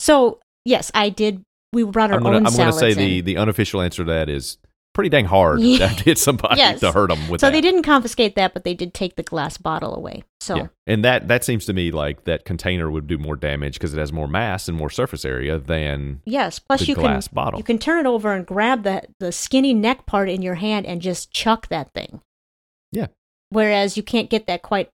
Speaker 2: So yes, I did. We brought our
Speaker 1: I'm gonna,
Speaker 2: own
Speaker 1: I'm gonna
Speaker 2: salads.
Speaker 1: say the,
Speaker 2: in.
Speaker 1: the unofficial answer to that is pretty dang hard
Speaker 2: Yeah.
Speaker 1: to hit somebody
Speaker 2: Yes.
Speaker 1: to hurt them with
Speaker 2: so
Speaker 1: that.
Speaker 2: they didn't confiscate that, but they did take the glass bottle away. So
Speaker 1: Yeah. And that that seems to me like that container would do more damage because it has more mass and more surface area than
Speaker 2: Yes. Plus,
Speaker 1: the
Speaker 2: you
Speaker 1: glass
Speaker 2: can
Speaker 1: bottle.
Speaker 2: you can turn it over and grab the the skinny neck part in your hand and just chuck that thing.
Speaker 1: Yeah.
Speaker 2: Whereas you can't get that quite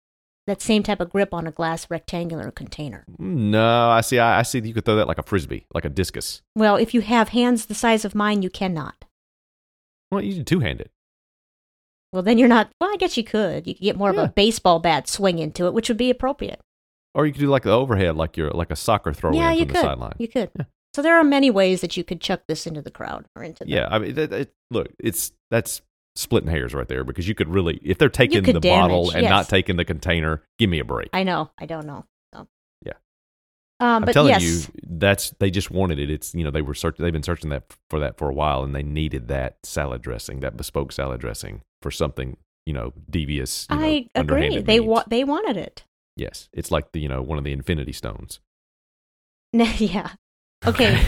Speaker 2: that same type of grip on a glass rectangular container.
Speaker 1: No, I see I, I see that you could throw that like a frisbee, like a discus.
Speaker 2: Well, if you have hands the size of mine, you cannot.
Speaker 1: Well, you can two hand it.
Speaker 2: Well, then you're not. Well, I guess you could. You could get more
Speaker 1: Yeah.
Speaker 2: of a baseball bat swing into it, which would be appropriate.
Speaker 1: Or you could do like the overhead like your like a soccer throw
Speaker 2: yeah,
Speaker 1: in
Speaker 2: you
Speaker 1: from the
Speaker 2: could.
Speaker 1: sideline.
Speaker 2: You could. So there are many ways that you could chuck this into the crowd or into the
Speaker 1: Yeah, I mean, that, that- look, it's that's splitting hairs right there because you could really, if they're taking
Speaker 2: could
Speaker 1: the bottle
Speaker 2: damage,
Speaker 1: and not
Speaker 2: yes.
Speaker 1: taking the container, give me a break.
Speaker 2: I know. I don't know. So.
Speaker 1: Yeah.
Speaker 2: Um,
Speaker 1: I'm
Speaker 2: but
Speaker 1: telling
Speaker 2: yes,
Speaker 1: you, that's they just wanted it. It's you know they were searching, they've been searching that for that for a while, and they needed that salad dressing, that bespoke salad dressing for something you know devious. You know,
Speaker 2: I agree.
Speaker 1: underhanded
Speaker 2: They
Speaker 1: means.
Speaker 2: wa- they wanted it.
Speaker 1: yes, it's like the you know one of the Infinity Stones.
Speaker 2: yeah. Okay.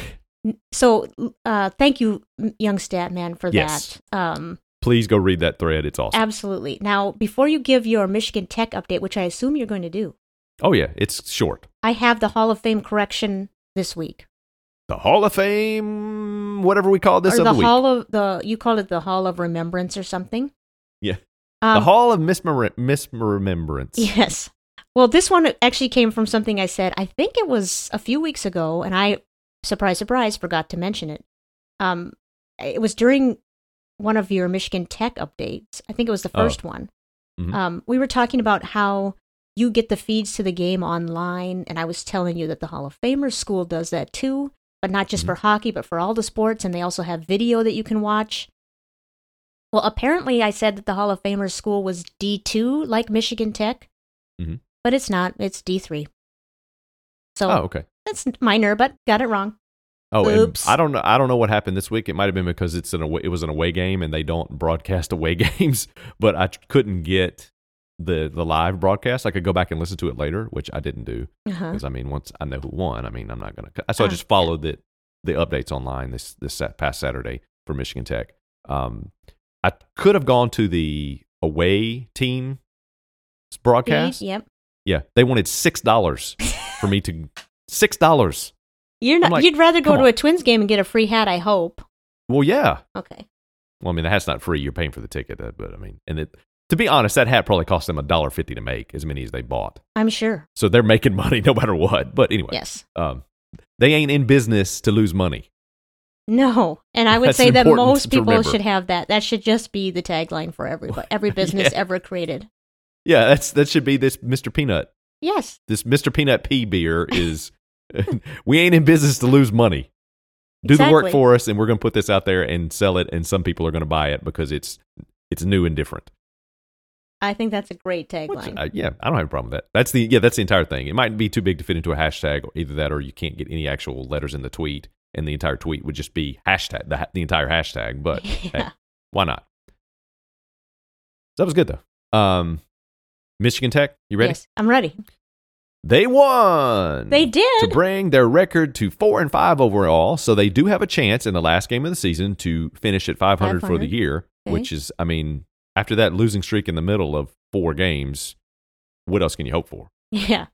Speaker 2: N- so uh, thank you, m- young stat man, for
Speaker 1: Yes.
Speaker 2: that. Um,
Speaker 1: Please go read that thread. It's awesome.
Speaker 2: absolutely. Now, before you give your Michigan Tech update, which I assume you're going to do,
Speaker 1: oh yeah, it's short.
Speaker 2: I have the Hall of Fame correction this week,
Speaker 1: The Hall of Fame, whatever we call this
Speaker 2: or
Speaker 1: of
Speaker 2: the
Speaker 1: the week,
Speaker 2: Hall of the you call it the Hall of Remembrance or something.
Speaker 1: Yeah.
Speaker 2: Um,
Speaker 1: the Hall of Mismemor- Misremembrance.
Speaker 2: Yes. Well, this one actually came from something I said, I think it was a few weeks ago, and I, surprise, surprise, forgot to mention it. Um, it was during one of your Michigan Tech updates. I think it was the
Speaker 1: Oh.
Speaker 2: first one.
Speaker 1: Mhm.
Speaker 2: Um, we were talking about how you get the feeds to the game online, and I was telling you that the Hall of Famers School does that too, but not
Speaker 1: Mm-hmm.
Speaker 2: just for hockey, but for all the sports, and they also have video that you can watch. Well, apparently, I said that the Hall of Famers school was D2, like Michigan Tech,
Speaker 1: Mhm.
Speaker 2: but it's not. It's D3. So
Speaker 1: Oh, okay.
Speaker 2: that's minor, but got it wrong.
Speaker 1: Oh, and
Speaker 2: Oops.
Speaker 1: I don't know. I don't know what happened this week. It might have been because it's an away, it was an away game and they don't broadcast away games. But I couldn't get the the live broadcast. I could go back and listen to it later, which I didn't do
Speaker 2: Uh-huh.
Speaker 1: because I mean, once I know who won, I mean, I'm not gonna. cut- So I
Speaker 2: Ah.
Speaker 1: just followed the the updates online this this Sat- past Saturday for Michigan Tech. Um, I could have gone to the away team broadcast.
Speaker 2: Feed, Yep.
Speaker 1: Yeah, they wanted six dollars for me to six dollars.
Speaker 2: You're not,
Speaker 1: like,
Speaker 2: you'd rather go
Speaker 1: come
Speaker 2: to
Speaker 1: on.
Speaker 2: a Twins game and get a free hat, I hope.
Speaker 1: Well, yeah.
Speaker 2: Okay.
Speaker 1: Well, I mean, the hat's not free. You're paying for the ticket, uh, but I mean, and it, to be honest, that hat probably cost them a dollar fifty to make as many as they bought.
Speaker 2: I'm sure.
Speaker 1: So they're making money no matter what. But anyway,
Speaker 2: Yes.
Speaker 1: um, they ain't in business to lose money.
Speaker 2: No. And I would
Speaker 1: That's
Speaker 2: say that
Speaker 1: important
Speaker 2: most
Speaker 1: to
Speaker 2: people
Speaker 1: remember.
Speaker 2: should have that. That should just be the tagline for every, every business ever created.
Speaker 1: Yeah, that's that should be this Mr. Peanut.
Speaker 2: Yes.
Speaker 1: This Mr. Peanut P beer is we ain't in business to lose money. Do the work
Speaker 2: Exactly.
Speaker 1: for us, and we're going to put this out there and sell it, and some people are going to buy it because it's it's new and different.
Speaker 2: I think that's a great
Speaker 1: Which,
Speaker 2: tagline.
Speaker 1: uh, yeah, I don't have a problem with that. That's the yeah, that's the entire thing. It might be too big to fit into a hashtag, or either that, or you can't get any actual letters in the tweet, and the entire tweet would just be hashtag the, ha- the entire hashtag. But hey,
Speaker 2: Yeah.
Speaker 1: why not? So that was good though. Um, Michigan Tech, you ready?
Speaker 2: Yes. I'm ready.
Speaker 1: They won.
Speaker 2: They
Speaker 1: to
Speaker 2: did.
Speaker 1: bring their record to four and five overall. So they do have a chance in the last game of the season to finish at 500, for the
Speaker 2: 500.
Speaker 1: year,
Speaker 2: Okay.
Speaker 1: which is, I mean, after that losing streak in the middle of four games, what else can you hope for?
Speaker 2: Yeah.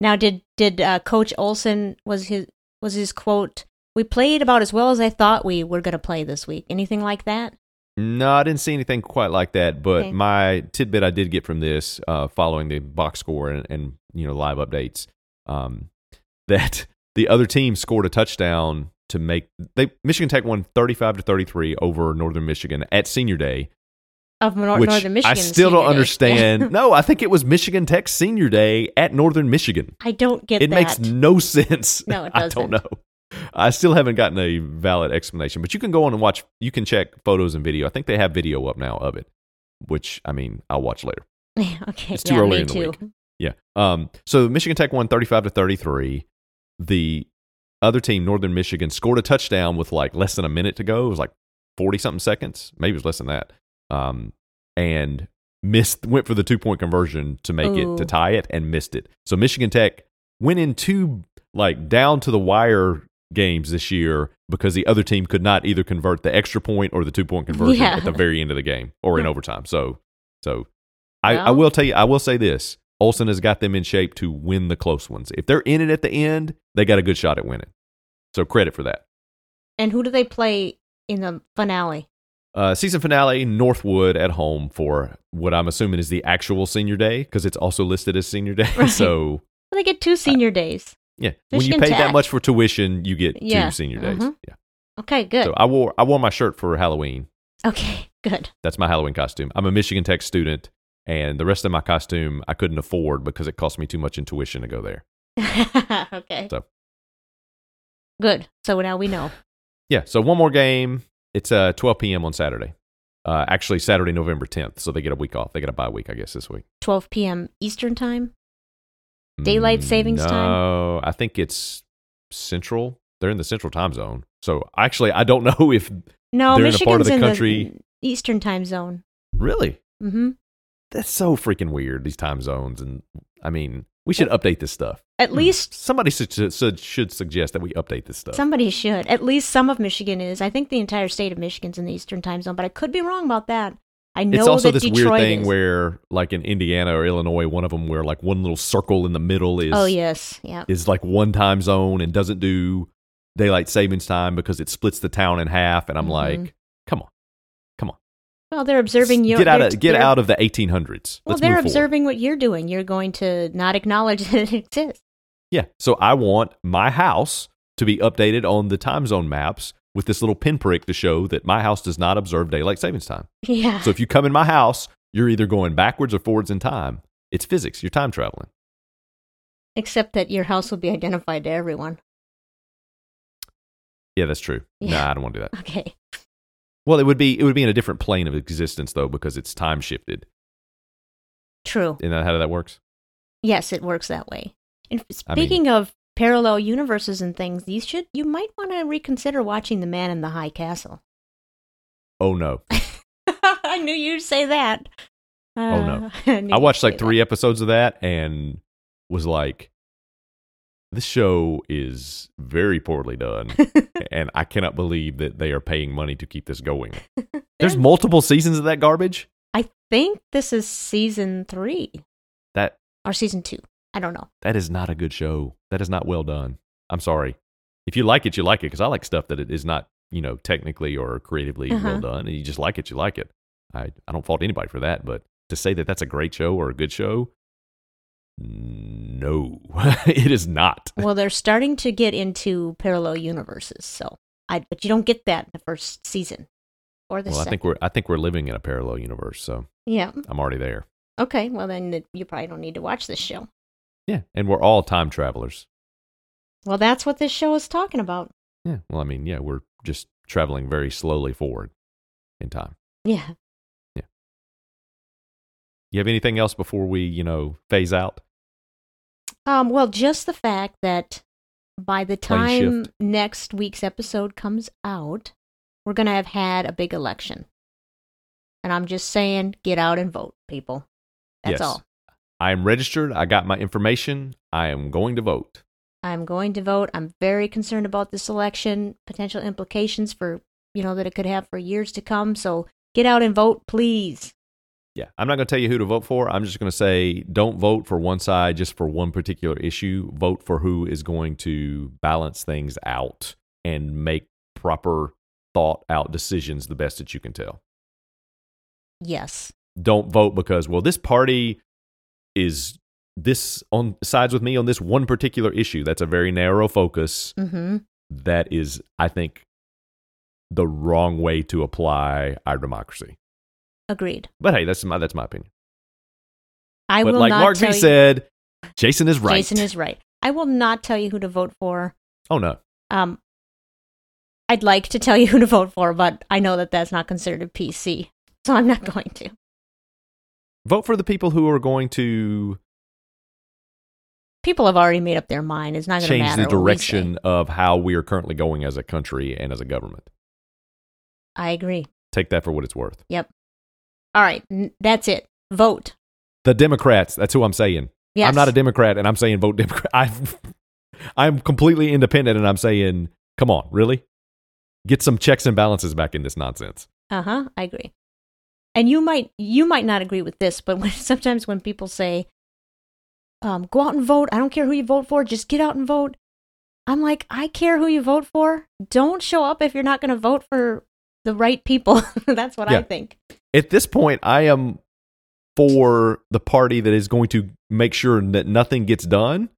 Speaker 2: Now, did did uh, Coach Olson was his was his quote? We played about as well as I thought we were going to play this week. Anything like that?
Speaker 1: No, I didn't see anything quite like that. But
Speaker 2: Okay.
Speaker 1: my tidbit I did get from this, uh, following the box score and, and you know live updates, um, that the other team scored a touchdown to make they Michigan Tech won thirty five to thirty three over Northern Michigan at Senior Day,
Speaker 2: Of Nor-
Speaker 1: which
Speaker 2: Northern Michigan.
Speaker 1: I still
Speaker 2: senior
Speaker 1: don't
Speaker 2: day.
Speaker 1: understand. no, I think it was Michigan Tech Senior Day at Northern Michigan.
Speaker 2: I don't get
Speaker 1: It
Speaker 2: that.
Speaker 1: makes no sense.
Speaker 2: No, it
Speaker 1: I don't
Speaker 2: doesn't.
Speaker 1: know. I still haven't gotten a valid explanation, but you can go on and watch. You can check photos and video. I think they have video up now of it, which I mean, I'll watch later.
Speaker 2: okay,
Speaker 1: It's too
Speaker 2: yeah,
Speaker 1: early
Speaker 2: me
Speaker 1: in the
Speaker 2: too.
Speaker 1: week. Yeah. Um. So Michigan Tech won thirty-five to thirty-three. The other team, Northern Michigan, scored a touchdown with like less than a minute to go. It was like forty something seconds, maybe it was less than that. Um, and missed went for the two-point conversion to make it to
Speaker 2: Ooh.
Speaker 1: tie it and missed it. So Michigan Tech went in two like down to the wire games this year because the other team could not either convert the extra point or the two-point conversion
Speaker 2: Yeah.
Speaker 1: at the very end of the game or in overtime. So, so I, I
Speaker 2: Well-
Speaker 1: will tell you, I will say this. Olson has got them in shape to win the close ones. If they're in it at the end, they got a good shot at winning. So credit for that.
Speaker 2: And who do they play in the finale?
Speaker 1: Uh, season finale, Northwood at home for what I'm assuming is the actual senior day because it's also listed as senior day.
Speaker 2: Right.
Speaker 1: So
Speaker 2: Well, they get two senior days.
Speaker 1: yeah, when
Speaker 2: Michigan
Speaker 1: you pay that
Speaker 2: Tech.
Speaker 1: much for tuition, you get
Speaker 2: Yeah.
Speaker 1: two senior days.
Speaker 2: Mhm.
Speaker 1: Yeah.
Speaker 2: Okay, good.
Speaker 1: So I wore I wore my shirt for Halloween.
Speaker 2: okay, good.
Speaker 1: That's my Halloween costume. I'm a Michigan Tech student, and the rest of my costume I couldn't afford because it cost me too much in tuition to go there.
Speaker 2: okay.
Speaker 1: So.
Speaker 2: Good. So now we know.
Speaker 1: Yeah. So one more game. It's uh, 12 p.m. on Saturday. Uh, actually, Saturday, November 10th. So they get a week off. They get a bye week, I guess, this week.
Speaker 2: 12 p.m. Eastern time. Mm, Daylight savings
Speaker 1: no,
Speaker 2: time?
Speaker 1: No, I think it's central. They're in the central time zone. So actually, I don't know if
Speaker 2: No,
Speaker 1: They're in a
Speaker 2: Michigan's
Speaker 1: part of the country-
Speaker 2: Eastern time zone.
Speaker 1: really.
Speaker 2: hmm
Speaker 1: That's so freaking weird. These time zones, and I mean, we should update this stuff. Hmm.
Speaker 2: At least
Speaker 1: Somebody su- su- should suggest that we update this stuff.
Speaker 2: somebody should. At least some of Michigan is. I think the entire state of Michigan's in the Eastern time zone, but I could be wrong about that. I know
Speaker 1: it's also this
Speaker 2: that Detroit
Speaker 1: weird thing
Speaker 2: is.
Speaker 1: where, like in Indiana or Illinois, one of them where like one little circle in the middle is
Speaker 2: oh yes, yeah.
Speaker 1: is like one time zone and doesn't do daylight savings time because it splits the town in half. And I'm
Speaker 2: Mhm.
Speaker 1: like, come on, come on,
Speaker 2: Well, they're observing you.
Speaker 1: get out
Speaker 2: they're-
Speaker 1: of get
Speaker 2: they're-
Speaker 1: out of the 1800s.
Speaker 2: Well,
Speaker 1: Let's
Speaker 2: they're
Speaker 1: move forward.
Speaker 2: observing what you're doing. You're going to not acknowledge that it exists.
Speaker 1: Yeah. So I want my house to be updated on the time zone maps with this little pinprick to show that my house does not observe daylight savings time.
Speaker 2: Yeah.
Speaker 1: So if you come in my house, you're either going backwards or forwards in time. It's physics. You're time traveling.
Speaker 2: Except that your house will be identified to everyone.
Speaker 1: Yeah, that's true.
Speaker 2: Yeah.
Speaker 1: Nah, I don't want to do that.
Speaker 2: Okay.
Speaker 1: Well, it would be it would be in a different plane of existence though because it's time shifted.
Speaker 2: True.
Speaker 1: Isn't that how that works?
Speaker 2: Yes, it works that way. And f-
Speaker 1: I mean-
Speaker 2: speaking of parallel universes and things, you should you might want to reconsider watching The Man in the High Castle.
Speaker 1: Oh no.
Speaker 2: I knew you'd say that. Uh,
Speaker 1: Oh, no.
Speaker 2: I, knew
Speaker 1: I
Speaker 2: you'd
Speaker 1: watched
Speaker 2: say
Speaker 1: like
Speaker 2: that.
Speaker 1: three episodes of that and was like, this show is very poorly done. and I cannot believe that they are paying money to keep this going. There's multiple seasons of that garbage.
Speaker 2: I think this is season three
Speaker 1: That
Speaker 2: or season two. I don't know.
Speaker 1: that is not a good show. That is not well done. I'm sorry. If you like it, you like it because I like stuff that it is not, you know, technically or creatively
Speaker 2: Uh-huh.
Speaker 1: well done. And you just like it, you like it. I, I don't fault anybody for that, but to say that that's a great show or a good show, no, it is not.
Speaker 2: Well, they're starting to get into parallel universes, so I but you don't get that in the first season or the
Speaker 1: Well, I
Speaker 2: second.
Speaker 1: think we're I think we're living in a parallel universe, so
Speaker 2: yeah.
Speaker 1: I'm already there.
Speaker 2: Okay. Well, then th- you probably don't need to watch this show.
Speaker 1: Yeah, and we're all time travelers.
Speaker 2: Well, that's what this show is talking about.
Speaker 1: Yeah. Well, I mean, yeah, we're just traveling very slowly forward in time.
Speaker 2: Yeah.
Speaker 1: You have anything else before we, you know, phase out?
Speaker 2: Um, well, just the fact that by the
Speaker 1: Plane
Speaker 2: time next week's episode comes out, we're going to have had a big election. And I'm just saying, get out and vote, people. That's
Speaker 1: yes.
Speaker 2: all.
Speaker 1: I am registered. I got my information. I am going to vote.
Speaker 2: I'm going to vote. I'm very concerned about this election, potential implications for, you know, that it could have for years to come. So get out and vote, please.
Speaker 1: Yeah. I'm not going to tell you who to vote for. I'm just going to say don't vote for one side just for one particular issue. Vote for who is going to balance things out and make proper thought out decisions the best that you can tell.
Speaker 2: Yes.
Speaker 1: don't vote because well this party is this on sides with me on this one particular issue that's a very narrow focus
Speaker 2: Mm-hmm.
Speaker 1: that is i think the wrong way to apply our democracy
Speaker 2: Agreed.
Speaker 1: but hey that's my that's my opinion
Speaker 2: I
Speaker 1: but
Speaker 2: will
Speaker 1: like
Speaker 2: not
Speaker 1: mark
Speaker 2: tell
Speaker 1: v
Speaker 2: you-
Speaker 1: said jason is right
Speaker 2: Jason is right. I will not tell you who to vote for.
Speaker 1: oh no
Speaker 2: Um, I'd like to tell you who to vote for, but I know that that's not considered PC, so I'm not going to.
Speaker 1: vote for the people who are going to
Speaker 2: People have already made up their mind. It's not going to
Speaker 1: change
Speaker 2: matter.
Speaker 1: the
Speaker 2: what we
Speaker 1: direction
Speaker 2: say.
Speaker 1: of how we are currently going as a country and as a government
Speaker 2: I agree.
Speaker 1: take that for what it's worth
Speaker 2: Yep. All right, n- that's it. Vote.
Speaker 1: the democrats that's who i'm saying
Speaker 2: Yes.
Speaker 1: I'm not a Democrat, and I'm saying vote Democrat. I'm I'm completely independent, and I'm saying, come on, really? Get some checks and balances back in this nonsense.
Speaker 2: Uh huh. I agree. And you might you might not agree with this, but when, sometimes when people say, um, "Go out and vote," I don't care who you vote for. Just get out and vote. I'm like, I care who you vote for. Don't show up if you're not going to vote for the right people. That's what I
Speaker 1: Yeah.
Speaker 2: think.
Speaker 1: At this point, I am for the party that is going to make sure that nothing gets done,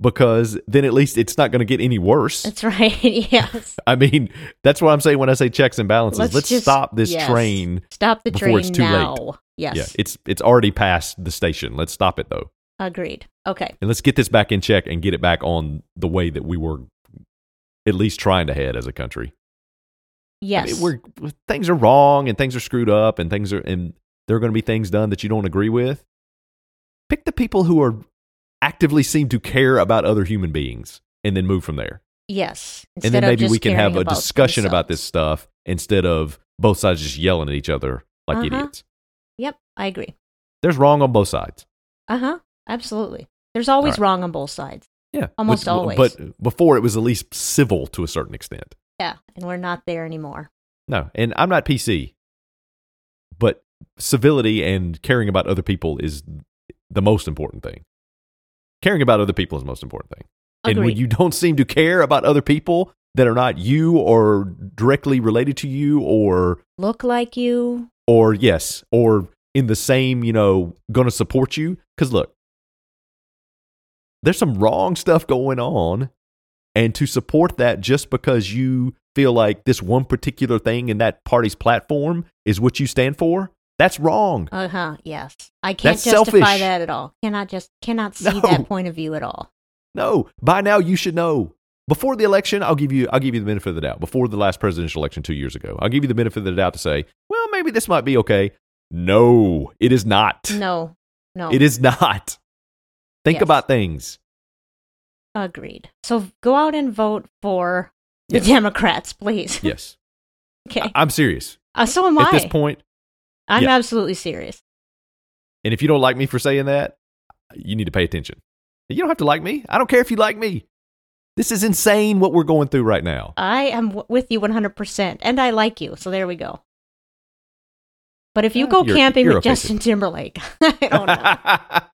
Speaker 1: because then at least it's not going to get any worse.
Speaker 2: That's right. yes.
Speaker 1: I mean, that's what I'm saying when I say checks and balances. Let's,
Speaker 2: just-
Speaker 1: stop this
Speaker 2: yes.
Speaker 1: train.
Speaker 2: Stop the train
Speaker 1: before it's too late.
Speaker 2: now. Yes.
Speaker 1: Yeah, it's it's already past the station. Let's stop it though.
Speaker 2: Agreed. Okay.
Speaker 1: and let's get this back in check and get it back on the way that we were at least trying to head as a country. I mean,
Speaker 2: Yes.
Speaker 1: we're things are wrong and things are screwed up and things are and there are going to be things done that you don't agree with. Pick the people who are actively seem to care about other human beings and then move from there.
Speaker 2: yes.
Speaker 1: and then
Speaker 2: Instead of
Speaker 1: maybe we
Speaker 2: just
Speaker 1: can
Speaker 2: caring
Speaker 1: have a
Speaker 2: about
Speaker 1: discussion about this
Speaker 2: themselves.
Speaker 1: stuff instead of both sides just yelling at each other like
Speaker 2: Uh-huh.
Speaker 1: idiots.
Speaker 2: Yep, I agree.
Speaker 1: There's wrong on both sides.
Speaker 2: Uh huh. Absolutely. There's always
Speaker 1: All
Speaker 2: wrong on both sides.
Speaker 1: Yeah.
Speaker 2: Almost always.
Speaker 1: But before it was at least civil to a certain extent.
Speaker 2: Yeah, and we're not there anymore.
Speaker 1: No, and I'm not PC, but civility and caring about other people is the most important thing. Caring about other people is the most important thing. And when
Speaker 2: Agreed.
Speaker 1: you don't seem to care about other people that are not you or directly related to you or
Speaker 2: Look like you.
Speaker 1: or yes or in the same you know going to support you because look there's some wrong stuff going on and to support that just because you feel like this one particular thing in that party's platform is what you stand for that's wrong
Speaker 2: Uh huh. Yes, I can't
Speaker 1: That's
Speaker 2: justify
Speaker 1: selfish.
Speaker 2: that at all. Cannot just cannot see
Speaker 1: No.
Speaker 2: that point of view at all.
Speaker 1: no by now you should know before the election i'll give you i'll give you the benefit of the doubt before the last presidential election two years ago i'll give you the benefit of the doubt to say well maybe this might be okay no it is not
Speaker 2: No, no.
Speaker 1: It is not. Think
Speaker 2: Oh. Yes.
Speaker 1: about things.
Speaker 2: agreed. So go out and vote for the Democrats, please.
Speaker 1: Yes.
Speaker 2: okay.
Speaker 1: I- am serious.
Speaker 2: Uh, so am I.
Speaker 1: At this point,
Speaker 2: I'm
Speaker 1: yeah.
Speaker 2: absolutely serious.
Speaker 1: and if you don't like me for saying that, you need to pay attention. You don't have to like me. I don't care if you like me. This is insane what we're going through right now.
Speaker 2: I am w- with you 100%, and I like you. So there we go. But if you go
Speaker 1: You're-
Speaker 2: camping
Speaker 1: you're
Speaker 2: with
Speaker 1: offensive.
Speaker 2: Justin Timberlake, I don't know.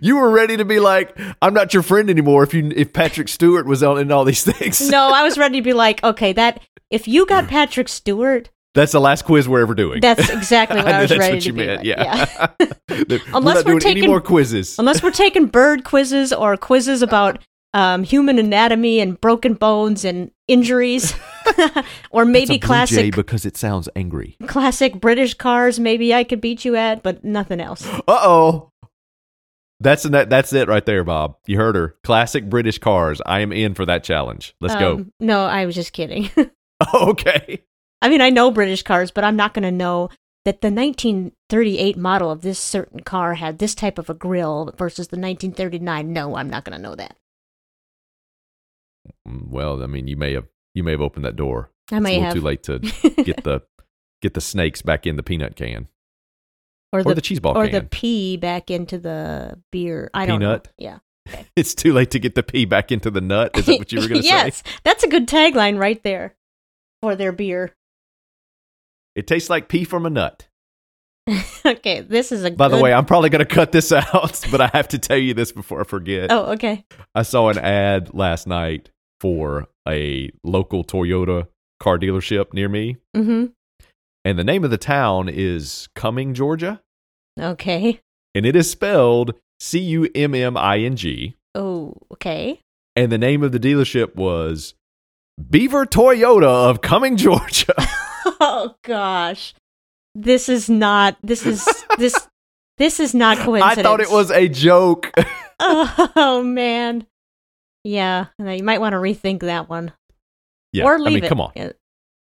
Speaker 1: you were ready to be like, I'm not your friend anymore if you if Patrick Stewart was on in all these things.
Speaker 2: no, I was ready to be like, okay, that if you got Patrick Stewart,
Speaker 1: That's the last quiz we're ever doing.
Speaker 2: that's exactly what I,
Speaker 1: knew
Speaker 2: was
Speaker 1: that's
Speaker 2: ready
Speaker 1: what
Speaker 2: to
Speaker 1: you
Speaker 2: be
Speaker 1: meant.
Speaker 2: like.
Speaker 1: yeah. we're
Speaker 2: Unless
Speaker 1: not
Speaker 2: we're
Speaker 1: doing any
Speaker 2: taking-
Speaker 1: more quizzes.
Speaker 2: Unless we're taking bird quizzes or quizzes about um, human anatomy and broken bones and injuries,
Speaker 1: It's
Speaker 2: or
Speaker 1: a
Speaker 2: maybe
Speaker 1: Blue Jay
Speaker 2: classic
Speaker 1: because it sounds angry.
Speaker 2: classic British cars. Maybe I could beat you at, but nothing else.
Speaker 1: Uh oh. That's that, that's it right there, Bob. You heard her. Classic British cars. I am in for that challenge. Let's
Speaker 2: Um, No, I was just kidding.
Speaker 1: go. Okay.
Speaker 2: I mean, I know British cars, but I'm not going to know that the 1938 model of this certain car had this type of a grill versus the 1939. No, I'm not going to know that.
Speaker 1: Mm, Well, I mean, you may have you may have opened that door.
Speaker 2: I may
Speaker 1: it's a little
Speaker 2: have.
Speaker 1: too late to get the get the snakes back in the peanut can
Speaker 2: or
Speaker 1: or the cheese ball
Speaker 2: or
Speaker 1: can.
Speaker 2: the pee back into the beer. I don't
Speaker 1: Peanut?
Speaker 2: know. Yeah.
Speaker 1: it's too late to get the pea back into the nut. Is that what you were going to say?
Speaker 2: yes, that's a good tagline right there for their beer.
Speaker 1: It tastes like pea from a nut.
Speaker 2: okay, this is a.
Speaker 1: By the
Speaker 2: good-
Speaker 1: way, I'm probably going to cut this out, but I have to tell you this before I forget.
Speaker 2: oh okay,
Speaker 1: I saw an ad last night for a local Toyota car dealership near me,
Speaker 2: mm-hmm,
Speaker 1: and the name of the town is Cumming, Georgia,
Speaker 2: okay,
Speaker 1: and it is spelled C U M M I N G,
Speaker 2: oh okay,
Speaker 1: and the name of the dealership was Beaver Toyota of Cumming, Georgia.
Speaker 2: oh gosh, this is not. This is this. This is not
Speaker 1: I
Speaker 2: coincidence.
Speaker 1: thought it was a joke.
Speaker 2: Oh man, yeah. no, You might want to rethink that one,
Speaker 1: yeah,
Speaker 2: or leave
Speaker 1: I mean,
Speaker 2: it.
Speaker 1: come on.
Speaker 2: Yeah,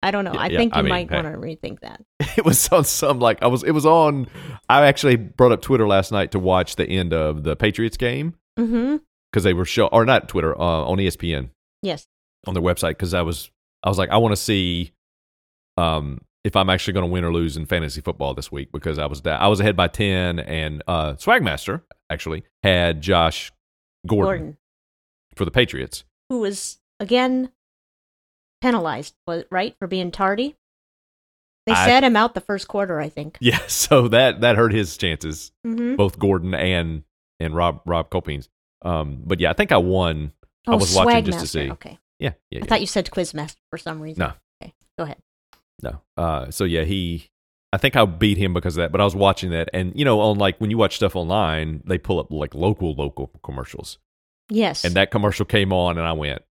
Speaker 2: I don't know.
Speaker 1: Yeah,
Speaker 2: I
Speaker 1: yeah,
Speaker 2: think
Speaker 1: I
Speaker 2: you
Speaker 1: mean,
Speaker 2: might
Speaker 1: hey.
Speaker 2: want to rethink that.
Speaker 1: it was on some like I was it was on I actually brought up Twitter last night to watch the end of the Patriots game
Speaker 2: Mm-hmm.
Speaker 1: because they were show or not Twitter uh, on ESPN.
Speaker 2: Yes.
Speaker 1: on their website because I was I was like I want to see um if I'm actually going to win or lose in fantasy football this week because I was da- I was ahead by ten and uh, Swagmaster actually had Josh Gordon,
Speaker 2: Gordon,
Speaker 1: for the Patriots.
Speaker 2: who was again penalized, wa- right, for being tardy. They
Speaker 1: I-
Speaker 2: sat him out the first quarter, I think.
Speaker 1: Yeah, so that that hurt his chances,
Speaker 2: Mm-hmm.
Speaker 1: both Gordon and and Rob Rob Copines. Um, but yeah, I think I won. I was
Speaker 2: Oh, Swagmaster.
Speaker 1: watching just to see.
Speaker 2: Okay,
Speaker 1: Yeah, yeah,
Speaker 2: I
Speaker 1: yeah.
Speaker 2: thought you said Quizmaster for some reason.
Speaker 1: No.
Speaker 2: Okay, go ahead.
Speaker 1: No. Uh, so yeah, he. I think I beat him because of that. But I was watching that, and you know, on like when you watch stuff online, they pull up like local local commercials,
Speaker 2: Yes.
Speaker 1: and that commercial came on, and I went,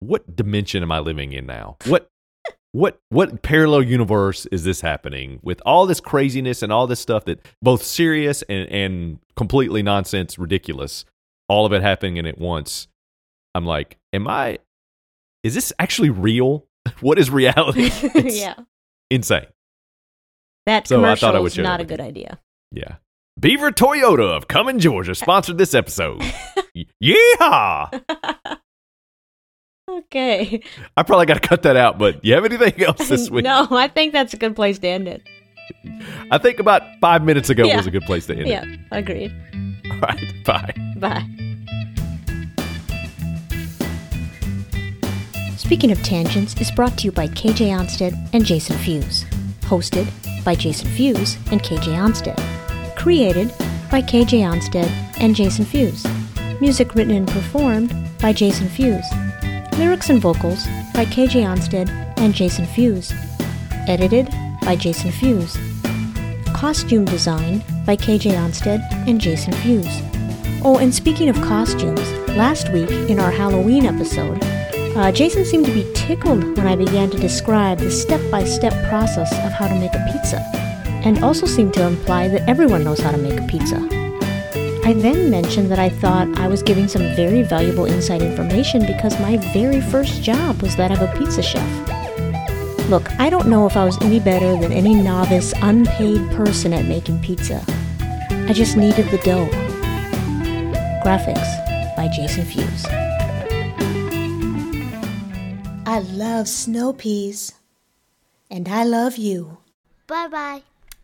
Speaker 1: "What dimension am I living in now? What, what, what parallel universe is this happening with all this craziness and all this stuff that both serious and and completely nonsense, ridiculous, all of it happening in at once? I'm like, am I is this actually real? What is reality? It's
Speaker 2: yeah.
Speaker 1: Insane.
Speaker 2: That
Speaker 1: So I
Speaker 2: commercial
Speaker 1: thought I would
Speaker 2: is
Speaker 1: share that
Speaker 2: not a
Speaker 1: with
Speaker 2: good idea.
Speaker 1: Yeah. Beaver Toyota of Cumming, Georgia sponsored this episode. Y- Yeehaw!
Speaker 2: Okay.
Speaker 1: I probably got to cut that out, but you have anything else this week?
Speaker 2: no, I think that's a good place to end it.
Speaker 1: I think about five minutes ago
Speaker 2: Yeah.
Speaker 1: was a good place to end
Speaker 2: Yeah, agreed.
Speaker 1: it. All right, bye.
Speaker 2: Bye. Speaking of Tangents is brought to you by KJ Onsted and Jason Fuse. Hosted by Jason Fuse and KJ Onsted. Created by KJ Onsted and Jason Fuse. Music written and performed by Jason Fuse. Lyrics and vocals by KJ Onsted and Jason Fuse. Edited by Jason Fuse. Costume design by KJ Onsted and Jason Fuse. Oh, and speaking of costumes, last week in our Halloween episode, uh, Jason seemed to be tickled when I began to describe the step by step process of how to make a pizza, and also seemed to imply that everyone knows how to make a pizza. I then mentioned that I thought I was giving some very valuable inside information because my very first job was that of a pizza chef. Look, I don't know if I was any better than any novice, unpaid person at making pizza. I just needed the dough. Graphics by Jason Fuse.
Speaker 4: I love snow peas. And I love you.
Speaker 6: Bye bye.